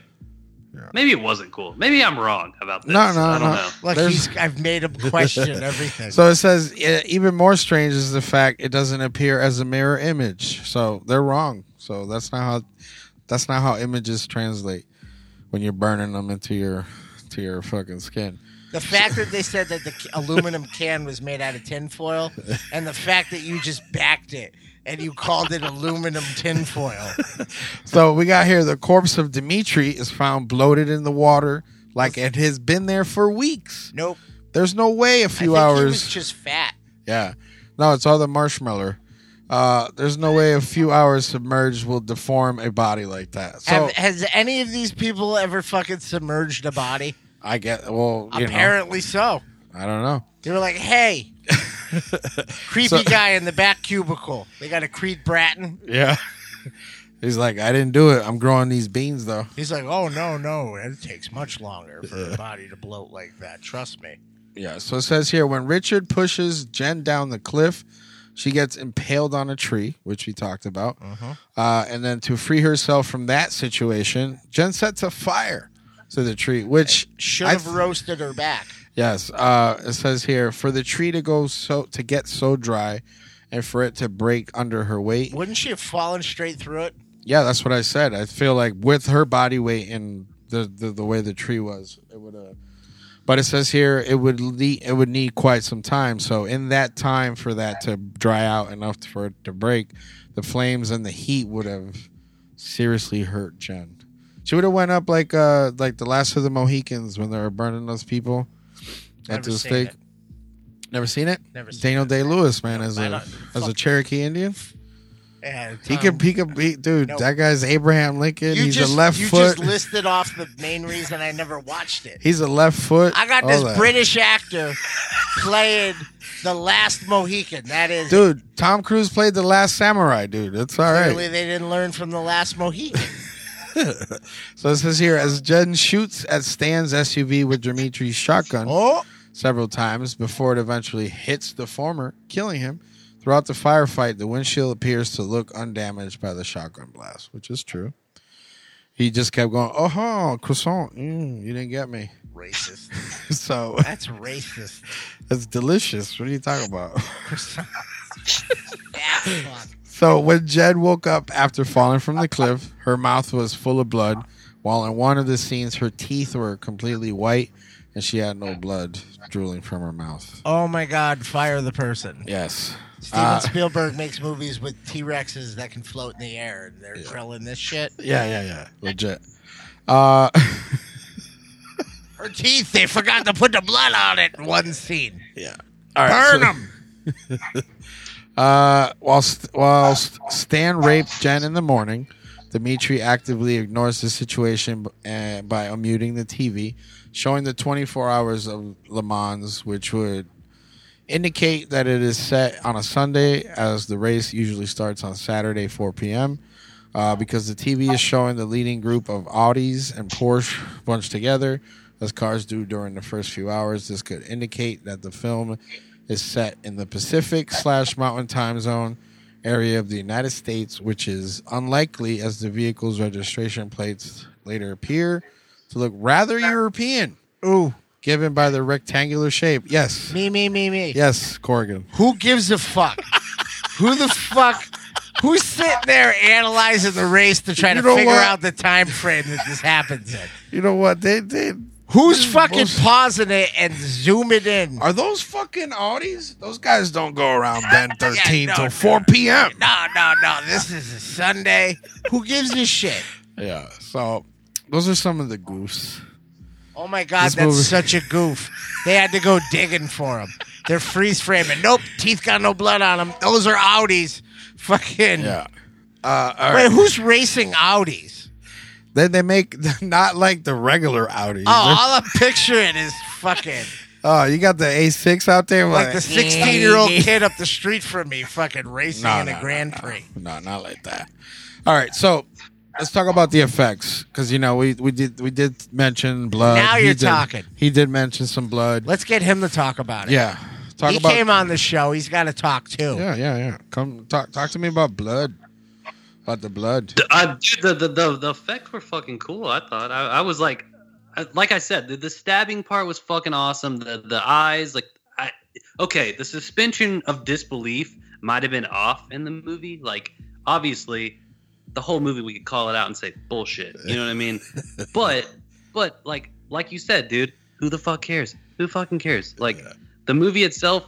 S7: maybe it wasn't cool. Maybe I'm wrong about this.
S4: No, no,
S7: I don't
S4: no.
S7: know.
S6: Like
S4: There's-
S6: he's, I've made him question everything.
S4: So it says e- even more strange is the fact it doesn't appear as a mirror image. So they're wrong. So that's not how that's not how images translate when you're burning them into your to your fucking skin.
S6: the fact that they said that the c- aluminum can was made out of tinfoil, and the fact that you just backed it and you called it aluminum tinfoil.
S4: So we got here the corpse of Dimitri is found bloated in the water like it has been there for weeks.
S6: Nope.
S4: There's no way a
S6: I
S4: few
S6: think
S4: hours.
S6: he was just fat.
S4: Yeah. No, it's all the marshmallow. Uh, there's no way a few hours submerged will deform a body like that. So
S6: Have, has any of these people ever fucking submerged a body?
S4: I get well, you know,
S6: Apparently so.
S4: I don't know.
S6: They were like, "Hey, creepy
S4: So-
S6: guy in the back cubicle. They got a Creed Bratton."
S4: Yeah. He's like, I didn't do it. I'm growing these beans though.
S6: He's like, "Oh no, no, it takes much longer for a body to bloat like that. Trust me."
S4: Yeah. So it says here when Richard pushes Jen down the cliff, she gets impaled on a tree, which we talked about. Uh, and then to free herself from that situation, Jen sets a fire to the tree, which
S6: Should
S4: I
S6: have
S4: th-
S6: roasted her back.
S4: Yes. Uh, it says here for the tree to go so to get so dry, and for it to break under her weight.
S6: Wouldn't she have fallen straight through it?
S4: Yeah, that's what I said. I feel like with her body weight and the the, the way the tree was, it would have. But it says here it would le- it would need quite some time. So in that time for that to dry out enough for it to break, the flames and the heat would have seriously hurt Jen. She would have went up like uh like the last of the Mohicans when they were burning those people at
S6: Never seen
S4: the stake.
S6: it.
S4: Never seen it.
S6: Never seen
S4: Daniel Day Lewis, man, as
S6: I
S4: a
S6: don't-
S4: as a Cherokee Indian.
S6: Yeah,
S4: He
S6: Tom,
S4: could, he could be, dude.
S6: No.
S4: That guy's Abraham Lincoln.
S6: um, You
S4: He's
S6: just,
S4: a left
S6: you
S4: foot.
S6: just listed off the main reason I never watched it.
S4: He's a left foot.
S6: I got
S4: all
S6: this
S4: that.
S6: British actor playing the last Mohican. That is
S4: dude. Tom Cruise played the Last Samurai, dude. It's all right.
S6: clearly they didn't learn from the last Mohican.
S4: So it says here as Jen shoots at Stan's SUV with Dimitri's shotgun several times before it eventually hits the former, killing him. Throughout the firefight, the windshield appears to look undamaged by the shotgun blast, which is true. He just kept going, oh, ho, croissant. Mm, you didn't get me.
S6: Racist.
S4: so
S6: That's racist.
S4: that's delicious. What are you talking about?
S6: That's fucked.
S4: So when Jen woke up after falling from the cliff, her mouth was full of blood, while in one of the scenes her teeth were completely white and she had no blood drooling from her mouth.
S6: Oh my God! Fire the person.
S4: Yes.
S6: Steven
S4: Uh,
S6: Spielberg makes movies with T Rexes that can float in the air, and they're drilling this shit.
S4: yeah, yeah, yeah. Legit. Uh
S6: Her teeth, they forgot to put the blood on it in one scene.
S4: Yeah.
S6: Burn
S4: so-
S6: them.
S4: Uh, while St- while St- Stan raped Jen in the morning, Dimitri actively ignores the situation b- uh, by unmuting the TV, showing the 24 hours of Le Mans, which would indicate that it is set on a Sunday, as the race usually starts on Saturday 4 p.m. Uh, because the TV is showing the leading group of Audis and Porsche bunched together, as cars do during the first few hours. This could indicate that the film is set in the Pacific slash Mountain Time Zone area of the United States, which is unlikely as the vehicle's registration plates later appear to look rather European. Ooh, given by the rectangular shape. Yes,
S6: Me, me, me, me.
S4: yes, Corrigan.
S6: Who gives a fuck? Who the fuck? Who's sitting there analyzing the race to try to
S4: You know
S6: figure
S4: what?
S6: out the time frame that this happens in?
S4: You know what they they
S6: Who's
S4: is
S6: fucking
S4: bullshit.
S6: pausing it and zooming in?
S4: are those fucking Audis? Those guys don't go around Ben 13
S6: no,
S4: till
S6: no.
S4: 4 p.m.
S6: No, no, no. This is a Sunday. Who gives a shit?
S4: Yeah, so those are some of the goofs.
S6: Oh my God,
S4: This
S6: that's
S4: movie-
S6: such a goof. They had to go digging for him. They're freeze framing. Nope, teeth got no blood on them. Those are Audis. Fucking.
S4: Yeah. Uh, all right.
S6: Wait, who's racing Audis?
S4: Then they make not like the regular Audis.
S6: Oh, all I'm picturing is fucking
S4: Oh, you got the A6 out there?
S6: like the 16 year old kid up the street from me fucking racing
S4: No,
S6: in
S4: no,
S6: a
S4: no,
S6: Grand Prix.
S4: No, not like that. All right, so let's talk about the effects because you know we, we did we did mention blood.
S6: Now
S4: He
S6: you're
S4: did-
S6: talking.
S4: He did mention some blood.
S6: Let's get him to talk about it.
S4: yeah, talk
S6: he
S4: about.
S6: came on the show. He's got to talk too.
S4: yeah, yeah, yeah. Come talk talk to me about blood. About the blood.
S7: The- I, dude, the, the the the effects were fucking cool. I thought I, I was like, I, like I said, the, the stabbing part was fucking awesome. The the eyes, like, I okay, the suspension of disbelief might have been off in the movie. Like, obviously, the whole movie we could call it out and say bullshit. You know what I mean? but but like like you said, dude, who the fuck cares? Who fucking cares? Like the movie itself,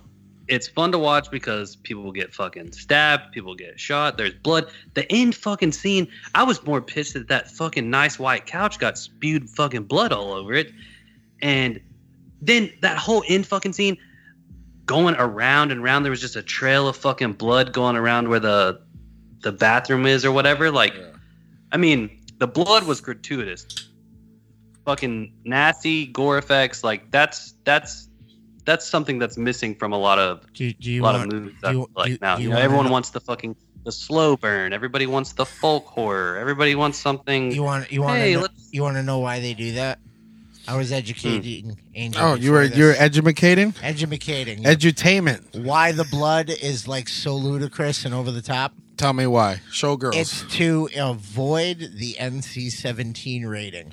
S7: it's fun to watch because people get fucking stabbed, people get shot, there's blood. The end fucking scene, I was more pissed that that fucking nice white couch got spewed fucking blood all over it. And then that whole end fucking scene going around and around, there was just a trail of fucking blood going around where the the bathroom is or whatever. Like I mean, the blood was gratuitous. Fucking nasty gore effects, like that's that's that's something that's missing from a lot of
S6: Do, do
S7: a
S6: you
S7: lot
S6: want-
S7: of movies
S6: do
S7: that
S6: you-
S7: like
S6: do-
S7: now.
S6: do
S7: You
S6: you
S7: know,
S6: wanna
S7: everyone
S6: know-
S7: wants the fucking the slow burn. Everybody wants the folk horror. Everybody wants something.
S6: You want you want
S7: Hey,
S6: to know,
S7: let's-
S6: you want to know why they do that? I was
S7: Hmm.
S6: educating Angel.
S4: Oh, you
S6: before
S4: were
S6: this.
S4: you were educating,
S6: educating
S4: edutainment.
S6: why the blood is like so ludicrous and over the top.
S4: Tell me why. Showgirls.
S6: It's to avoid the NC-17 rating.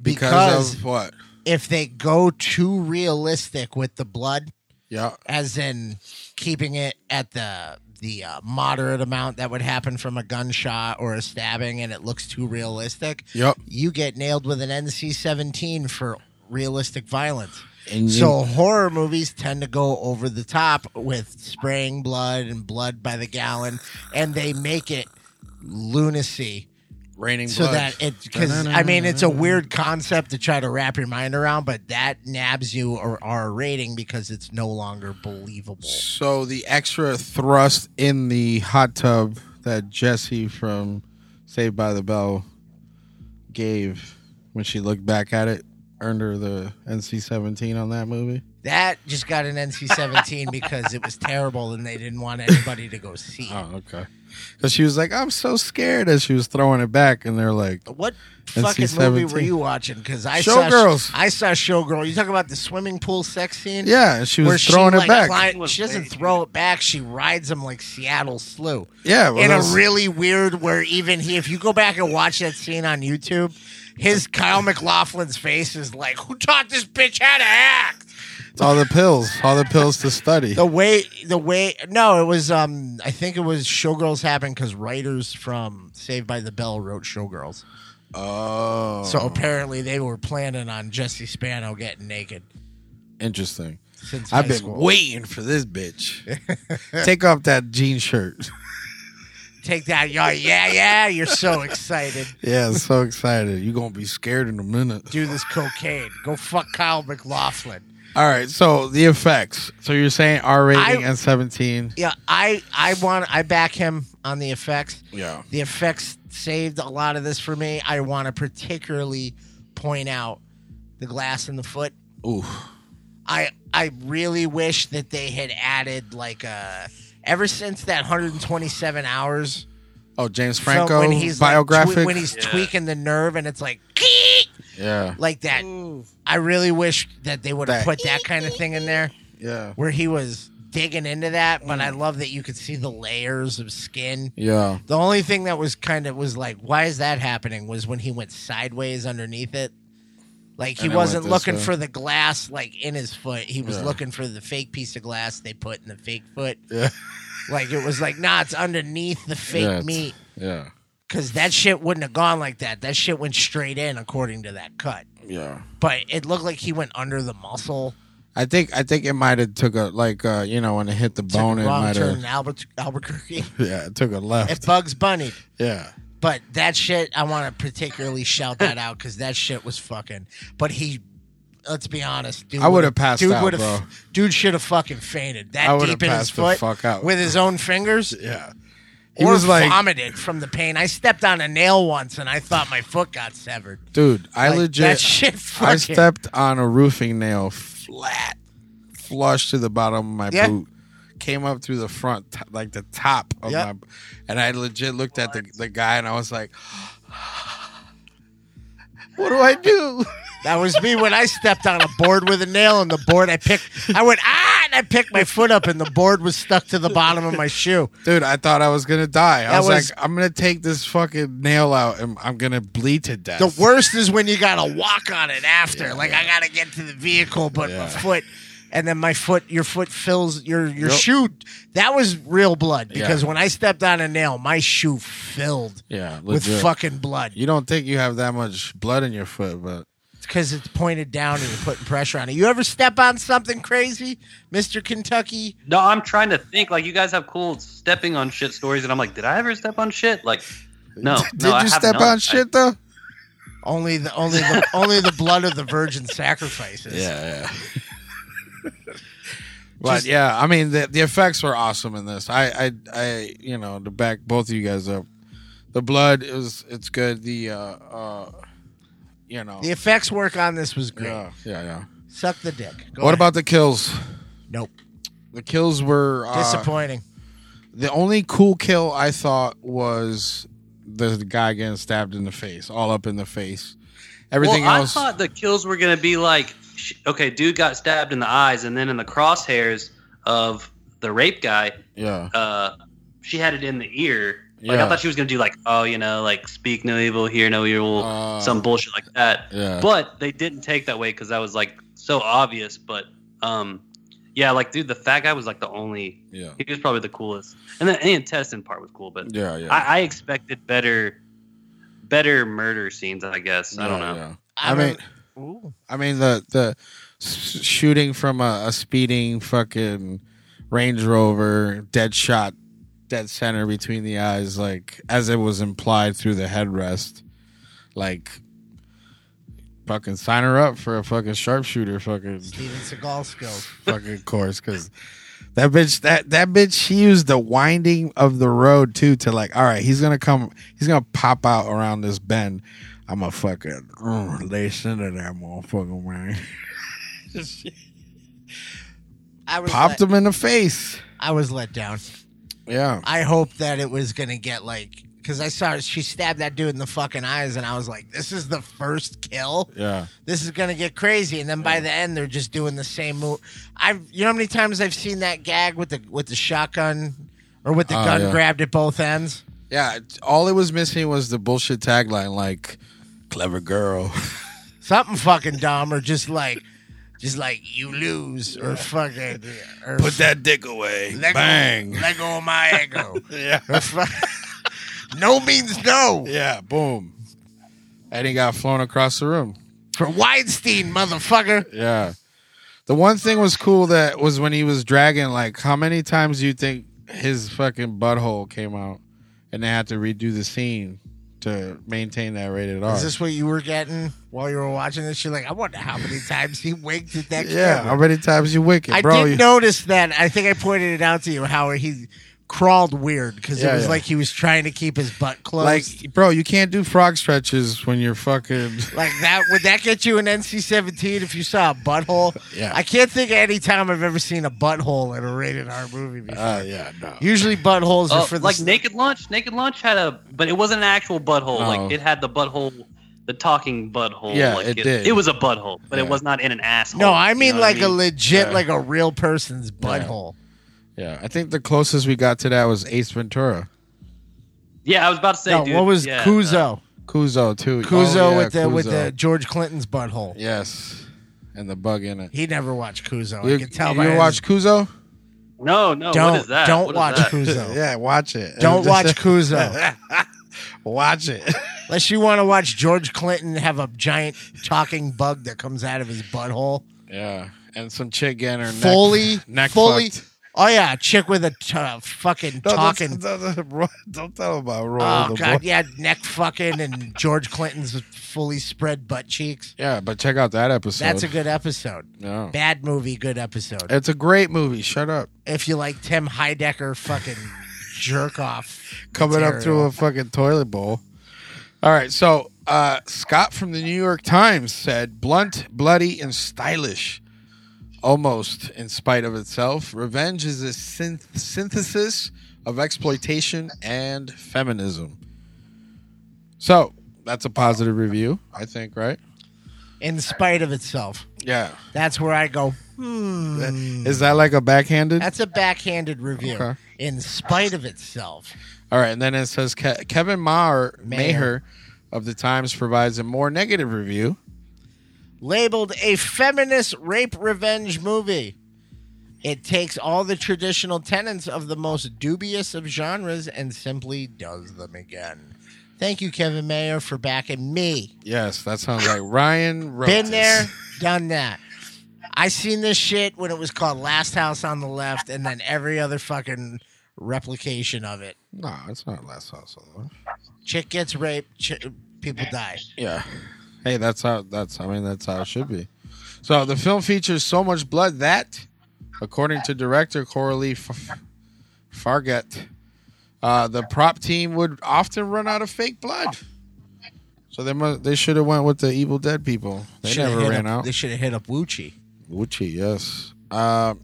S4: because,
S6: because-
S4: of what?
S6: If they go too realistic with the blood,
S4: Yeah.
S6: as in keeping it at the the uh, moderate amount that would happen from a gunshot or a stabbing, and it looks too realistic.
S4: Yep.
S6: You get nailed with an NC-17 for realistic violence.
S4: And you-
S6: so horror movies tend to go over the top with spraying blood and blood by the gallon, and they make it lunacy
S4: Raining
S6: so
S4: blood.
S6: that it because I mean it's a weird concept to try to wrap your mind around, but that nabs you or our rating because it's no longer believable.
S4: So the extra thrust in the hot tub that Jesse from Saved by the Bell gave when she looked back at it earned her the NC-17 on that movie.
S6: That just got an NC-17 because it was terrible and they didn't want anybody to go see.
S4: Oh, okay. Because she was like, "I'm so scared" as she was throwing it back, and they're like,
S6: What fucking movie
S4: NC-17.
S6: were you watching? Because I
S4: Showgirls.
S6: saw I saw Showgirl. You talking about the swimming pool sex scene?
S4: Yeah, she was
S6: Where
S4: throwing it back.
S6: cli- she doesn't throw it back. She rides him like Seattle Slew.
S4: Yeah, well,
S6: in a
S4: that's-
S6: really weird where even he, if you go back and watch that scene on YouTube, his Kyle McLaughlin's face is like, "Who taught this bitch how to act?"
S4: "It's all the pills, all the pills to study."
S6: The way, the way, no, it was. um I think it was Showgirls happened because writers from Saved by the Bell wrote Showgirls.
S4: Oh,
S6: So apparently they were planning on Jesse Spano getting naked.
S4: interesting.
S6: Since
S4: I've
S6: high
S4: been
S6: school.
S4: waiting for this bitch. Take off that jean shirt.
S6: Take that, y'all. Yeah, yeah. You're so excited.
S4: Yeah, so excited. You're gonna be scared in a minute.
S6: Do this cocaine. Go fuck Kyle McLaughlin.
S4: All right, so the effects. So you're saying R rating
S6: I-
S4: and 17.
S6: Yeah, I I want I back him on the effects.
S4: Yeah.
S6: The effects saved a lot of this for me. I want to particularly point out the glass in the foot.
S4: Ooh.
S6: I I really wish that they had added like a ever since that 127 hours
S4: Oh, James
S6: from
S4: Franco
S6: when he's like, twe-
S4: biographic.
S6: when he's tweaking the nerve and it's like
S4: yeah.
S6: like that. I really wish that they would have
S4: That-
S6: put that kind of thing in there
S4: Yeah.
S6: where he was digging into that. But
S4: Mm.
S6: I love that you could see the layers of skin.
S4: Yeah.
S6: The only thing that was kind of was like, why is that happening? Was when he went sideways underneath it. Like he
S4: And it went
S6: wasn't
S4: this
S6: looking
S4: way.
S6: for the glass like in his foot. He was
S4: Yeah.
S6: looking for the fake piece of glass they put in the fake foot.
S4: Yeah.
S6: Like it was like, nah, it's underneath the fake
S4: Yeah, it's-
S6: meat.
S4: Yeah.
S6: Cause that shit wouldn't have gone like that. That shit went straight in according to that cut.
S4: Yeah.
S6: But it looked like he went under the muscle.
S4: I think I think it might have took a like uh you know when it hit the
S6: Took
S4: bone
S6: a
S4: it
S6: wrong
S4: might
S6: turn in
S4: have
S6: Albert- Albuquerque.
S4: yeah it took a
S6: it
S4: left
S6: bugs bunny.
S4: yeah
S6: But that shit, I want to particularly shout that out because that shit was fucking. But he, let's be honest, dude.
S4: I would
S6: would've-
S4: have passed
S6: dude
S4: out,
S6: would've-
S4: bro.
S6: Dude should have fucking fainted.
S4: I
S6: That
S4: would've
S6: deep in his
S4: passed the
S6: foot
S4: fuck out.
S6: with his own fingers.
S4: yeah he
S6: He or
S4: was like
S6: vomited from the pain. I stepped on a nail once and I thought my foot got severed.
S4: dude I
S6: Like,
S4: legit
S6: that shit
S4: I
S6: fucking-
S4: stepped on a roofing nail flat flush to the bottom of my
S6: Yeah.
S4: boot came up through the front t- like the top of
S6: Yep.
S4: my and I legit looked at the the guy and I was like what do I do
S6: That was me when I stepped on a board with a nail and the board I picked. I went ah and I picked my foot up and the board was stuck to the bottom of my shoe.
S4: Dude, I thought I was gonna die. I
S6: That
S4: was,
S6: was-
S4: like, I'm gonna take this fucking nail out and I'm gonna bleed to death.
S6: The worst is when you gotta walk on it after. like I gotta get to the vehicle, but
S4: Yeah.
S6: my foot, and then my foot, your foot fills your your
S4: Yep.
S6: shoe. That was real blood because
S4: Yeah.
S6: when I stepped on a nail, my shoe filled
S4: Yeah,
S6: with
S4: legit.
S6: fucking blood
S4: You don't think you have that much blood in your foot, but
S6: because it's pointed down and you're putting pressure on it. You ever step on something crazy, Mister Kentucky?
S8: No, I'm trying to think. Like you guys have cool stepping on shit stories, and I'm like, did I ever step on shit? Like, no.
S4: did
S8: no, I
S4: you
S8: have
S4: step
S8: not.
S4: on shit though?
S6: Only the only the only the blood of the virgin sacrifices.
S4: yeah. but yeah, I mean the the effects were awesome in this. I I I you know to back both of you guys up. The blood is it's good. The uh uh you know
S6: The effects work on this was great.
S4: yeah yeah yeah.
S6: Suck the dick. Go
S4: what
S6: ahead.
S4: about the kills?
S6: nope?
S4: The kills were uh,
S6: Disappointing.
S4: The only cool kill I thought was the guy getting stabbed in the face, all up in the face. Everything
S8: well,
S4: else,
S8: I thought the kills were gonna be like, sh- okay, dude got stabbed in the eyes, and then in the crosshairs of the rape guy,
S4: yeah,
S8: uh, she had it in the ear. Like
S4: Yeah.
S8: I thought she was gonna do like, oh, you know, like speak no evil, hear no evil,
S4: Uh,
S8: some bullshit like that.
S4: yeah.
S8: But they didn't take that way because that was like so obvious. But um, Yeah, like dude, the fat guy was like the only.
S4: Yeah.
S8: He was probably the coolest, and then the intestine part was cool, but
S4: Yeah, yeah.
S8: I, I expected better, better murder scenes. I guess I don't
S4: Yeah,
S8: know.
S4: yeah. I, mean,
S6: Ooh.
S4: I mean the the s- shooting from a, a speeding fucking Range Rover, dead shot, dead center between the eyes, like as it was implied through the headrest, like fucking sign her up for a fucking sharpshooter, fucking
S6: Steven Seagal skills.
S4: fucking course, because. That bitch, that that bitch, she used the winding of the road too to like, all right, he's gonna come, he's gonna pop out around this bend. I'm a fucking mm, lace into that motherfucker, man.
S6: I was
S4: Popped
S6: let,
S4: him in the face.
S6: I was let down.
S4: Yeah,
S6: I hope that it was gonna get like because I saw she stabbed that dude in the fucking eyes, and I was like, this is the first kill.
S4: yeah,
S6: This is gonna get crazy, and then by the end, they're just doing the same move. I've you know how many times I've seen that gag with the with the shotgun or with the
S4: Oh,
S6: gun
S4: yeah.
S6: grabbed at both ends.
S4: yeah. it's- All it was missing was the bullshit tagline, like "clever girl."
S6: something fucking dumb or just like just like you lose or fucking or
S9: Put that dick away.
S6: let go-
S4: Bang.
S6: let go of my ego
S4: yeah,
S6: Or fu- no means no
S4: yeah. Boom. And he got flown across the room.
S6: for Weinstein motherfucker
S4: Yeah. The one thing was cool that was when he was dragging. Like, how many times do you think his fucking butthole came out, and they had to redo the scene to maintain that rated R?
S6: is this what you were getting while you were watching this you're like I wonder how many times he winked at that
S4: yeah,
S6: camera.
S4: how many times you wicked,
S6: I
S4: bro?
S6: did
S4: You-
S6: notice that I think I pointed it out to you how he crawled weird because
S4: Yeah,
S6: it was
S4: yeah.
S6: like he was trying to keep his butt closed
S4: like, bro, you can't do frog stretches when you're fucking.
S6: Like that would that get you an NC seventeen if you saw a butthole?
S4: Yeah.
S6: I can't think of any time I've ever seen a butthole in a rated R movie before.
S4: Uh, yeah, no.
S6: Usually buttholes
S8: Oh,
S6: are for the
S8: like
S6: s-
S8: Naked Lunch. Naked Lunch had a, but it wasn't an actual butthole.
S4: No.
S6: Oh.
S8: Like it had the butthole, the talking butthole.
S4: Yeah,
S8: like,
S4: it did.
S8: It was a butthole, but
S4: Yeah.
S8: it was not in an asshole.
S6: No, I
S8: You
S6: mean
S8: know what
S6: like a
S8: mean?
S6: legit
S4: Yeah.
S6: like a real person's butthole.
S4: Yeah, I think the closest we got to that was Ace Ventura,
S8: Yeah, I was about to say,
S6: No,
S8: dude.
S6: what was
S8: yeah, uh,
S6: Kuzo?
S4: Kuzo too.
S6: Kuzo
S4: Oh, yeah,
S6: with the with
S4: Kuzo.
S6: the George Clinton's butthole.
S4: yes, and the bug in it.
S6: He never watched Kuzo.
S4: You,
S6: I can tell
S4: you
S6: by his-
S4: watch Kuzo?
S8: no, no. what
S6: Don't
S8: is that?
S6: don't
S8: What is
S6: watch
S8: that?
S6: Kuzo.
S4: Yeah, watch it.
S6: Don't watch Kuzo
S4: watch it.
S6: unless you want to watch George Clinton have a giant talking bug that comes out of his butthole.
S4: yeah, and some chick getting her
S6: fully,
S4: neck, neck
S6: fully.
S4: fucked.
S6: Oh yeah, a chick with a t- uh, fucking
S4: No, don't-
S6: talking.
S4: Don't, don't- Roy- don't tell about Roy.
S6: Oh
S4: the
S6: god,
S4: boy.
S6: yeah, neck fucking and George Clinton's fully spread butt cheeks.
S4: Yeah, but check out that episode.
S6: That's a good episode.
S4: No.
S6: Bad movie, good episode.
S4: It's a great movie. Shut up.
S6: If you like Tim Heidecker, fucking jerk off.
S4: coming up through a fucking toilet bowl. All right, so uh, Scott from the New York Times said, "Blunt, bloody, and stylish, almost in spite of itself. Revenge is a synth- synthesis of exploitation and feminism." So that's a positive review, I think, right?
S6: in spite of itself.
S4: Yeah.
S6: That's where I go.
S4: Is that like a backhanded?
S6: That's a backhanded review.
S4: Okay.
S6: In spite of itself.
S4: All right, and then it says Ke- Kevin Maher, Maher
S6: Maher.
S4: of the Times provides a more negative review.
S6: labeled a feminist rape revenge movie. It takes all the traditional tenets of the most dubious of genres and simply does them again. Thank you, Kevin Mayer, for backing me.
S4: Yes, that sounds like Ryan. Wrote
S6: Been
S4: this.
S6: there, done that. I seen this shit when it was called Last House on the Left, and then every other fucking replication of it.
S4: No, it's not Last House on the Left.
S6: Chick gets raped, ch- people die.
S4: Yeah. Hey, that's how that's I mean that's how it should be. So the film features so much blood that, according to director Coralie F- Farget, uh, the prop team would often run out of fake blood. So they must, they should have went with the Evil Dead people. They
S6: Shoulda
S4: never
S6: hit
S4: ran
S6: up-
S4: out.
S6: They should have hit up Wuchi.
S4: Wuchi, yes. Uh,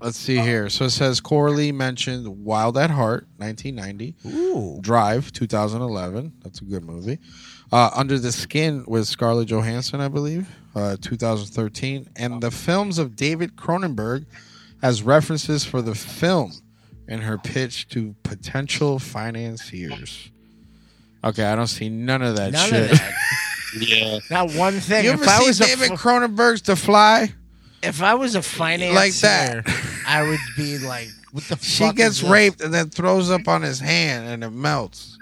S4: let's see here. So it says Coralie mentioned Wild at Heart, 1990.
S6: Ooh.
S4: Drive, 2011. That's a good movie. Uh, Under the Skin with Scarlett Johansson, I believe, uh, 2013. And the films of David Cronenberg as references for the film and her pitch to potential financiers. Okay, I don't see none of that
S6: None
S4: shit.
S6: of that. yeah. Not one thing.
S4: You
S6: if
S4: ever
S6: I
S4: see
S6: was a
S4: David
S6: fu-
S4: Cronenberg's The Fly?
S6: If I was a financier,
S4: Like that.
S6: I would be like, what the
S4: She
S6: fuck
S4: gets
S6: is this?
S4: raped and then throws up on his hand and it melts.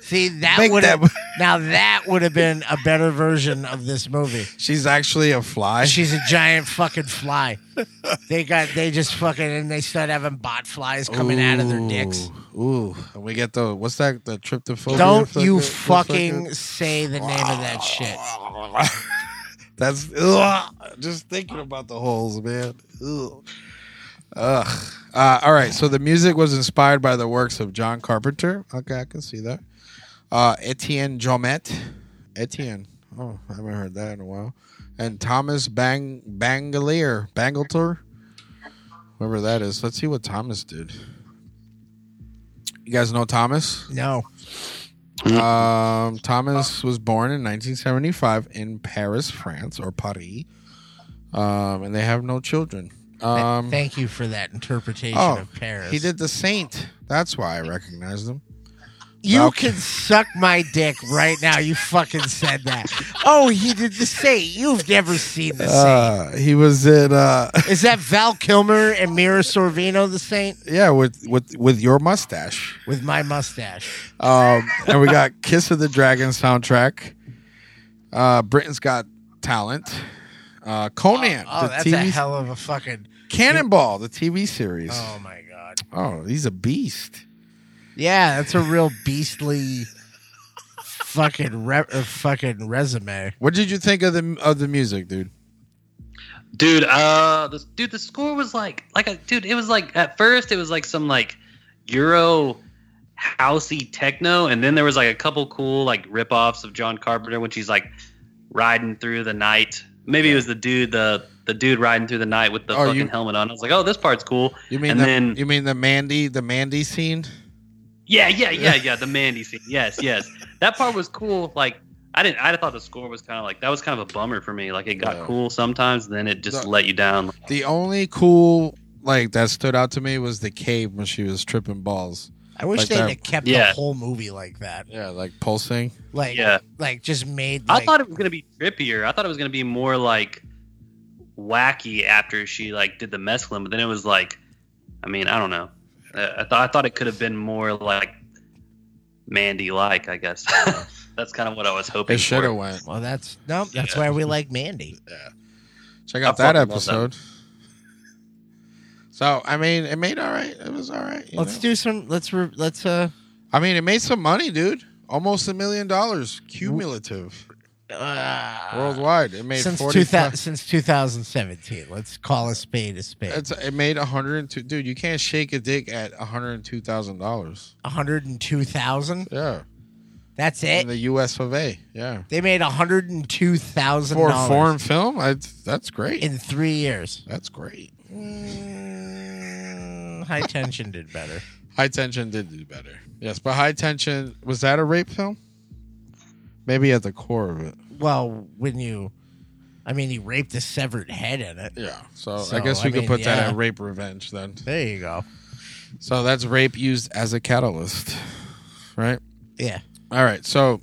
S6: See, that
S4: Make
S6: would have
S4: that-
S6: now that would have been a better version of this movie.
S4: She's actually a fly.
S6: She's a giant fucking fly. They got they just fucking and they start having bot flies coming out of their dicks.
S4: Ooh, Ooh, and we get the what's that? The tryptophobia.
S6: Don't
S4: afflicted-
S6: you
S4: afflicted?
S6: fucking say the name of that shit.
S4: That's ugh, just thinking about the holes, man. Ugh. Ugh. Uh, all right. So the music was inspired by the works of John Carpenter. Okay, I can see that. Uh, Etienne Jomet. Etienne. Oh, I haven't heard that in a while. And Thomas Bang Bangalier. Bangalter. Whoever that is. Let's see what Thomas did. You guys know Thomas?
S6: No.
S4: Um, Thomas was born in 1975 in Paris, France, or Paris, um, and they have no children. Um,
S6: Thank you for that interpretation
S4: oh,
S6: of Paris.
S4: he did the Saint. That's why I recognized him.
S6: You
S4: Well-
S6: can suck my dick right now. You fucking said that. Oh, he did the Saint. You've never seen the Saint.
S4: Uh, he was in uh,
S6: Is that Val Kilmer and Mira Sorvino the Saint
S4: yeah with with with your mustache.
S6: with my mustache?
S4: Um, and we got Kiss of the Dragon soundtrack. Uh, Britain's Got Talent. Uh, Conan,
S6: Oh,
S4: the
S6: that's a
S4: TV
S6: hell of a fucking.
S4: Cannonball, the TV series.
S6: Oh my god.
S4: oh, he's a beast.
S6: Yeah, that's a real beastly fucking re- uh, fucking resume.
S4: What did you think of the of the music, dude?
S7: dude uh the, dude the score was like like a dude it was like at first it was like some like euro housey techno and then there was like a couple cool like rip-offs of john carpenter when she's like riding through the night maybe it was the dude the the dude riding through the night with the
S4: Oh,
S7: fucking
S4: you-
S7: helmet on i was like oh this part's cool
S4: You mean
S7: and
S4: the,
S7: then
S4: you mean the Mandy the Mandy scene?
S7: yeah yeah yeah yeah the mandy scene yes yes that part was cool like I didn't. I thought the score was kind of like that was kind of a bummer for me. Like it got
S4: Yeah.
S7: cool sometimes, then it just
S4: The-
S7: let you down.
S4: The only cool like that stood out to me was the cave when she was tripping balls.
S6: I wish
S4: Like
S6: they'd
S4: that-
S6: have kept
S7: Yeah.
S6: the whole movie like that.
S4: Yeah, like pulsing.
S6: Like
S7: Yeah.
S6: like just made
S7: I
S6: like,
S7: thought it was gonna be trippier. I thought it was gonna be more like wacky after she like did the mescaline, but then it was like, I mean, I don't know. I, I thought I thought it could have been more like Mandy like. I guess that's kind of what I was hoping.
S4: It should
S7: for.
S4: have went.
S6: well that's no, that's
S7: Yeah.
S6: why we like Mandy.
S4: Check out
S7: I
S4: that
S7: fucking love that.
S4: episode. So I mean, it made all right. It was all right. you
S6: Let's
S4: know?
S6: do some let's re- let's uh
S4: I mean, it made some money, dude. Almost a million dollars cumulative
S6: uh,
S4: worldwide. It made
S6: since,
S4: 45
S6: 2000, since 2017. Let's call a spade a spade.
S4: It's, it made 102 dude you can't shake a dick at $102000
S6: 102,000.
S4: yeah
S6: That's
S4: in
S6: it.
S4: the us of a yeah
S6: They made 102,000
S4: for a foreign film I, that's great
S6: in 3 years.
S4: that's great
S6: Mm, high tension did better.
S4: high tension did do better yes but high tension was that a rape film maybe at the core of it
S6: Well, when you, I mean, he raped a severed head in it.
S4: yeah so,
S6: So,
S4: i guess we
S6: I
S4: could
S6: mean,
S4: put that
S6: yeah.
S4: at rape revenge then
S6: There you go.
S4: so that's rape used as a catalyst right
S6: Yeah,
S4: all right so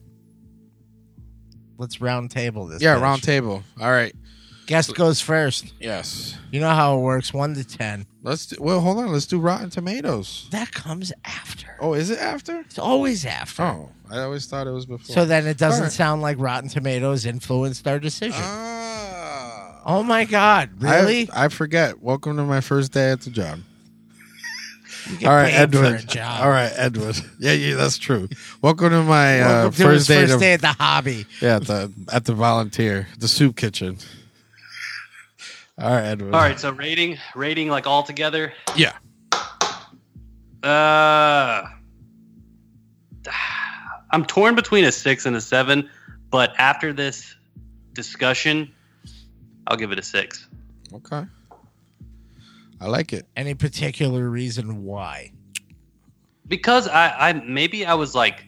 S6: let's round table this.
S4: yeah
S6: bitch.
S4: round table all right
S6: Guest goes first.
S4: yes
S6: You know how it works. One to ten.
S4: let's do well hold on let's do rotten tomatoes
S6: That comes after.
S4: oh is it after
S6: It's always after.
S4: Oh, I always thought it was before.
S6: So then it doesn't
S4: Alright.
S6: sound like Rotten Tomatoes influenced our decision.
S4: Ah.
S6: oh my God!
S4: I-
S6: Really?
S4: I, forget. Welcome to my first day at the job.
S6: You get
S4: All right,
S6: paid for a
S4: Edward.
S6: job.
S4: All right, Edward. Yeah, yeah, that's true. Welcome to my uh,
S6: Welcome to
S4: first,
S6: his
S4: day,
S6: first
S4: to-
S6: day at the hobby.
S4: Yeah, at the at the volunteer, the soup kitchen. All right, Edward.
S7: All right, so rating, rating like all together.
S4: Yeah.
S7: Uh, I'm torn between a six and a seven, but after this discussion, I'll give it a six.
S4: Okay. I like it.
S6: Any particular reason why?
S7: because I, I maybe I was like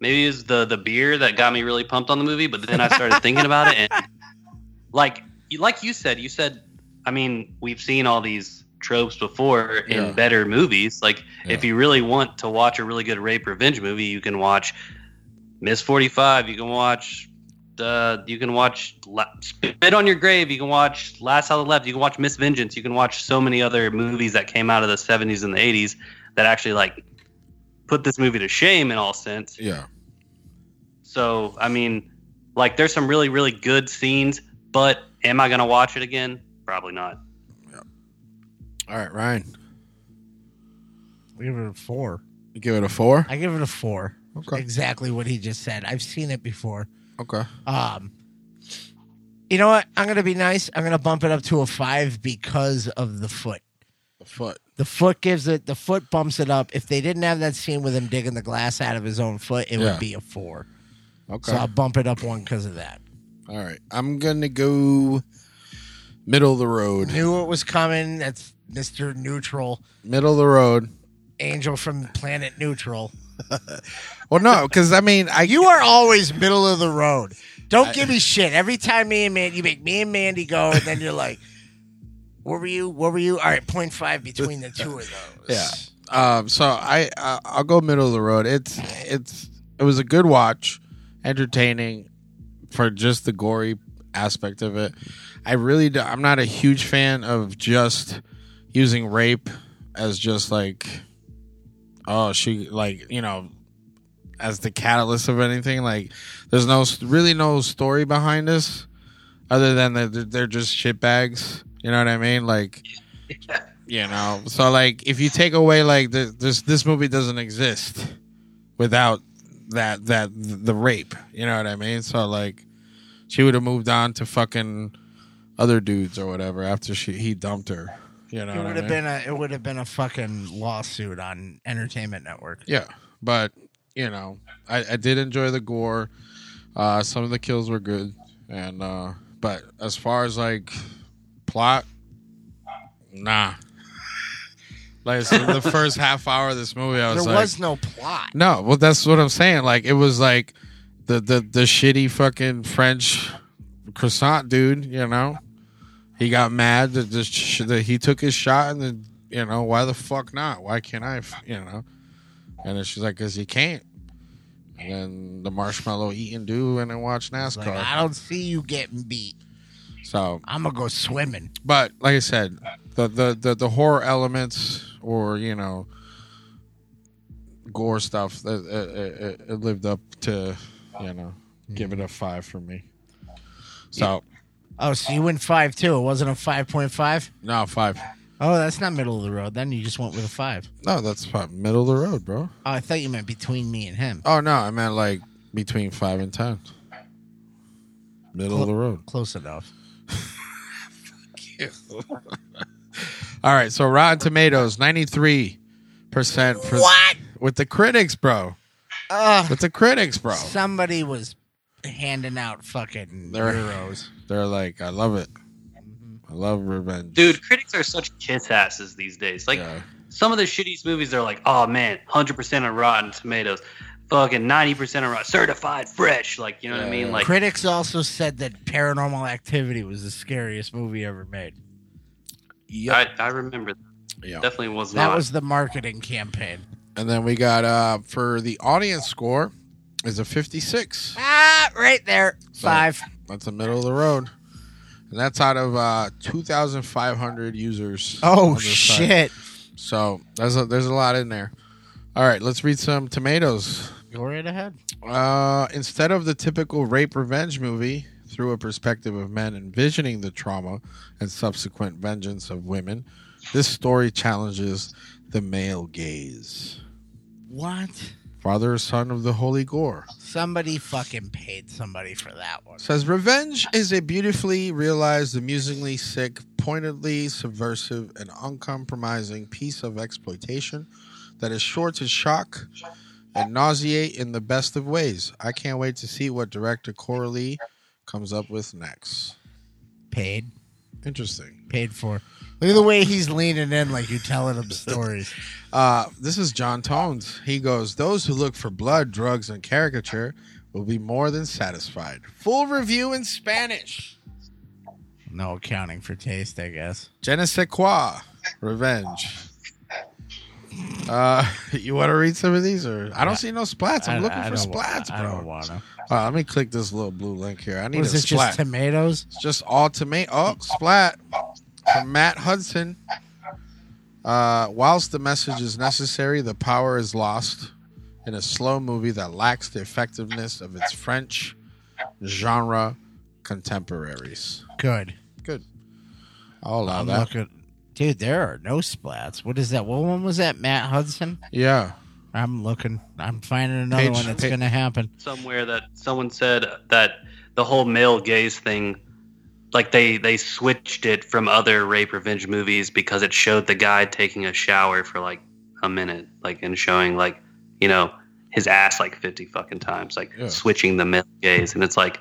S7: maybe it was the the beer that got me really pumped on the movie, but then I started thinking about it and like you- like you said, you said I mean, we've seen all these tropes before in
S4: Yeah.
S7: better movies. Like if
S4: Yeah.
S7: you really want to watch a really good rape revenge movie, you can watch Miss 45, you can watch
S8: Uh, you can watch La- Spit on Your Grave. You can watch Last House on the Left. You can watch Miss Vengeance. You can watch so many other movies that came out of the 70s and the 80s that actually like put this movie to shame in all sense.
S4: Yeah.
S8: So I mean, like, there's some really really good scenes, but am I gonna watch it again? Probably not.
S4: All right, Ryan.
S6: We give it a four.
S4: You give it a four.
S6: I give it a four. Exactly what he just said. I've seen it before.
S4: Okay.
S6: Um, you know what? I'm gonna be nice. I'm gonna bump it up to a five because of the foot.
S4: The foot.
S6: The foot gives it. The foot bumps it up. If they didn't have that scene with him digging the glass out of his own foot, it
S4: Yeah.
S6: would be a four.
S4: Okay.
S6: So I'll bump it up one because of that.
S4: All right. I'm gonna go middle of the road.
S6: Knew it was coming. That's Mister Neutral,
S4: Middle of the road.
S6: Angel from Planet Neutral.
S4: Well, no, because I mean, I
S6: You are always middle of the road. Don't give me shit. Every time me and Mandy, you make me and Mandy go, and then you're like, "Where were you? Where were you?" All right, point five between the two of those.
S4: Yeah. Um, so I, I I'll go middle of the road. It's it's it was a good watch, entertaining for just the gory aspect of it. I really do, I'm not a huge fan of just using rape as just like oh she like you know as the catalyst of anything. Like there's no really no story behind this other than that they're- they're just shit bags. You know what I mean? Like you know so like if you take away like the, this this movie doesn't exist without that that the rape you know what i mean so like she would have moved on to fucking other dudes or whatever after she he dumped her you know
S6: It
S4: what I
S6: would have
S4: mean?
S6: been a it would have been a fucking lawsuit on Entertainment Network.
S4: yeah but you know i i did enjoy the gore uh some of the kills were good and uh but as far as like plot nah like so the first half hour of this movie i
S6: There
S4: was like
S6: was no plot.
S4: No, well, that's what I'm saying. Like it was like the the the shitty fucking French croissant dude. You know, he got mad that the sh- that he took his shot, and then you know why the fuck not? Why can't I? f- You know, and then she's like, "Cause you can't." And then the marshmallow eat and do, and then watch
S6: It's
S4: NASCAR.
S6: Like, I don't see you getting beat.
S4: so
S6: I'm gonna go swimming.
S4: but like I said, the the the, the horror elements or you know gore stuff it, it, it, it lived up to you know give it a five for me. So
S6: Oh, so you went five too. It wasn't a five point five.
S4: no five.
S6: Oh, that's not middle of the road. Then you just went with a five.
S4: No, that's five. middle of the road, bro.
S6: Oh, I thought you meant between me and him.
S4: Oh no, I meant like between five and ten. Middle of the road.
S6: Close enough.
S4: All right, so Rotten Tomatoes, ninety three percent for what Ah. with the critics, bro.
S6: Ugh.
S4: With the critics, bro.
S6: Somebody was handing out fucking
S4: They're-
S6: euros.
S4: They're like, I love it.
S6: Mm-hmm.
S4: I love revenge.
S8: Dude, critics are such kiss asses these days. Like
S4: Yeah.
S8: some of the shittiest movies are like, oh man, hundred percent on Rotten Tomatoes, fucking ninety percent on Rotten, certified fresh. Like you know what I mean? Like
S6: Critics also said that Paranormal Activity was the scariest movie ever made.
S8: I, I remember that.
S4: Yeah.
S8: definitely was
S6: That
S8: not.
S6: was the marketing campaign.
S4: And then we got uh for the audience score is a 56.
S6: Ah, right there.
S4: So-
S6: Five.
S4: That's the middle of the road. And that's out of uh 2500 users. on
S6: Oh
S4: this site.
S6: shit.
S4: So, there's a, there's a lot in there. All right, let's read some tomatoes.
S6: Go right ahead.
S4: Uh, instead of the typical rape revenge movie through a perspective of men envisioning the trauma and subsequent vengeance of women, this story challenges the male gaze.
S6: What?
S4: Father, son of the holy gore.
S6: Somebody fucking paid somebody for that one.
S4: Says revenge is a beautifully realized, amusingly sick, pointedly subversive, and uncompromising piece of exploitation that is sure to shock and nauseate in the best of ways. I can't wait to see what director Coralie comes up with next.
S6: Paid.
S4: Interesting.
S6: Paid for. Look at the way he's leaning in like you're telling him stories.
S4: Uh, this is John Tones. He goes, Those who look for blood, drugs, and caricature will be more than satisfied. Full review in Spanish.
S6: No accounting for taste, I guess.
S4: Je ne sais quoi. Revenge. Uh, you want to read some of these, or I don't see no splats.
S6: I-
S4: I'm looking
S6: I
S4: for
S6: don't wa-
S4: splats, bro.
S6: I don't wanna.
S4: Uh, let me click this little blue link here. I need
S6: Was
S4: a
S6: it
S4: splat.
S6: just tomatoes?
S4: It's just all tomato. Oh, splat from Matt Hudson. Uh, whilst the message is necessary, the power is lost in a slow movie that lacks the effectiveness of its French genre contemporaries.
S6: Good.
S4: Good. I'll allow
S6: I'm
S4: that.
S6: looking. Dude, there are no splats. What is that? What one was that? Matt Hudson?
S4: Yeah.
S6: I'm looking. I'm finding another
S8: Page-
S6: one that's
S8: page-
S6: going to happen.
S8: somewhere that someone said that the whole male gaze thing like they they switched it from other rape revenge movies because it showed the guy taking a shower for like a minute like and showing like you know his ass like 50 fucking times like
S4: Yeah.
S8: switching the male gaze and it's like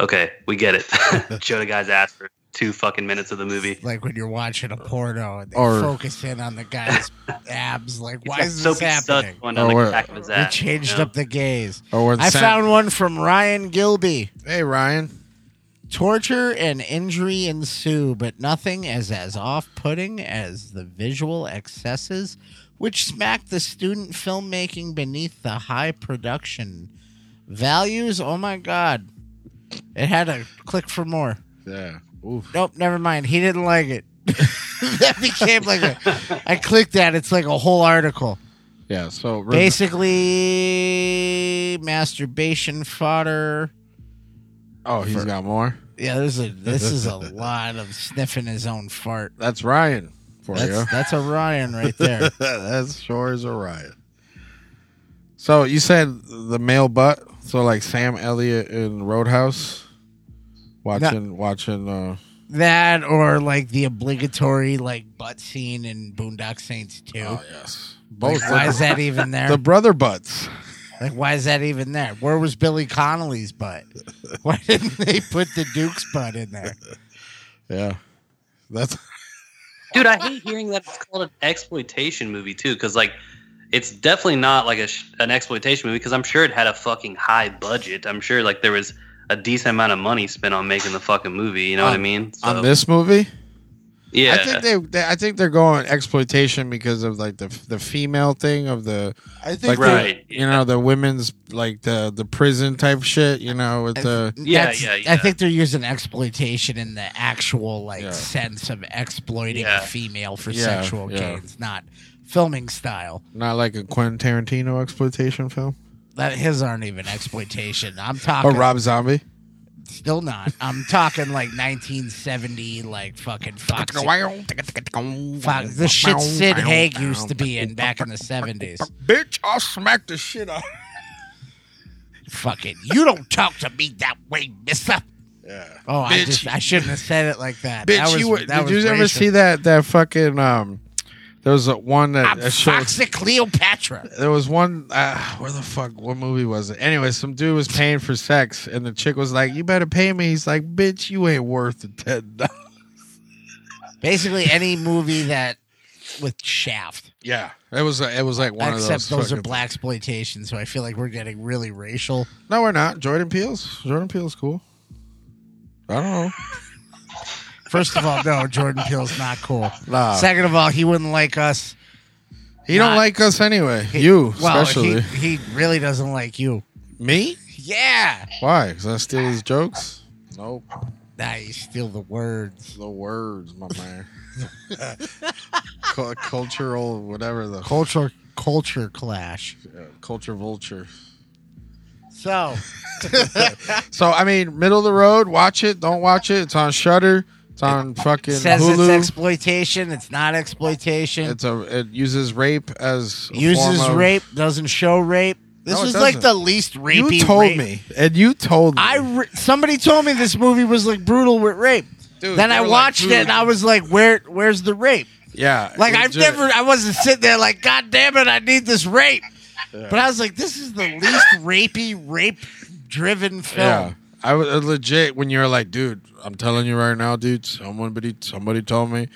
S8: okay we get it showed a guy's ass for two fucking minutes of the movie
S6: Like when you're watching a porno and they
S8: Or-
S6: focus in on the guy's abs. Like, why
S8: got
S6: is this
S8: soapy suds
S6: happening?
S8: going down Or the where- back of his
S6: They
S8: ass,
S6: changed
S8: you know?
S6: up the gaze.
S4: Or where the
S6: I
S4: sand-
S6: found one from Ryan Gilby.
S4: Hey, Ryan.
S6: Torture and injury ensue, but nothing is as off putting as the visual excesses which smack the student filmmaking beneath the high production values. Oh my God. It had a click for more.
S4: Yeah. Oof.
S6: Nope, never mind. He didn't like it. that became like a. I clicked that. It's like a whole article.
S4: Yeah. So re-
S6: Basically, masturbation fodder.
S4: Oh, he's
S6: For-
S4: got more.
S6: Yeah, this is a, this is a lot of sniffing his own fart.
S4: That's Ryan for
S6: That's
S4: you.
S6: that's a Ryan right there.
S4: that sure is a riot. So you said the male butt. So like Sam Elliott in Roadhouse, watching watching. uh
S6: That or like the obligatory like butt scene in Boondock Saints too. Oh
S4: yes,
S6: Both.
S4: Both.
S6: why is that even there?
S4: The brother butts.
S6: Like, why is that even there? Where was Billy Connolly's butt? Why didn't they put the Duke's butt in there?
S4: Yeah, that's
S8: dude i hate hearing that it's called an exploitation movie too because like it's definitely not like a sh- an exploitation movie because i'm sure it had a fucking high budget i'm sure like there was a decent amount of money spent on making the fucking movie you know what i
S4: On-
S8: mean so,
S4: on this movie.
S8: yeah
S4: I think they, they. I think they're going exploitation because of like the the female thing of the.
S6: I
S8: think
S4: like, the-
S8: Right.
S4: you know the women's like the the prison type shit. You know with the
S6: That's- I think they're using exploitation in the actual like sense of exploiting
S4: Yeah.
S6: a female for
S4: Yeah,
S6: sexual
S4: yeah.
S6: gains, not filming style.
S4: not like a Quentin Tarantino exploitation film
S6: That his aren't even exploitation. I'm
S4: or
S6: talking
S4: Rob Zombie.
S6: still not. I'm talking like 1970 like fucking Fox. Fox the shit Sid Haig used to be in back in the 70s.
S4: Bitch, I'll smack the shit out.
S6: Fucking you don't talk to me that way, mister.
S4: Yeah.
S6: Oh, I
S4: Bitch.
S6: just I shouldn't have said it like that.
S4: Bitch,
S6: that was,
S4: you were,
S6: that
S4: did you
S6: was
S4: ever
S6: racial.
S4: see that that fucking um? There was a one that, that showed-
S6: Fox and Cleopatra.
S4: There was one. Uh, where the fuck? What movie was it? Anyway, some dude was paying for sex, and the chick was like, "You better pay me." He's like, "Bitch, you ain't worth the ten dollars."
S6: Basically, any movie that with Shaft.
S4: Yeah, it was. It was like one
S6: Except
S4: of
S6: those,
S4: those.
S6: are black exploitation, so I feel like we're getting really racial.
S4: No, we're not. Jordan Peele's. Jordan Peele's cool. I don't know.
S6: First of all, no, Jordan Peele's not cool.
S4: Nah.
S6: Second of all, he wouldn't like us.
S4: He don't
S6: Not-
S4: like us anyway. you
S6: well,
S4: especially.
S6: He, he really doesn't like you.
S4: Me?
S6: Yeah.
S4: Why? Because I steal his jokes? Nope.
S6: Nah, you steal the words.
S4: The words, my man. Cul- cultural, whatever the
S6: Culture culture clash.
S4: uh, culture vulture.
S6: So
S4: So I mean, middle of the road. Watch it. Don't watch it. It's on Shutter. It's on fucking
S6: says it's
S4: Hulu.
S6: exploitation. It's not exploitation.
S4: it's a. It uses rape as a
S6: uses
S4: form of-
S6: rape. Doesn't show rape. This
S4: No, it
S6: was like the
S4: doesn't.
S6: least rapey.
S4: You told
S6: rape.
S4: me, and you told me.
S6: I re- somebody told me this movie was like brutal with rape.
S4: Dude,
S6: then
S4: they
S6: I
S4: were, like,
S6: watched it and
S4: brutal.
S6: I was like, "Where? Where's the rape?"
S4: yeah,
S6: Like
S4: it
S6: I've
S4: ju-
S6: never, I wasn't sitting there like, "God damn it, I need this rape." But I was like, "This is the least rapey, rape-driven film."
S4: Yeah. I was uh, legit when you were like, dude, I'm telling you right now, dude, someone, somebody told me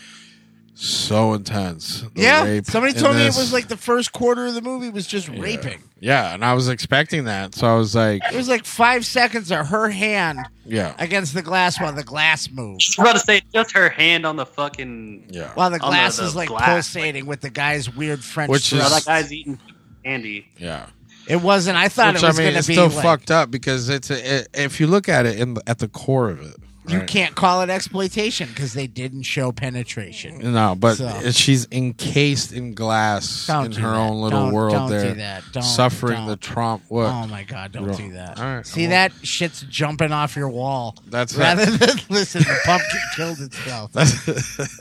S4: so intense. The
S6: yeah,
S4: rape
S6: somebody
S4: in
S6: told me
S4: this-
S6: it was like the first quarter of the movie was just raping.
S4: Yeah, and I was expecting that, so I was like,
S6: It was like five seconds of her hand
S4: yeah,
S6: against the glass while the glass moves.
S7: I was about to say just her hand on the fucking
S4: yeah.
S6: While the
S7: On the-
S6: glass
S7: Oh, the
S6: is like
S7: glass,
S6: pulsating with the guy's weird French.
S4: Which
S7: Bro,
S6: twist.
S7: that guy's eating candy.
S4: yeah.
S6: it wasn't. I thought
S4: Which
S6: it
S4: I
S6: was
S4: mean,
S6: going to
S4: it's
S6: be
S4: still
S6: like,
S4: fucked up because it's a, it, if you look at it in the, at the core of it,
S6: You
S4: right?
S6: can't call it exploitation because they didn't show penetration.
S4: No, but
S6: So-
S4: it- she's encased in glass
S6: Don't
S4: in
S6: do
S4: her
S6: that.
S4: own little
S6: Don't-
S4: world
S6: don't do
S4: there,
S6: that. Don't-
S4: suffering
S6: don't.
S4: the trauma. What?
S6: Oh my god! Don't
S4: Wrong.
S6: do that.
S4: All right,
S6: See
S4: I
S6: that shit's jumping off your wall.
S4: That's
S6: rather
S4: it.
S6: than listen. The pumpkin killed itself.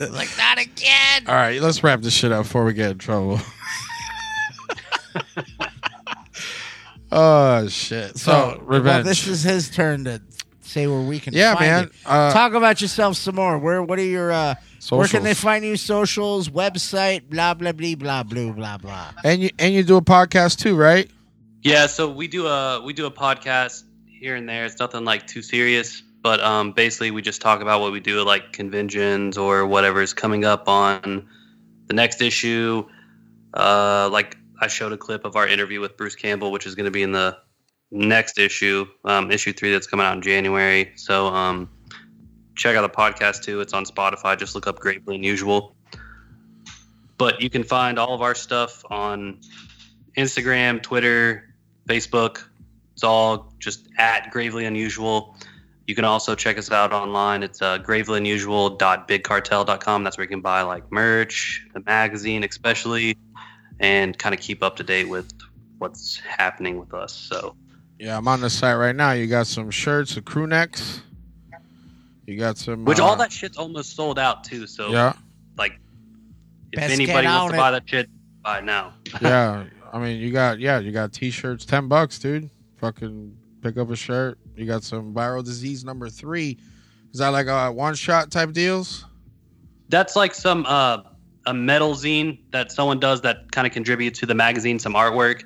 S6: like not again.
S4: All right, let's wrap this shit up before we get in trouble. oh shit! So, revenge.
S6: Well, this is his turn to say where we can.
S4: Yeah,
S6: find
S4: man.
S6: you.
S4: Uh,
S6: Talk about yourself some more. Where? What are your? Uh, where can they
S4: Socials.
S6: find you? Socials, website, blah blah blah blah blah blah blah.
S4: and you and you do a podcast too, right?
S7: Yeah, so we do a we do a podcast here and there. It's nothing like too serious, but um, basically we just talk about what we do at like conventions or whatever's coming up on the next issue. Uh, like I showed a clip of our interview with Bruce Campbell, which is going to be in the next issue, um, issue three that's coming out in January. So um, check out the podcast too. It's on Spotify. Just look up Greatly Unusual. But you can find all of our stuff on Instagram, Twitter, Facebook. It's all just at Gravely Unusual. You can also check us out online. It's uh, gravelyunusual.bigcartel.com. That's where you can buy like merch, the magazine especially, and kind of keep up to date with what's happening with us. So
S4: Yeah, I'm on the site right now. You got some shirts, the crew necks. You got some.
S7: Which
S4: uh,
S7: all that shit's almost sold out too. So
S4: Yeah,
S7: like, if
S6: Best get
S7: anybody
S6: on
S7: wants
S6: it.
S7: to buy that shit, buy it now.
S4: yeah. I mean, you got yeah, you got t-shirts, ten bucks, dude. Fucking pick up a shirt. You got some viral disease number three. Is that like a one shot type deals?
S7: That's like some uh, a metal zine that someone does that kind of contributes to the magazine some artwork.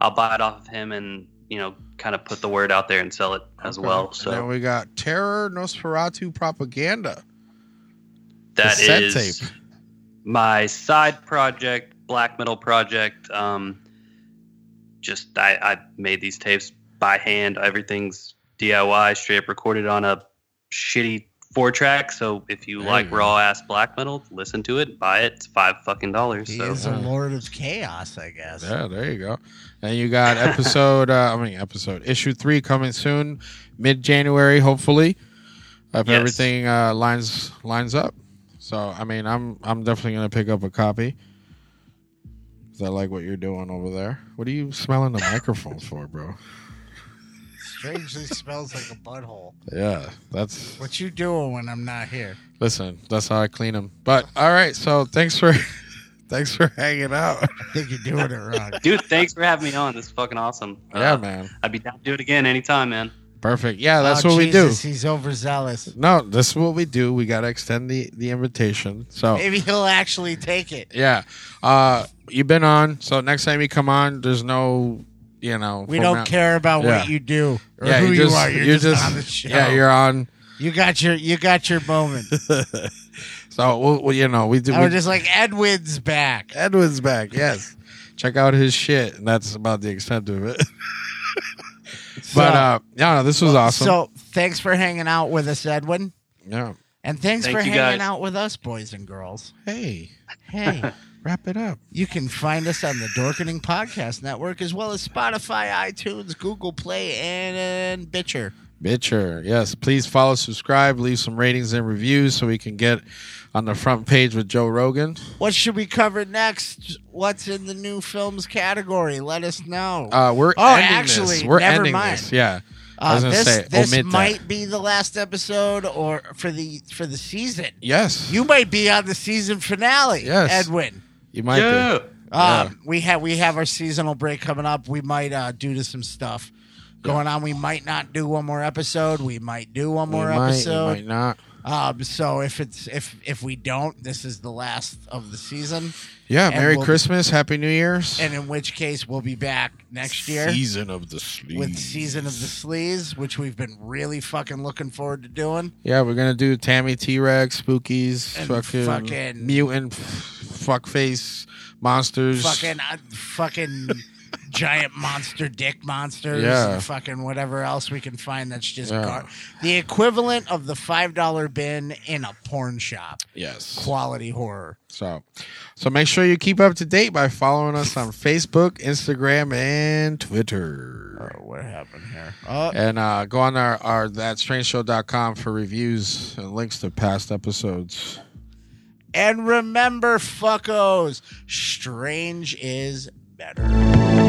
S7: I'll buy it off of him and you know kind of put the word out there and sell it as
S4: Okay.
S7: well.
S4: and then
S7: So
S4: we got terror Nosferatu propaganda.
S7: that
S4: cassette
S7: is
S4: tape.
S7: my side project, black metal project. Um, just I, I made these tapes by hand. Everything's DIY, straight up recorded on a shitty four track. So if you
S4: There you
S7: like
S4: go.
S7: raw ass black metal, listen to it, buy it. It's five fucking dollars.
S6: He
S7: so
S6: is a lord of chaos, I guess.
S4: uh, Yeah, there you go. And you got episode, uh, I mean, episode issue three coming soon, mid January, hopefully, if
S7: Yes.
S4: everything uh, lines lines up. So, I mean, I'm I'm definitely gonna pick up a copy. 'Cause I like what you're doing over there. What are you smelling the microphones for, bro?
S6: Strangely smells like a butthole.
S4: Yeah, that's
S6: What you doing when I'm not here?
S4: listen. That's how I clean them. But all right, so thanks for thanks for hanging out.
S6: I think you're doing it wrong.
S7: Dude, thanks for having me on. This is fucking awesome.
S4: Yeah,
S7: Uh,
S4: man,
S7: I'd be down to do it again anytime, man.
S4: perfect. Yeah, that's
S6: Oh,
S4: what
S6: Jesus,
S4: we do.
S6: He's overzealous.
S4: No, this is what we do. We gotta extend the the invitation. So
S6: Maybe he'll actually take it.
S4: Yeah. Uh you've been on, so next time you come on, there's no you know
S6: We don't
S4: format.
S6: care about
S4: Yeah.
S6: what you do or
S4: Yeah,
S6: who
S4: you
S6: you
S4: just,
S6: are. You're, just, on the show.
S4: Yeah, you're on.
S6: You got your you got your moment.
S4: So we'll, well, you know, we do
S6: I
S4: we,
S6: was just like Edwin's back.
S4: Edwin's back, yes. Check out his shit, and that's about the extent of it. but uh yeah, no, this was awesome.
S6: So thanks for hanging out with us, Edwin,
S4: yeah.
S6: and thanks
S7: Thank
S6: for
S7: you,
S6: hanging
S7: guys.
S6: out with us, boys and girls.
S4: Hey,
S6: Hey,
S4: wrap it up.
S6: you can find us on the Dorkening Podcast Network as well as Spotify, iTunes, Google Play, and, and Bitcher.
S4: Bitcher, yes. Please follow, subscribe, leave some ratings and reviews so we can get on the front page with Joe Rogan.
S6: What should we cover next? What's in the new films category? Let us know.
S4: Uh, we're
S6: Oh,
S4: ending
S6: actually,
S4: this. We're
S6: never
S4: ending
S6: mind.
S4: this. Yeah, I
S6: Uh,
S4: was gonna
S6: this
S4: say
S6: this
S4: omit
S6: might
S4: that.
S6: be the last episode or for the for the season.
S4: Yes,
S6: You might be on the season finale,
S4: Yes.
S6: Edwin.
S4: you might. Be.
S6: Um,
S4: Yeah.
S6: We have we have our seasonal break coming up. We might uh, do to some stuff going on. We might not do one more episode. We might do one
S4: We
S6: more
S4: might, we
S6: episode.
S4: might not.
S6: Um, so if it's if if we don't, this is the last of the season.
S4: Yeah,
S6: And
S4: Merry
S6: we'll-
S4: Christmas, Happy New Year's.
S6: And in which case, we'll be back next year.
S9: Season of the Sleaze.
S6: with season of the sleaze, which we've been really fucking looking forward to doing.
S4: Yeah, we're gonna do Tammy T Rex, Spookies,
S6: And
S4: fucking,
S6: fucking-
S4: mutant, f- fuckface monsters.
S6: Fucking, uh, fucking giant monster dick monsters.
S4: Yeah.
S6: And fucking whatever else we can find that's just
S4: Yeah.
S6: gar- the equivalent of the five dollar bin in a porn shop.
S4: Yes.
S6: Quality horror.
S4: So, so make sure you keep up to date by following us on Facebook, Instagram, and Twitter.
S6: Oh, what happened here? Oh,
S4: And uh, go on our, our thatstrangeshow.com for reviews and links to past episodes.
S6: and remember, fuckos, strange is better.